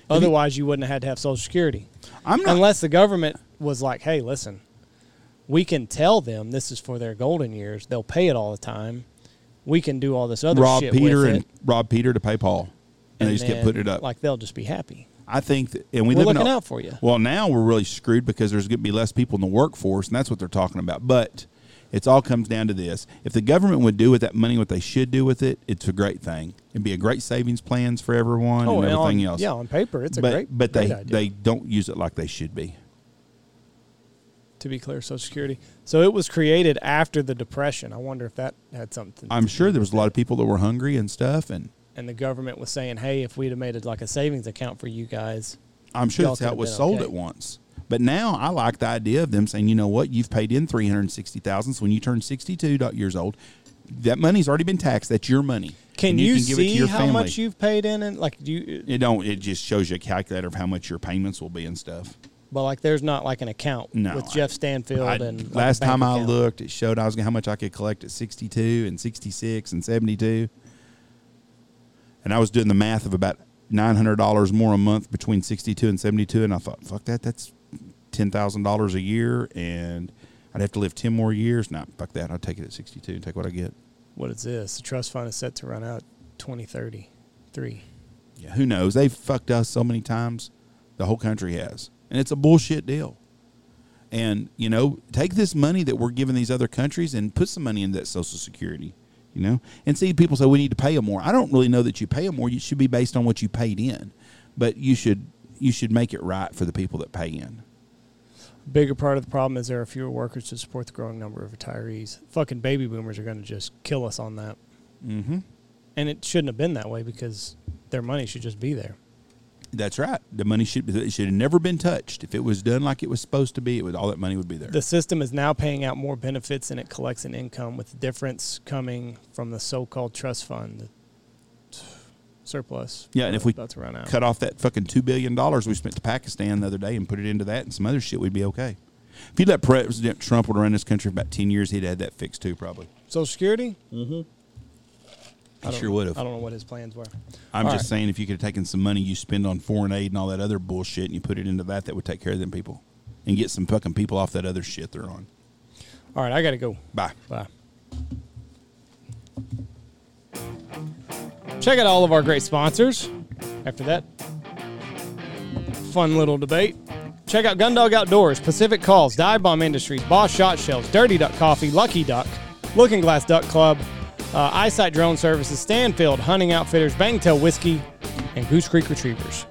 [SPEAKER 1] Otherwise, you wouldn't have had to have Social Security
[SPEAKER 2] I'm not.
[SPEAKER 1] unless the government was like, "Hey, listen, we can tell them this is for their golden years. They'll pay it all the time. We can do all this other
[SPEAKER 2] rob
[SPEAKER 1] shit
[SPEAKER 2] Peter
[SPEAKER 1] with it,
[SPEAKER 2] and rob Peter to pay Paul, and, they just kept
[SPEAKER 1] then,
[SPEAKER 2] putting it up.
[SPEAKER 1] Like they'll just be happy.
[SPEAKER 2] I think, that, and we
[SPEAKER 1] We're
[SPEAKER 2] live
[SPEAKER 1] looking
[SPEAKER 2] in a,
[SPEAKER 1] out for you.
[SPEAKER 2] Well, now we're really screwed because there's going to be less people in the workforce, and that's what they're talking about. But it's all comes down to this: if the government would do with that money what they should do with it, it's a great thing. It'd be a great savings plans for everyone and
[SPEAKER 1] Oh, and
[SPEAKER 2] everything
[SPEAKER 1] on,
[SPEAKER 2] else.
[SPEAKER 1] Yeah, on paper, it's a
[SPEAKER 2] but
[SPEAKER 1] great,
[SPEAKER 2] but
[SPEAKER 1] great
[SPEAKER 2] they
[SPEAKER 1] idea.
[SPEAKER 2] they don't use it like they should be.
[SPEAKER 1] to be clear, Social Security. So it was created after the Depression. I wonder if that had something.
[SPEAKER 2] I'm sure there was a lot of people that were hungry and stuff, and
[SPEAKER 1] and the government was saying, "Hey, if we'd have made it like a savings account for you guys,
[SPEAKER 2] I'm sure
[SPEAKER 1] Y'all
[SPEAKER 2] that's how
[SPEAKER 1] could
[SPEAKER 2] it was
[SPEAKER 1] have been
[SPEAKER 2] sold
[SPEAKER 1] okay.
[SPEAKER 2] at once. But now I like the idea of them saying, you know what, you've paid in three hundred sixty thousand. So when you turn sixty-two do- years old, that money's already been taxed. That's your money.
[SPEAKER 1] can
[SPEAKER 2] And
[SPEAKER 1] you,
[SPEAKER 2] give it to
[SPEAKER 1] see
[SPEAKER 2] your
[SPEAKER 1] how
[SPEAKER 2] family.
[SPEAKER 1] much you've paid in?" And like, do you
[SPEAKER 2] It don't. It just shows you a calculator of how much your payments will be and stuff.
[SPEAKER 1] But like, there's not like an account
[SPEAKER 2] No,
[SPEAKER 1] with
[SPEAKER 2] I-
[SPEAKER 1] Jeff Stanfield
[SPEAKER 2] I-
[SPEAKER 1] and like,
[SPEAKER 2] last
[SPEAKER 1] a bank
[SPEAKER 2] time I
[SPEAKER 1] account.
[SPEAKER 2] looked, it showed I was gonna- how much I could collect at sixty-two and sixty-six and seventy-two, and I was doing the math of about nine hundred dollars more a month between sixty-two and seventy-two, and I thought, fuck that, that's ten thousand dollars a year, and I'd have to live ten more years. Nah, fuck that, I'll take it at sixty-two and take what I get.
[SPEAKER 1] What is this? The trust fund is set to run out 2033.
[SPEAKER 2] Yeah, who knows? They've fucked us so many times. The whole country has. And it's a bullshit deal. And, you know, take this money that we're giving these other countries and put some money into that Social Security, you know? And see, people say we need to pay them more. I don't really know that you pay them more. You should be based on what you paid in. But you should you should make it right for the people that pay in.
[SPEAKER 1] Bigger part of the problem is there are fewer workers to support the growing number of retirees. Fucking baby boomers are going to just kill us on that.
[SPEAKER 2] Mm-hmm.
[SPEAKER 1] And it shouldn't have been that way because their money should just be there.
[SPEAKER 2] That's right. The money should it should have never been touched. If it was done like it was supposed to be, it would all that money would be there.
[SPEAKER 1] The system is now paying out more benefits than it collects in income, with the difference coming from the so-called trust fund surplus.
[SPEAKER 2] Yeah, and if we
[SPEAKER 1] about to run out,
[SPEAKER 2] cut off that fucking two billion dollars we spent to Pakistan the other day and put it into that and some other shit, we'd be okay. If you let President Trump would run this country for about ten years, he'd had that fixed too, probably.
[SPEAKER 1] Social Security,
[SPEAKER 2] He
[SPEAKER 1] don't-
[SPEAKER 2] sure would
[SPEAKER 1] I
[SPEAKER 2] have.
[SPEAKER 1] don't know what his plans were.
[SPEAKER 2] I'm
[SPEAKER 1] All
[SPEAKER 2] just
[SPEAKER 1] right.
[SPEAKER 2] saying, if you could have taken some money you spend on foreign aid and all that other bullshit and you put it into that, that would take care of them people and get some fucking people off that other shit they're on.
[SPEAKER 1] All right, I got to go.
[SPEAKER 2] Bye.
[SPEAKER 1] Bye. Check out all of our great sponsors. After that, fun little debate. Check out Gundog Outdoors, Pacific Calls, Dive Bomb Industries, Boss Shot Shells, Dirty Duck Coffee, Lucky Duck, Looking Glass Duck Club, uh, Eyesight Drone Services, Stanfield, Hunting Outfitters, Bangtail Whiskey, and Goose Creek Retrievers.